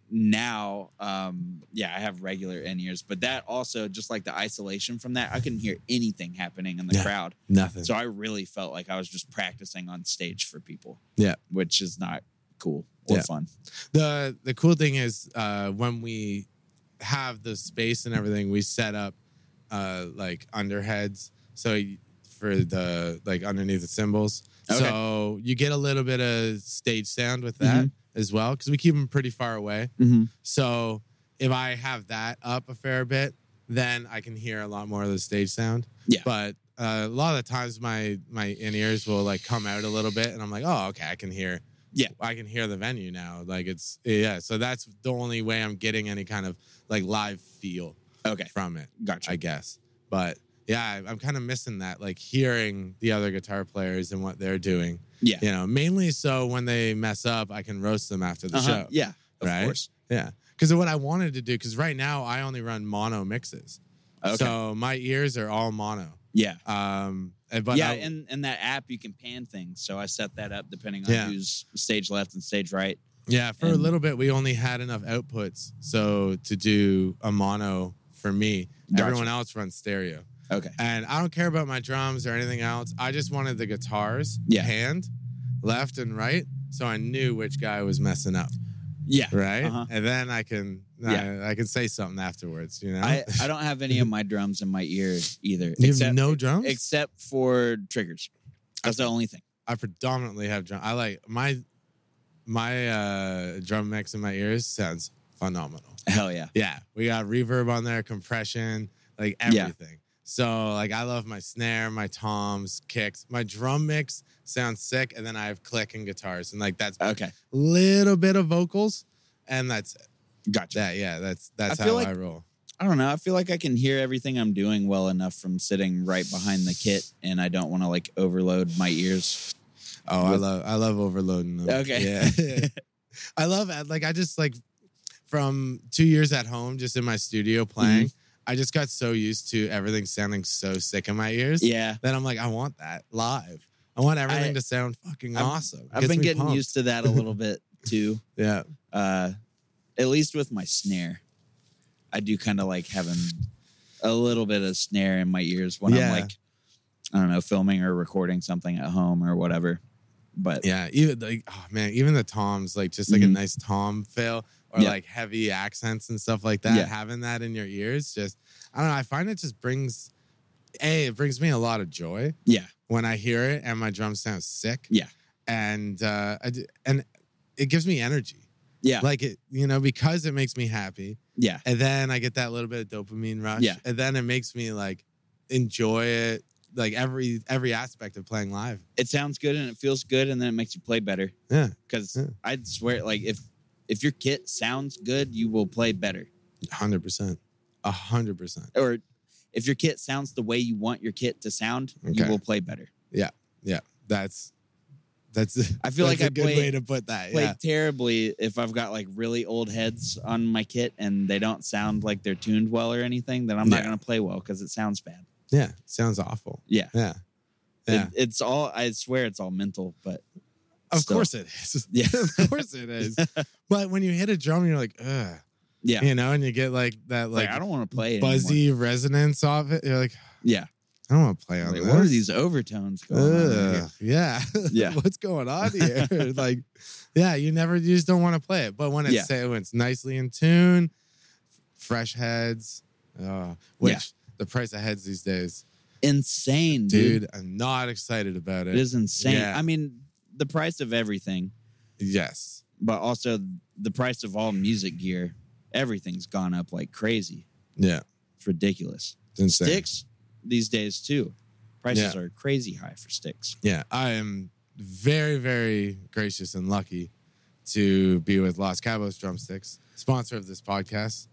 [SPEAKER 3] now um yeah i have regular in ears but that also just like the isolation from that i couldn't hear anything happening in the
[SPEAKER 2] Yeah.
[SPEAKER 3] crowd
[SPEAKER 2] nothing.
[SPEAKER 3] so i really felt like i was just practicing on stage for people
[SPEAKER 2] Yeah.
[SPEAKER 3] which is not cool or
[SPEAKER 2] Yeah.
[SPEAKER 3] fun
[SPEAKER 2] the the cool thing is uh when we have the space and everything we set up uh like underheads so y- for the like underneath the cymbals so you get a little bit of stage sound with that as well because we keep them pretty far away
[SPEAKER 3] Mm-hmm.
[SPEAKER 2] so if i have that up a fair bit then i can hear a lot more of the stage sound
[SPEAKER 3] Yeah.
[SPEAKER 2] but uh, a lot of the times my my in ears will like come out a little bit and i'm like oh okay i can hear I can hear the venue now. Like it's yeah. So that's the only way I'm getting any kind of like live feel
[SPEAKER 3] okay
[SPEAKER 2] from it,
[SPEAKER 3] gotcha
[SPEAKER 2] I guess. But yeah, I- I'm kind of missing that, like hearing the other guitar players and what they're doing.
[SPEAKER 3] yeah
[SPEAKER 2] You know, mainly so when they mess up, I can roast them after the
[SPEAKER 3] Uh-huh.
[SPEAKER 2] show.
[SPEAKER 3] yeah of
[SPEAKER 2] right?
[SPEAKER 3] course
[SPEAKER 2] Yeah. Because what I wanted to do, because right now I only run mono mixes,
[SPEAKER 3] okay
[SPEAKER 2] so my ears are all mono.
[SPEAKER 3] yeah
[SPEAKER 2] Um, and- but
[SPEAKER 3] yeah,
[SPEAKER 2] I-
[SPEAKER 3] and in that app you can pan things. So I set that up depending on
[SPEAKER 2] Yeah.
[SPEAKER 3] who's stage left and stage right.
[SPEAKER 2] Yeah, for a
[SPEAKER 3] And-
[SPEAKER 2] little bit we only had enough outputs so to do a mono for me.
[SPEAKER 3] Gotcha.
[SPEAKER 2] Everyone else runs stereo.
[SPEAKER 3] Okay.
[SPEAKER 2] And I don't care about my drums or anything else. I just wanted the guitars
[SPEAKER 3] Yeah.
[SPEAKER 2] hand, left and right, so I knew which guy was messing up,
[SPEAKER 3] Yeah.
[SPEAKER 2] right?
[SPEAKER 3] Uh-huh.
[SPEAKER 2] And then I can
[SPEAKER 3] Yeah.
[SPEAKER 2] I, I can say something afterwards, you know.
[SPEAKER 3] I, I don't have any of my drums in my ear either.
[SPEAKER 2] you have
[SPEAKER 3] except
[SPEAKER 2] no drums?
[SPEAKER 3] except for triggers. That's the only thing.
[SPEAKER 2] I predominantly have drum. I like my my uh drum mix in my ears sounds phenomenal.
[SPEAKER 3] Hell yeah.
[SPEAKER 2] Yeah, we got reverb on there, compression, like
[SPEAKER 3] Yeah.
[SPEAKER 2] everything. So like I love my snare, my toms, kicks, my drum mix sounds sick, and then I have click and guitars, and like that's a
[SPEAKER 3] Okay.
[SPEAKER 2] little bit of vocals, and that's it.
[SPEAKER 3] Gotcha.
[SPEAKER 2] that. Yeah, that's that's
[SPEAKER 3] I
[SPEAKER 2] how
[SPEAKER 3] feel like-
[SPEAKER 2] I roll.
[SPEAKER 3] I don't know. I feel like I can hear everything I'm doing well enough from sitting right behind the kit and I don't want to like overload my ears.
[SPEAKER 2] Oh, I
[SPEAKER 3] with-
[SPEAKER 2] love I love overloading them.
[SPEAKER 3] Okay.
[SPEAKER 2] yeah, I love like I just like from two years at home, just in my
[SPEAKER 3] Mm-hmm.
[SPEAKER 2] studio playing. I just got so used to everything sounding so sick in my ears.
[SPEAKER 3] Yeah.
[SPEAKER 2] then I'm like, I want that live. I want everything
[SPEAKER 3] I-
[SPEAKER 2] to sound fucking
[SPEAKER 3] I've-
[SPEAKER 2] awesome.
[SPEAKER 3] I've
[SPEAKER 2] Gets
[SPEAKER 3] been
[SPEAKER 2] me
[SPEAKER 3] getting
[SPEAKER 2] pumped.
[SPEAKER 3] used to that a little bit too.
[SPEAKER 2] Yeah,
[SPEAKER 3] uh, at least with my snare, I do kind of like having a little bit of snare in my ears when
[SPEAKER 2] Yeah.
[SPEAKER 3] I'm like, I don't know, filming or recording something at home or whatever. But
[SPEAKER 2] yeah. Even like, oh man, even the toms, like just like
[SPEAKER 3] Mhm.
[SPEAKER 2] a nice tom fill or
[SPEAKER 3] Yeah.
[SPEAKER 2] like heavy accents and stuff like that.
[SPEAKER 3] Yeah.
[SPEAKER 2] Having that in your ears, just I don't know. I find it just brings a it brings me a lot of joy
[SPEAKER 3] Yeah.
[SPEAKER 2] when I hear it and my drum sounds sick.
[SPEAKER 3] Yeah.
[SPEAKER 2] and uh, I d- and it gives me energy.
[SPEAKER 3] Yeah.
[SPEAKER 2] Like it, you know, because it makes me happy,
[SPEAKER 3] yeah.
[SPEAKER 2] and then I get that little bit of dopamine rush.
[SPEAKER 3] Yeah.
[SPEAKER 2] and then it makes me like enjoy it, like every every aspect of playing live.
[SPEAKER 3] It sounds good and it feels good and then it makes you play better.
[SPEAKER 2] Yeah.
[SPEAKER 3] Because
[SPEAKER 2] Yeah.
[SPEAKER 3] I'd swear, like, if if your kit sounds good, you will play better.
[SPEAKER 2] hundred percent, a hundred percent.
[SPEAKER 3] Or if your kit sounds the way you want your kit to sound, you
[SPEAKER 2] Okay.
[SPEAKER 3] will play better.
[SPEAKER 2] That's that's.
[SPEAKER 3] I feel
[SPEAKER 2] that's
[SPEAKER 3] like
[SPEAKER 2] a
[SPEAKER 3] I
[SPEAKER 2] good
[SPEAKER 3] play-
[SPEAKER 2] way to put that.
[SPEAKER 3] Play
[SPEAKER 2] Yeah,
[SPEAKER 3] terribly if I've got like really old heads on my kit and they don't sound like they're tuned well or anything, then I'm not
[SPEAKER 2] Yeah.
[SPEAKER 3] going to play well because it sounds bad.
[SPEAKER 2] yeah. Sounds awful.
[SPEAKER 3] Yeah.
[SPEAKER 2] Yeah, yeah.
[SPEAKER 3] It, it's all, I swear it's all mental, but
[SPEAKER 2] of
[SPEAKER 3] still.
[SPEAKER 2] course it is.
[SPEAKER 3] Yeah.
[SPEAKER 2] of course it is. But when you hit a drum, you're like, ugh,
[SPEAKER 3] yeah.
[SPEAKER 2] you know, and you get like that,
[SPEAKER 3] like,
[SPEAKER 2] like,
[SPEAKER 3] I don't want to play it. anymore.
[SPEAKER 2] buzzy resonance off it. You're like,
[SPEAKER 3] Yeah.
[SPEAKER 2] I don't want to play on
[SPEAKER 3] Like,
[SPEAKER 2] this.
[SPEAKER 3] what are these overtones going on? here?
[SPEAKER 2] Ugh, yeah,
[SPEAKER 3] Yeah.
[SPEAKER 2] What's going on here? like, yeah, you never, you just don't want to play it. But when it's
[SPEAKER 3] Yeah.
[SPEAKER 2] say, when it's nicely in tune, fresh heads, uh, which
[SPEAKER 3] Yeah.
[SPEAKER 2] the price of heads these days,
[SPEAKER 3] Insane, dude.
[SPEAKER 2] dude, I'm not excited about it.
[SPEAKER 3] It is insane.
[SPEAKER 2] Yeah.
[SPEAKER 3] I mean, the price of everything,
[SPEAKER 2] yes,
[SPEAKER 3] but also the price of all music gear, everything's gone up like crazy.
[SPEAKER 2] yeah,
[SPEAKER 3] It's ridiculous.
[SPEAKER 2] it's insane.
[SPEAKER 3] Sticks these days too. Prices are crazy high for sticks.
[SPEAKER 2] yeah, I am very, very gracious and lucky to be with Los Cabos Drumsticks, sponsor of this podcast.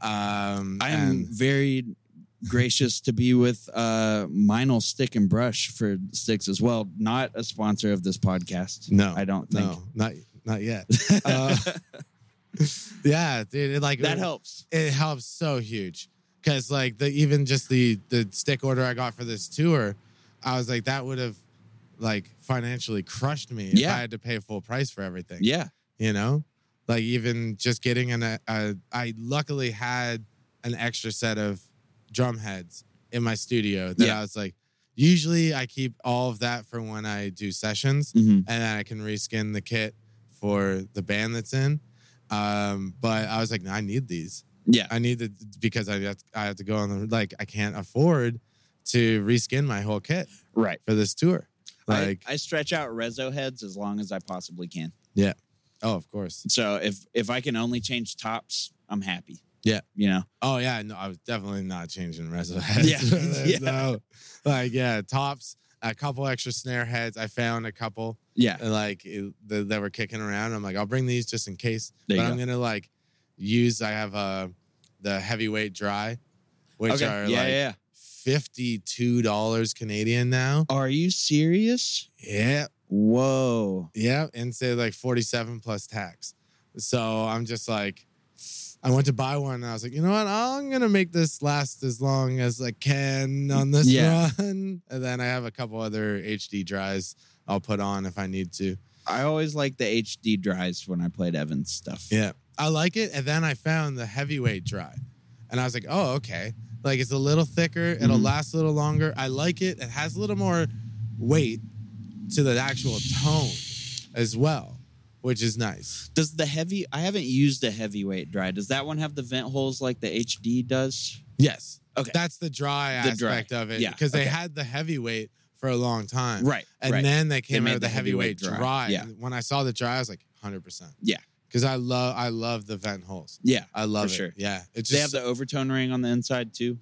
[SPEAKER 2] Um,
[SPEAKER 3] I am
[SPEAKER 2] and-
[SPEAKER 3] very gracious to be with uh Minel Stick and Brush for sticks as well. Not a sponsor of this podcast.
[SPEAKER 2] No,
[SPEAKER 3] I don't think.
[SPEAKER 2] no, not not yet. Uh, yeah, dude, it like
[SPEAKER 3] that helps.
[SPEAKER 2] It helps so huge because like the even just the the stick order I got for this tour, I was like that would have like financially crushed me if
[SPEAKER 3] Yeah.
[SPEAKER 2] I had to pay full price for everything.
[SPEAKER 3] Yeah.
[SPEAKER 2] you know, like even just getting an a, a, I luckily had an extra set of drum heads in my studio that
[SPEAKER 3] Yeah.
[SPEAKER 2] I was like. Usually, I keep all of that for when I do sessions
[SPEAKER 3] hmm
[SPEAKER 2] and then I can reskin the kit for the band that's in. Um, but I was like, no, I need these.
[SPEAKER 3] Yeah.
[SPEAKER 2] I need the because I have, I have to go on the like I can't afford to reskin my whole kit
[SPEAKER 3] Right.
[SPEAKER 2] for this tour.
[SPEAKER 3] I-
[SPEAKER 2] Like,
[SPEAKER 3] I, stretch out rezo heads as long as I possibly can.
[SPEAKER 2] oh, of course.
[SPEAKER 3] So if if I can only change tops, I'm happy.
[SPEAKER 2] Yeah.
[SPEAKER 3] You know.
[SPEAKER 2] Oh yeah, no, I was definitely not changing reso heads.
[SPEAKER 3] Yeah. Yeah.
[SPEAKER 2] No. like yeah, tops. A couple extra snare heads. I found a couple
[SPEAKER 3] Yeah.
[SPEAKER 2] like it, that that were kicking around. I'm like, I'll bring these just in case.
[SPEAKER 3] There you
[SPEAKER 2] but I'm
[SPEAKER 3] go.
[SPEAKER 2] gonna like use. I have uh the heavyweight dry, which
[SPEAKER 3] okay.
[SPEAKER 2] are
[SPEAKER 3] yeah,
[SPEAKER 2] like
[SPEAKER 3] yeah.
[SPEAKER 2] fifty two dollars Canadian now.
[SPEAKER 3] Are you serious?
[SPEAKER 2] Yeah,
[SPEAKER 3] Whoa.
[SPEAKER 2] yeah, and say like forty seven plus tax. So I'm just like, I went to buy one, and I was like, you know what? I'm gonna make this last as long as I can on this
[SPEAKER 3] Yeah.
[SPEAKER 2] run, and then I have a couple other HD dries I'll put on if I need to.
[SPEAKER 3] I always like the HD dries when I played Evans stuff.
[SPEAKER 2] Yeah. I like it. And then I found the heavyweight dry. And I was like, oh, okay. Like it's a little thicker. It'll
[SPEAKER 3] Mhm.
[SPEAKER 2] last a little longer. I like it. It has a little more weight to the actual tone as well, which is nice.
[SPEAKER 3] Does the heavy? I haven't used a heavyweight dry. Does that one have the vent holes like the HD does?
[SPEAKER 2] Yes.
[SPEAKER 3] Okay.
[SPEAKER 2] That's the dry
[SPEAKER 3] The dry.
[SPEAKER 2] aspect of it.
[SPEAKER 3] Yeah,
[SPEAKER 2] Because they
[SPEAKER 3] okay.
[SPEAKER 2] had the heavyweight for a long time.
[SPEAKER 3] Right.
[SPEAKER 2] And
[SPEAKER 3] right.
[SPEAKER 2] then they came
[SPEAKER 3] made
[SPEAKER 2] out with
[SPEAKER 3] the
[SPEAKER 2] the heavyweight,
[SPEAKER 3] heavyweight
[SPEAKER 2] dry.
[SPEAKER 3] dry. Yeah.
[SPEAKER 2] And When I saw the dry, I was like, 100%.
[SPEAKER 3] Yeah.
[SPEAKER 2] Because I love I love the vent holes.
[SPEAKER 3] yeah.
[SPEAKER 2] I love
[SPEAKER 3] For
[SPEAKER 2] it.
[SPEAKER 3] sure.
[SPEAKER 2] Yeah. It's
[SPEAKER 3] they
[SPEAKER 2] just
[SPEAKER 3] have the overtone ring on the inside too.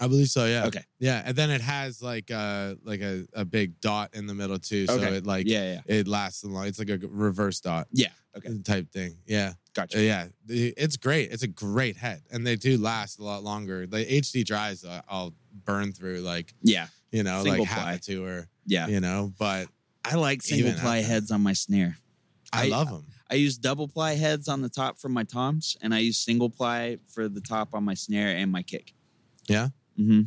[SPEAKER 2] I believe so. Yeah.
[SPEAKER 3] Okay.
[SPEAKER 2] Yeah, and then it has like a like a, a big dot in the middle too, so
[SPEAKER 3] Okay.
[SPEAKER 2] it like
[SPEAKER 3] yeah. Yeah.
[SPEAKER 2] it lasts a long. It's like a reverse dot
[SPEAKER 3] Yeah. Okay.
[SPEAKER 2] type thing. Yeah, Uh,
[SPEAKER 3] Gotcha.
[SPEAKER 2] yeah, it's great. It's a great head, and they do last a lot longer. The HD dries, uh, I'll burn through like
[SPEAKER 3] Yeah.
[SPEAKER 2] you know
[SPEAKER 3] Single
[SPEAKER 2] like
[SPEAKER 3] ply.
[SPEAKER 2] half a tour,
[SPEAKER 3] Yeah.
[SPEAKER 2] you know. But
[SPEAKER 3] I like single
[SPEAKER 2] Even
[SPEAKER 3] ply
[SPEAKER 2] after-
[SPEAKER 3] heads on my snare. I-
[SPEAKER 2] I,
[SPEAKER 3] uh,
[SPEAKER 2] love 'em. love them.
[SPEAKER 3] I use double ply heads on the top for my toms, and I use single ply for the top on my snare and my kick.
[SPEAKER 2] Yeah?
[SPEAKER 3] hmm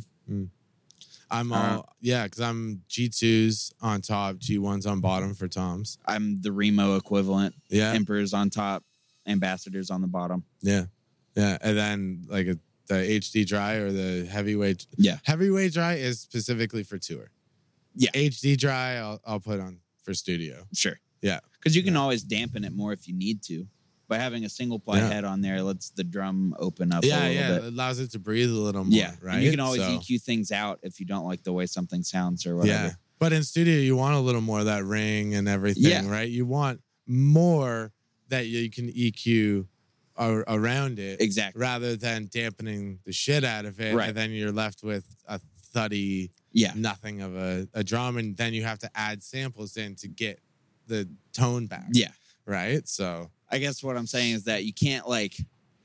[SPEAKER 2] I'm all
[SPEAKER 3] Uh,
[SPEAKER 2] yeah, because I'm G twos on top, G ones on bottom for toms.
[SPEAKER 3] I'm the Remo equivalent.
[SPEAKER 2] Yeah,
[SPEAKER 3] Emperor's on top, ambassadors on the bottom.
[SPEAKER 2] Yeah, yeah, and then like a, the HD dry or the heavyweight.
[SPEAKER 3] Yeah.
[SPEAKER 2] heavyweight dry is specifically for tour.
[SPEAKER 3] Yeah.
[SPEAKER 2] HD dry I'll I'll put on for studio.
[SPEAKER 3] Sure.
[SPEAKER 2] Yeah.
[SPEAKER 3] Because you can always dampen it more if you need to. by having a single ply
[SPEAKER 2] Yeah.
[SPEAKER 3] head on there lets the drum open up a
[SPEAKER 2] yeah,
[SPEAKER 3] little
[SPEAKER 2] yeah.
[SPEAKER 3] bit.
[SPEAKER 2] It allows it to breathe a little more.
[SPEAKER 3] Yeah,
[SPEAKER 2] right.
[SPEAKER 3] and you can always
[SPEAKER 2] So,
[SPEAKER 3] EQ things out if you don't like the way something sounds or whatever.
[SPEAKER 2] Yeah, but in studio you want a little more of that ring and everything,
[SPEAKER 3] Yeah.
[SPEAKER 2] right? You want more that you can EQ ar- around it,
[SPEAKER 3] Exactly.
[SPEAKER 2] rather than dampening the shit out of it,
[SPEAKER 3] Right.
[SPEAKER 2] and then you're left with a thuddy
[SPEAKER 3] Yeah,
[SPEAKER 2] nothing of a, a drum, and then you have to add samples in to get the tone back.
[SPEAKER 3] yeah.
[SPEAKER 2] right. So
[SPEAKER 3] I guess what I'm saying is that you can't like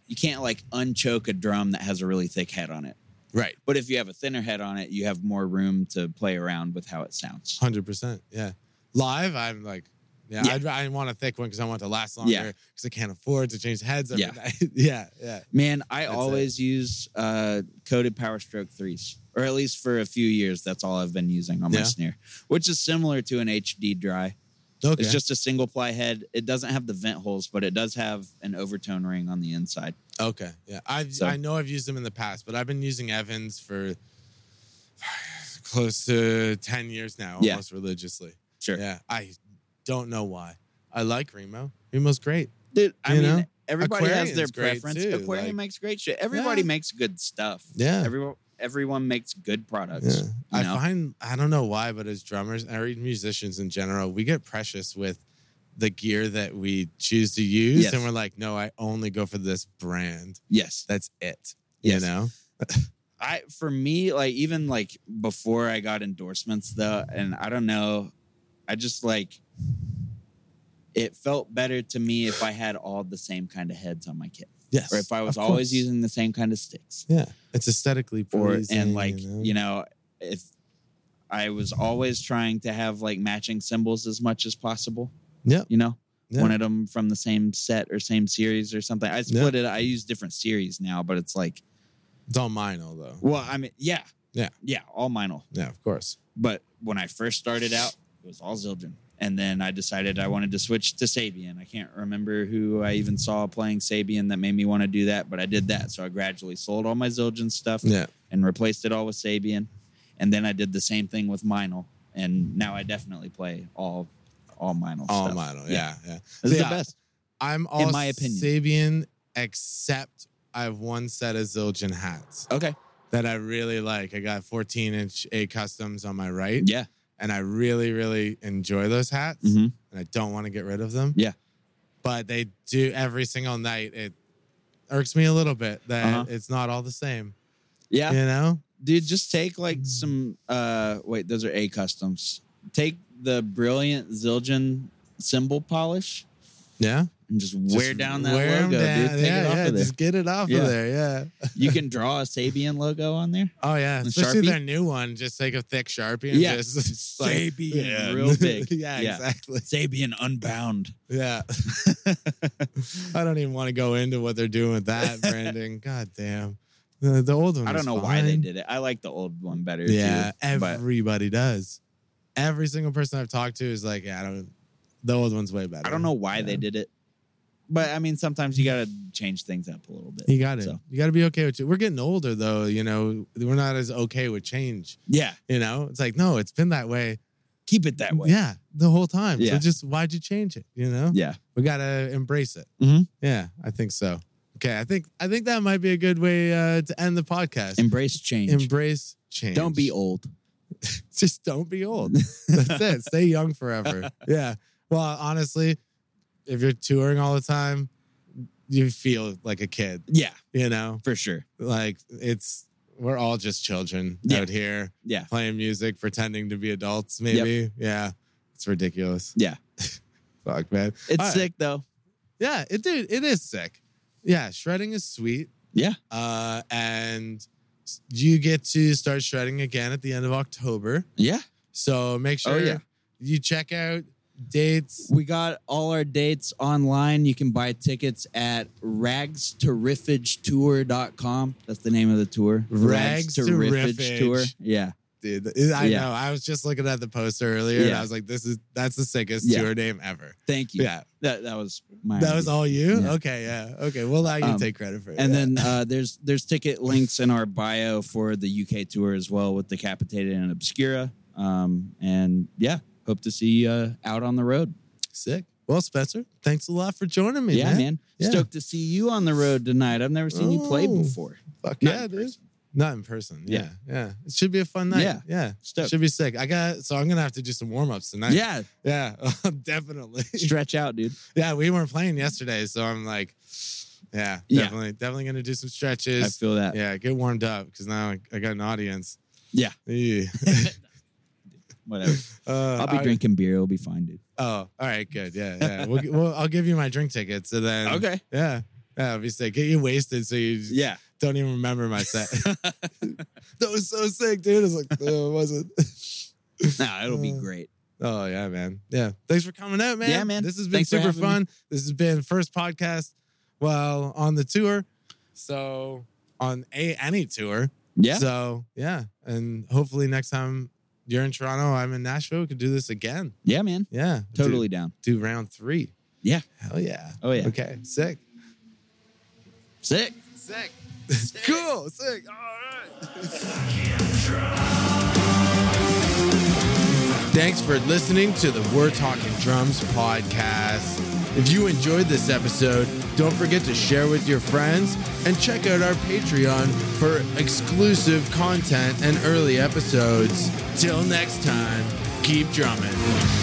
[SPEAKER 3] you can't like unchoke a drum that has a really thick head on it.
[SPEAKER 2] right,
[SPEAKER 3] But if you have a thinner head on it, you have more room to play around with how it sounds.
[SPEAKER 2] hundred percent. Yeah, live I'm like. Yeah,
[SPEAKER 3] Yeah.
[SPEAKER 2] I'd, I want a thick one because I want it to last longer.
[SPEAKER 3] Yeah.
[SPEAKER 2] Because I can't afford to change heads. Every
[SPEAKER 3] Yeah.
[SPEAKER 2] night. yeah, yeah.
[SPEAKER 3] Man, I
[SPEAKER 2] That's
[SPEAKER 3] always use uh, coated Power Stroke threes, or at least for a few years. That's all I've been using on my
[SPEAKER 2] Yeah.
[SPEAKER 3] snare, which is similar to an HD dry.
[SPEAKER 2] Okay.
[SPEAKER 3] It's just a single ply head. It doesn't have the vent holes, but it does have an overtone ring on the inside.
[SPEAKER 2] okay. Yeah, I've
[SPEAKER 3] So-
[SPEAKER 2] I know I've used them in the past, but I've been using Evans for close to ten years now,
[SPEAKER 3] Yeah.
[SPEAKER 2] almost religiously.
[SPEAKER 3] Sure,
[SPEAKER 2] Yeah, I don't know why. I like Remo. Remo's great.
[SPEAKER 3] dude. I
[SPEAKER 2] You
[SPEAKER 3] mean,
[SPEAKER 2] know?
[SPEAKER 3] everybody has their
[SPEAKER 2] Aquarium's great
[SPEAKER 3] preference.
[SPEAKER 2] too,
[SPEAKER 3] Aquarium
[SPEAKER 2] like-
[SPEAKER 3] makes great shit. Everybody
[SPEAKER 2] Yeah.
[SPEAKER 3] makes good stuff.
[SPEAKER 2] Yeah.
[SPEAKER 3] everyone everyone makes good
[SPEAKER 2] Yeah.
[SPEAKER 3] products.
[SPEAKER 2] I
[SPEAKER 3] You know?
[SPEAKER 2] find I don't know why, but as drummers or even musicians in general, we get precious with the gear that we choose to use,
[SPEAKER 3] Yes.
[SPEAKER 2] and we're like, no, I only go for this brand.
[SPEAKER 3] yes,
[SPEAKER 2] That's it.
[SPEAKER 3] Yes.
[SPEAKER 2] You know?
[SPEAKER 3] I for me, like even like before I got endorsements though, and I don't know, I just like it felt better to me if I had all the same kind of heads on my kit,
[SPEAKER 2] Yes.
[SPEAKER 3] or if I was
[SPEAKER 2] of
[SPEAKER 3] always
[SPEAKER 2] course.
[SPEAKER 3] using the same kind of sticks,
[SPEAKER 2] Yeah, it's aesthetically
[SPEAKER 3] or
[SPEAKER 2] pleasing,
[SPEAKER 3] and like you know if I was always trying to have like matching symbols as much as possible.
[SPEAKER 2] Yep.
[SPEAKER 3] you know.
[SPEAKER 2] Yeah.
[SPEAKER 3] Wanted them from the same set or same series or something. I split it. I use different series now, but it's like,
[SPEAKER 2] It's all minor though.
[SPEAKER 3] well, I mean, yeah,
[SPEAKER 2] Yeah.
[SPEAKER 3] yeah, all minor.
[SPEAKER 2] Yeah, of course.
[SPEAKER 3] But when I first started out, it was all Zildjian. And then I decided I wanted to switch to Sabian. I can't remember who I even saw playing Sabian that made me want to do that, but I did that. So I gradually sold all my Zildjian stuff
[SPEAKER 2] Yeah.
[SPEAKER 3] and replaced it all with Sabian. And then I did the same thing with Minel. And now I definitely play all all Minel
[SPEAKER 2] All
[SPEAKER 3] stuff.
[SPEAKER 2] minor. Yeah. Yeah.
[SPEAKER 3] It's
[SPEAKER 2] Yeah.
[SPEAKER 3] the best.
[SPEAKER 2] I'm all
[SPEAKER 3] my opinion.
[SPEAKER 2] Sabian, except I have one set of Zildjian hats
[SPEAKER 3] Okay.
[SPEAKER 2] that I really like. I got 14 inch A customs on my right.
[SPEAKER 3] Yeah.
[SPEAKER 2] And I really, really enjoy those hats.
[SPEAKER 3] hmm
[SPEAKER 2] And I don't want to get rid of them.
[SPEAKER 3] Yeah.
[SPEAKER 2] But they do every single night. It irks me a little bit that
[SPEAKER 3] Uh-huh.
[SPEAKER 2] it's not all the same.
[SPEAKER 3] Yeah.
[SPEAKER 2] You know?
[SPEAKER 3] dude just take like some uh wait those are a customs take the brilliant zildjian symbol polish
[SPEAKER 2] Yeah.
[SPEAKER 3] and just
[SPEAKER 2] Just
[SPEAKER 3] wear down that
[SPEAKER 2] wear 'em
[SPEAKER 3] logo
[SPEAKER 2] down.
[SPEAKER 3] dude take
[SPEAKER 2] yeah,
[SPEAKER 3] it off
[SPEAKER 2] yeah,
[SPEAKER 3] of there
[SPEAKER 2] Just get it off
[SPEAKER 3] Yeah.
[SPEAKER 2] of there. Yeah.
[SPEAKER 3] you can draw a sabian logo on there
[SPEAKER 2] Oh yeah,
[SPEAKER 3] And
[SPEAKER 2] especially
[SPEAKER 3] Sharpie?
[SPEAKER 2] their new one. Just take a thick sharpie and
[SPEAKER 3] Yeah.
[SPEAKER 2] just like,
[SPEAKER 3] Sabian,
[SPEAKER 2] uh,
[SPEAKER 3] real big.
[SPEAKER 2] yeah,
[SPEAKER 3] Yeah.
[SPEAKER 2] exactly.
[SPEAKER 3] sabian unbound
[SPEAKER 2] Yeah, I don't even want to go into what they're doing with that branding. God damn, the, the old one.
[SPEAKER 3] i
[SPEAKER 2] was
[SPEAKER 3] don't know why they
[SPEAKER 2] fine.
[SPEAKER 3] did it i like the old one better
[SPEAKER 2] Yeah,
[SPEAKER 3] too, but
[SPEAKER 2] everybody does. Every single person I've talked to is like, yeah, I don't. The old one's way better.
[SPEAKER 3] i don't know why
[SPEAKER 2] Yeah.
[SPEAKER 3] they did it but i mean sometimes you gotta change things up a little bit
[SPEAKER 2] You got it.
[SPEAKER 3] So-
[SPEAKER 2] You got to be okay with it. We're getting older though. You know, we're not as okay with change.
[SPEAKER 3] yeah
[SPEAKER 2] You know, it's like no, it's been that way.
[SPEAKER 3] keep it that way
[SPEAKER 2] Yeah, the whole time.
[SPEAKER 3] Yeah.
[SPEAKER 2] So just why'd you change it? You know,
[SPEAKER 3] yeah
[SPEAKER 2] we gotta embrace it.
[SPEAKER 3] Mhm.
[SPEAKER 2] Yeah, I think so. Okay, I think I think that might be a good way uh, to end the podcast.
[SPEAKER 3] embrace change
[SPEAKER 2] Embrace change.
[SPEAKER 3] don't be old
[SPEAKER 2] Just don't be old. That's it. Stay young forever. Yeah. Well, honestly, if you're touring all the time, you feel like a kid.
[SPEAKER 3] yeah
[SPEAKER 2] You know,
[SPEAKER 3] for sure
[SPEAKER 2] like it's we're all just children
[SPEAKER 3] Yeah.
[SPEAKER 2] out here
[SPEAKER 3] yeah
[SPEAKER 2] playing music, pretending to be adults, maybe. Yeah. It's ridiculous.
[SPEAKER 3] Yeah.
[SPEAKER 2] Fuck, man.
[SPEAKER 3] it's
[SPEAKER 2] All right.
[SPEAKER 3] sick though
[SPEAKER 2] Yeah, it dude, it is sick. Yeah, shredding is sweet.
[SPEAKER 3] Yeah.
[SPEAKER 2] Uh, and you get to start shredding again at the end of October.
[SPEAKER 3] yeah
[SPEAKER 2] So make sure
[SPEAKER 3] Oh, yeah.
[SPEAKER 2] you check out dates.
[SPEAKER 3] We got all our dates online. You can buy tickets at ragsterriffagetour.com. That's the name of the tour.
[SPEAKER 2] Rags to
[SPEAKER 3] Riffage
[SPEAKER 2] Riffage.
[SPEAKER 3] Tour. Yeah.
[SPEAKER 2] Dude, I
[SPEAKER 3] Yeah.
[SPEAKER 2] know. I was just looking at the poster earlier and
[SPEAKER 3] Yeah.
[SPEAKER 2] I was like, this is that's the sickest
[SPEAKER 3] Yeah.
[SPEAKER 2] tour name ever.
[SPEAKER 3] Thank you.
[SPEAKER 2] Yeah.
[SPEAKER 3] That, that was my
[SPEAKER 2] That was
[SPEAKER 3] idea.
[SPEAKER 2] all you?
[SPEAKER 3] Yeah.
[SPEAKER 2] Okay, yeah. Okay. We'll allow you
[SPEAKER 3] Um,
[SPEAKER 2] to take credit for it.
[SPEAKER 3] And
[SPEAKER 2] Yeah.
[SPEAKER 3] then uh, there's there's ticket links in our bio for the UK tour as well with Decapitated and Obscura. Um, and yeah, hope to see you uh, out on the road.
[SPEAKER 2] sick. Well, Spencer, thanks a lot for joining me.
[SPEAKER 3] yeah,
[SPEAKER 2] man.
[SPEAKER 3] man.
[SPEAKER 2] Yeah.
[SPEAKER 3] Stoked to see you on the road tonight. I've never seen you play
[SPEAKER 2] Oh.
[SPEAKER 3] before.
[SPEAKER 2] Fuck
[SPEAKER 3] Not
[SPEAKER 2] yeah,
[SPEAKER 3] in
[SPEAKER 2] dude.
[SPEAKER 3] person.
[SPEAKER 2] Not in person. Yeah.
[SPEAKER 3] Yeah.
[SPEAKER 2] yeah. It should be a fun night. Yeah.
[SPEAKER 3] Yeah.
[SPEAKER 2] Yeah.
[SPEAKER 3] Stoked.
[SPEAKER 2] Should be sick. I got so I'm gonna have to do some warm ups tonight.
[SPEAKER 3] Yeah,
[SPEAKER 2] Yeah. definitely.
[SPEAKER 3] stretch out, dude.
[SPEAKER 2] yeah, we weren't playing yesterday, so I'm like, yeah,
[SPEAKER 3] Yeah.
[SPEAKER 2] definitely, definitely gonna do some
[SPEAKER 3] I
[SPEAKER 2] stretches.
[SPEAKER 3] feel that.
[SPEAKER 2] Yeah, get warmed up because now I, I got an audience.
[SPEAKER 3] Uh, Yeah.
[SPEAKER 2] Eh.
[SPEAKER 3] Whatever.
[SPEAKER 2] Uh,
[SPEAKER 3] I'll be
[SPEAKER 2] I-
[SPEAKER 3] drinking beer. It'll be fine, dude.
[SPEAKER 2] Oh, all right, good. Yeah, yeah. we'll, well, I'll give you my drink tickets, and then yeah, yeah. If you say get you wasted, so you
[SPEAKER 3] Yeah.
[SPEAKER 2] don't even remember my set. that was so sick, dude. I was like, no, it wasn't.
[SPEAKER 3] No, it'll be
[SPEAKER 2] Uh,
[SPEAKER 3] great.
[SPEAKER 2] Oh yeah, man. Yeah. Thanks for coming out, man.
[SPEAKER 3] Yeah, man.
[SPEAKER 2] This has been
[SPEAKER 3] Thanks for
[SPEAKER 2] super
[SPEAKER 3] having me.
[SPEAKER 2] fun. This has been first podcast while on the tour. So on a any tour.
[SPEAKER 3] Yeah.
[SPEAKER 2] So yeah. And hopefully next time you're in Toronto, I'm in Nashville, we could do this again.
[SPEAKER 3] yeah, man.
[SPEAKER 2] Yeah. Do-
[SPEAKER 3] Totally down.
[SPEAKER 2] Do, round three.
[SPEAKER 3] Yeah.
[SPEAKER 2] Hell yeah.
[SPEAKER 3] Oh, yeah.
[SPEAKER 2] Okay. Sick.
[SPEAKER 3] Sick.
[SPEAKER 2] Sick. cool. Sick. All right.
[SPEAKER 4] Thanks for listening to the We're Talking Drums podcast. If you enjoyed this episode, don't forget to share with your friends and check out our Patreon for exclusive content and early episodes. Till next time, keep drumming.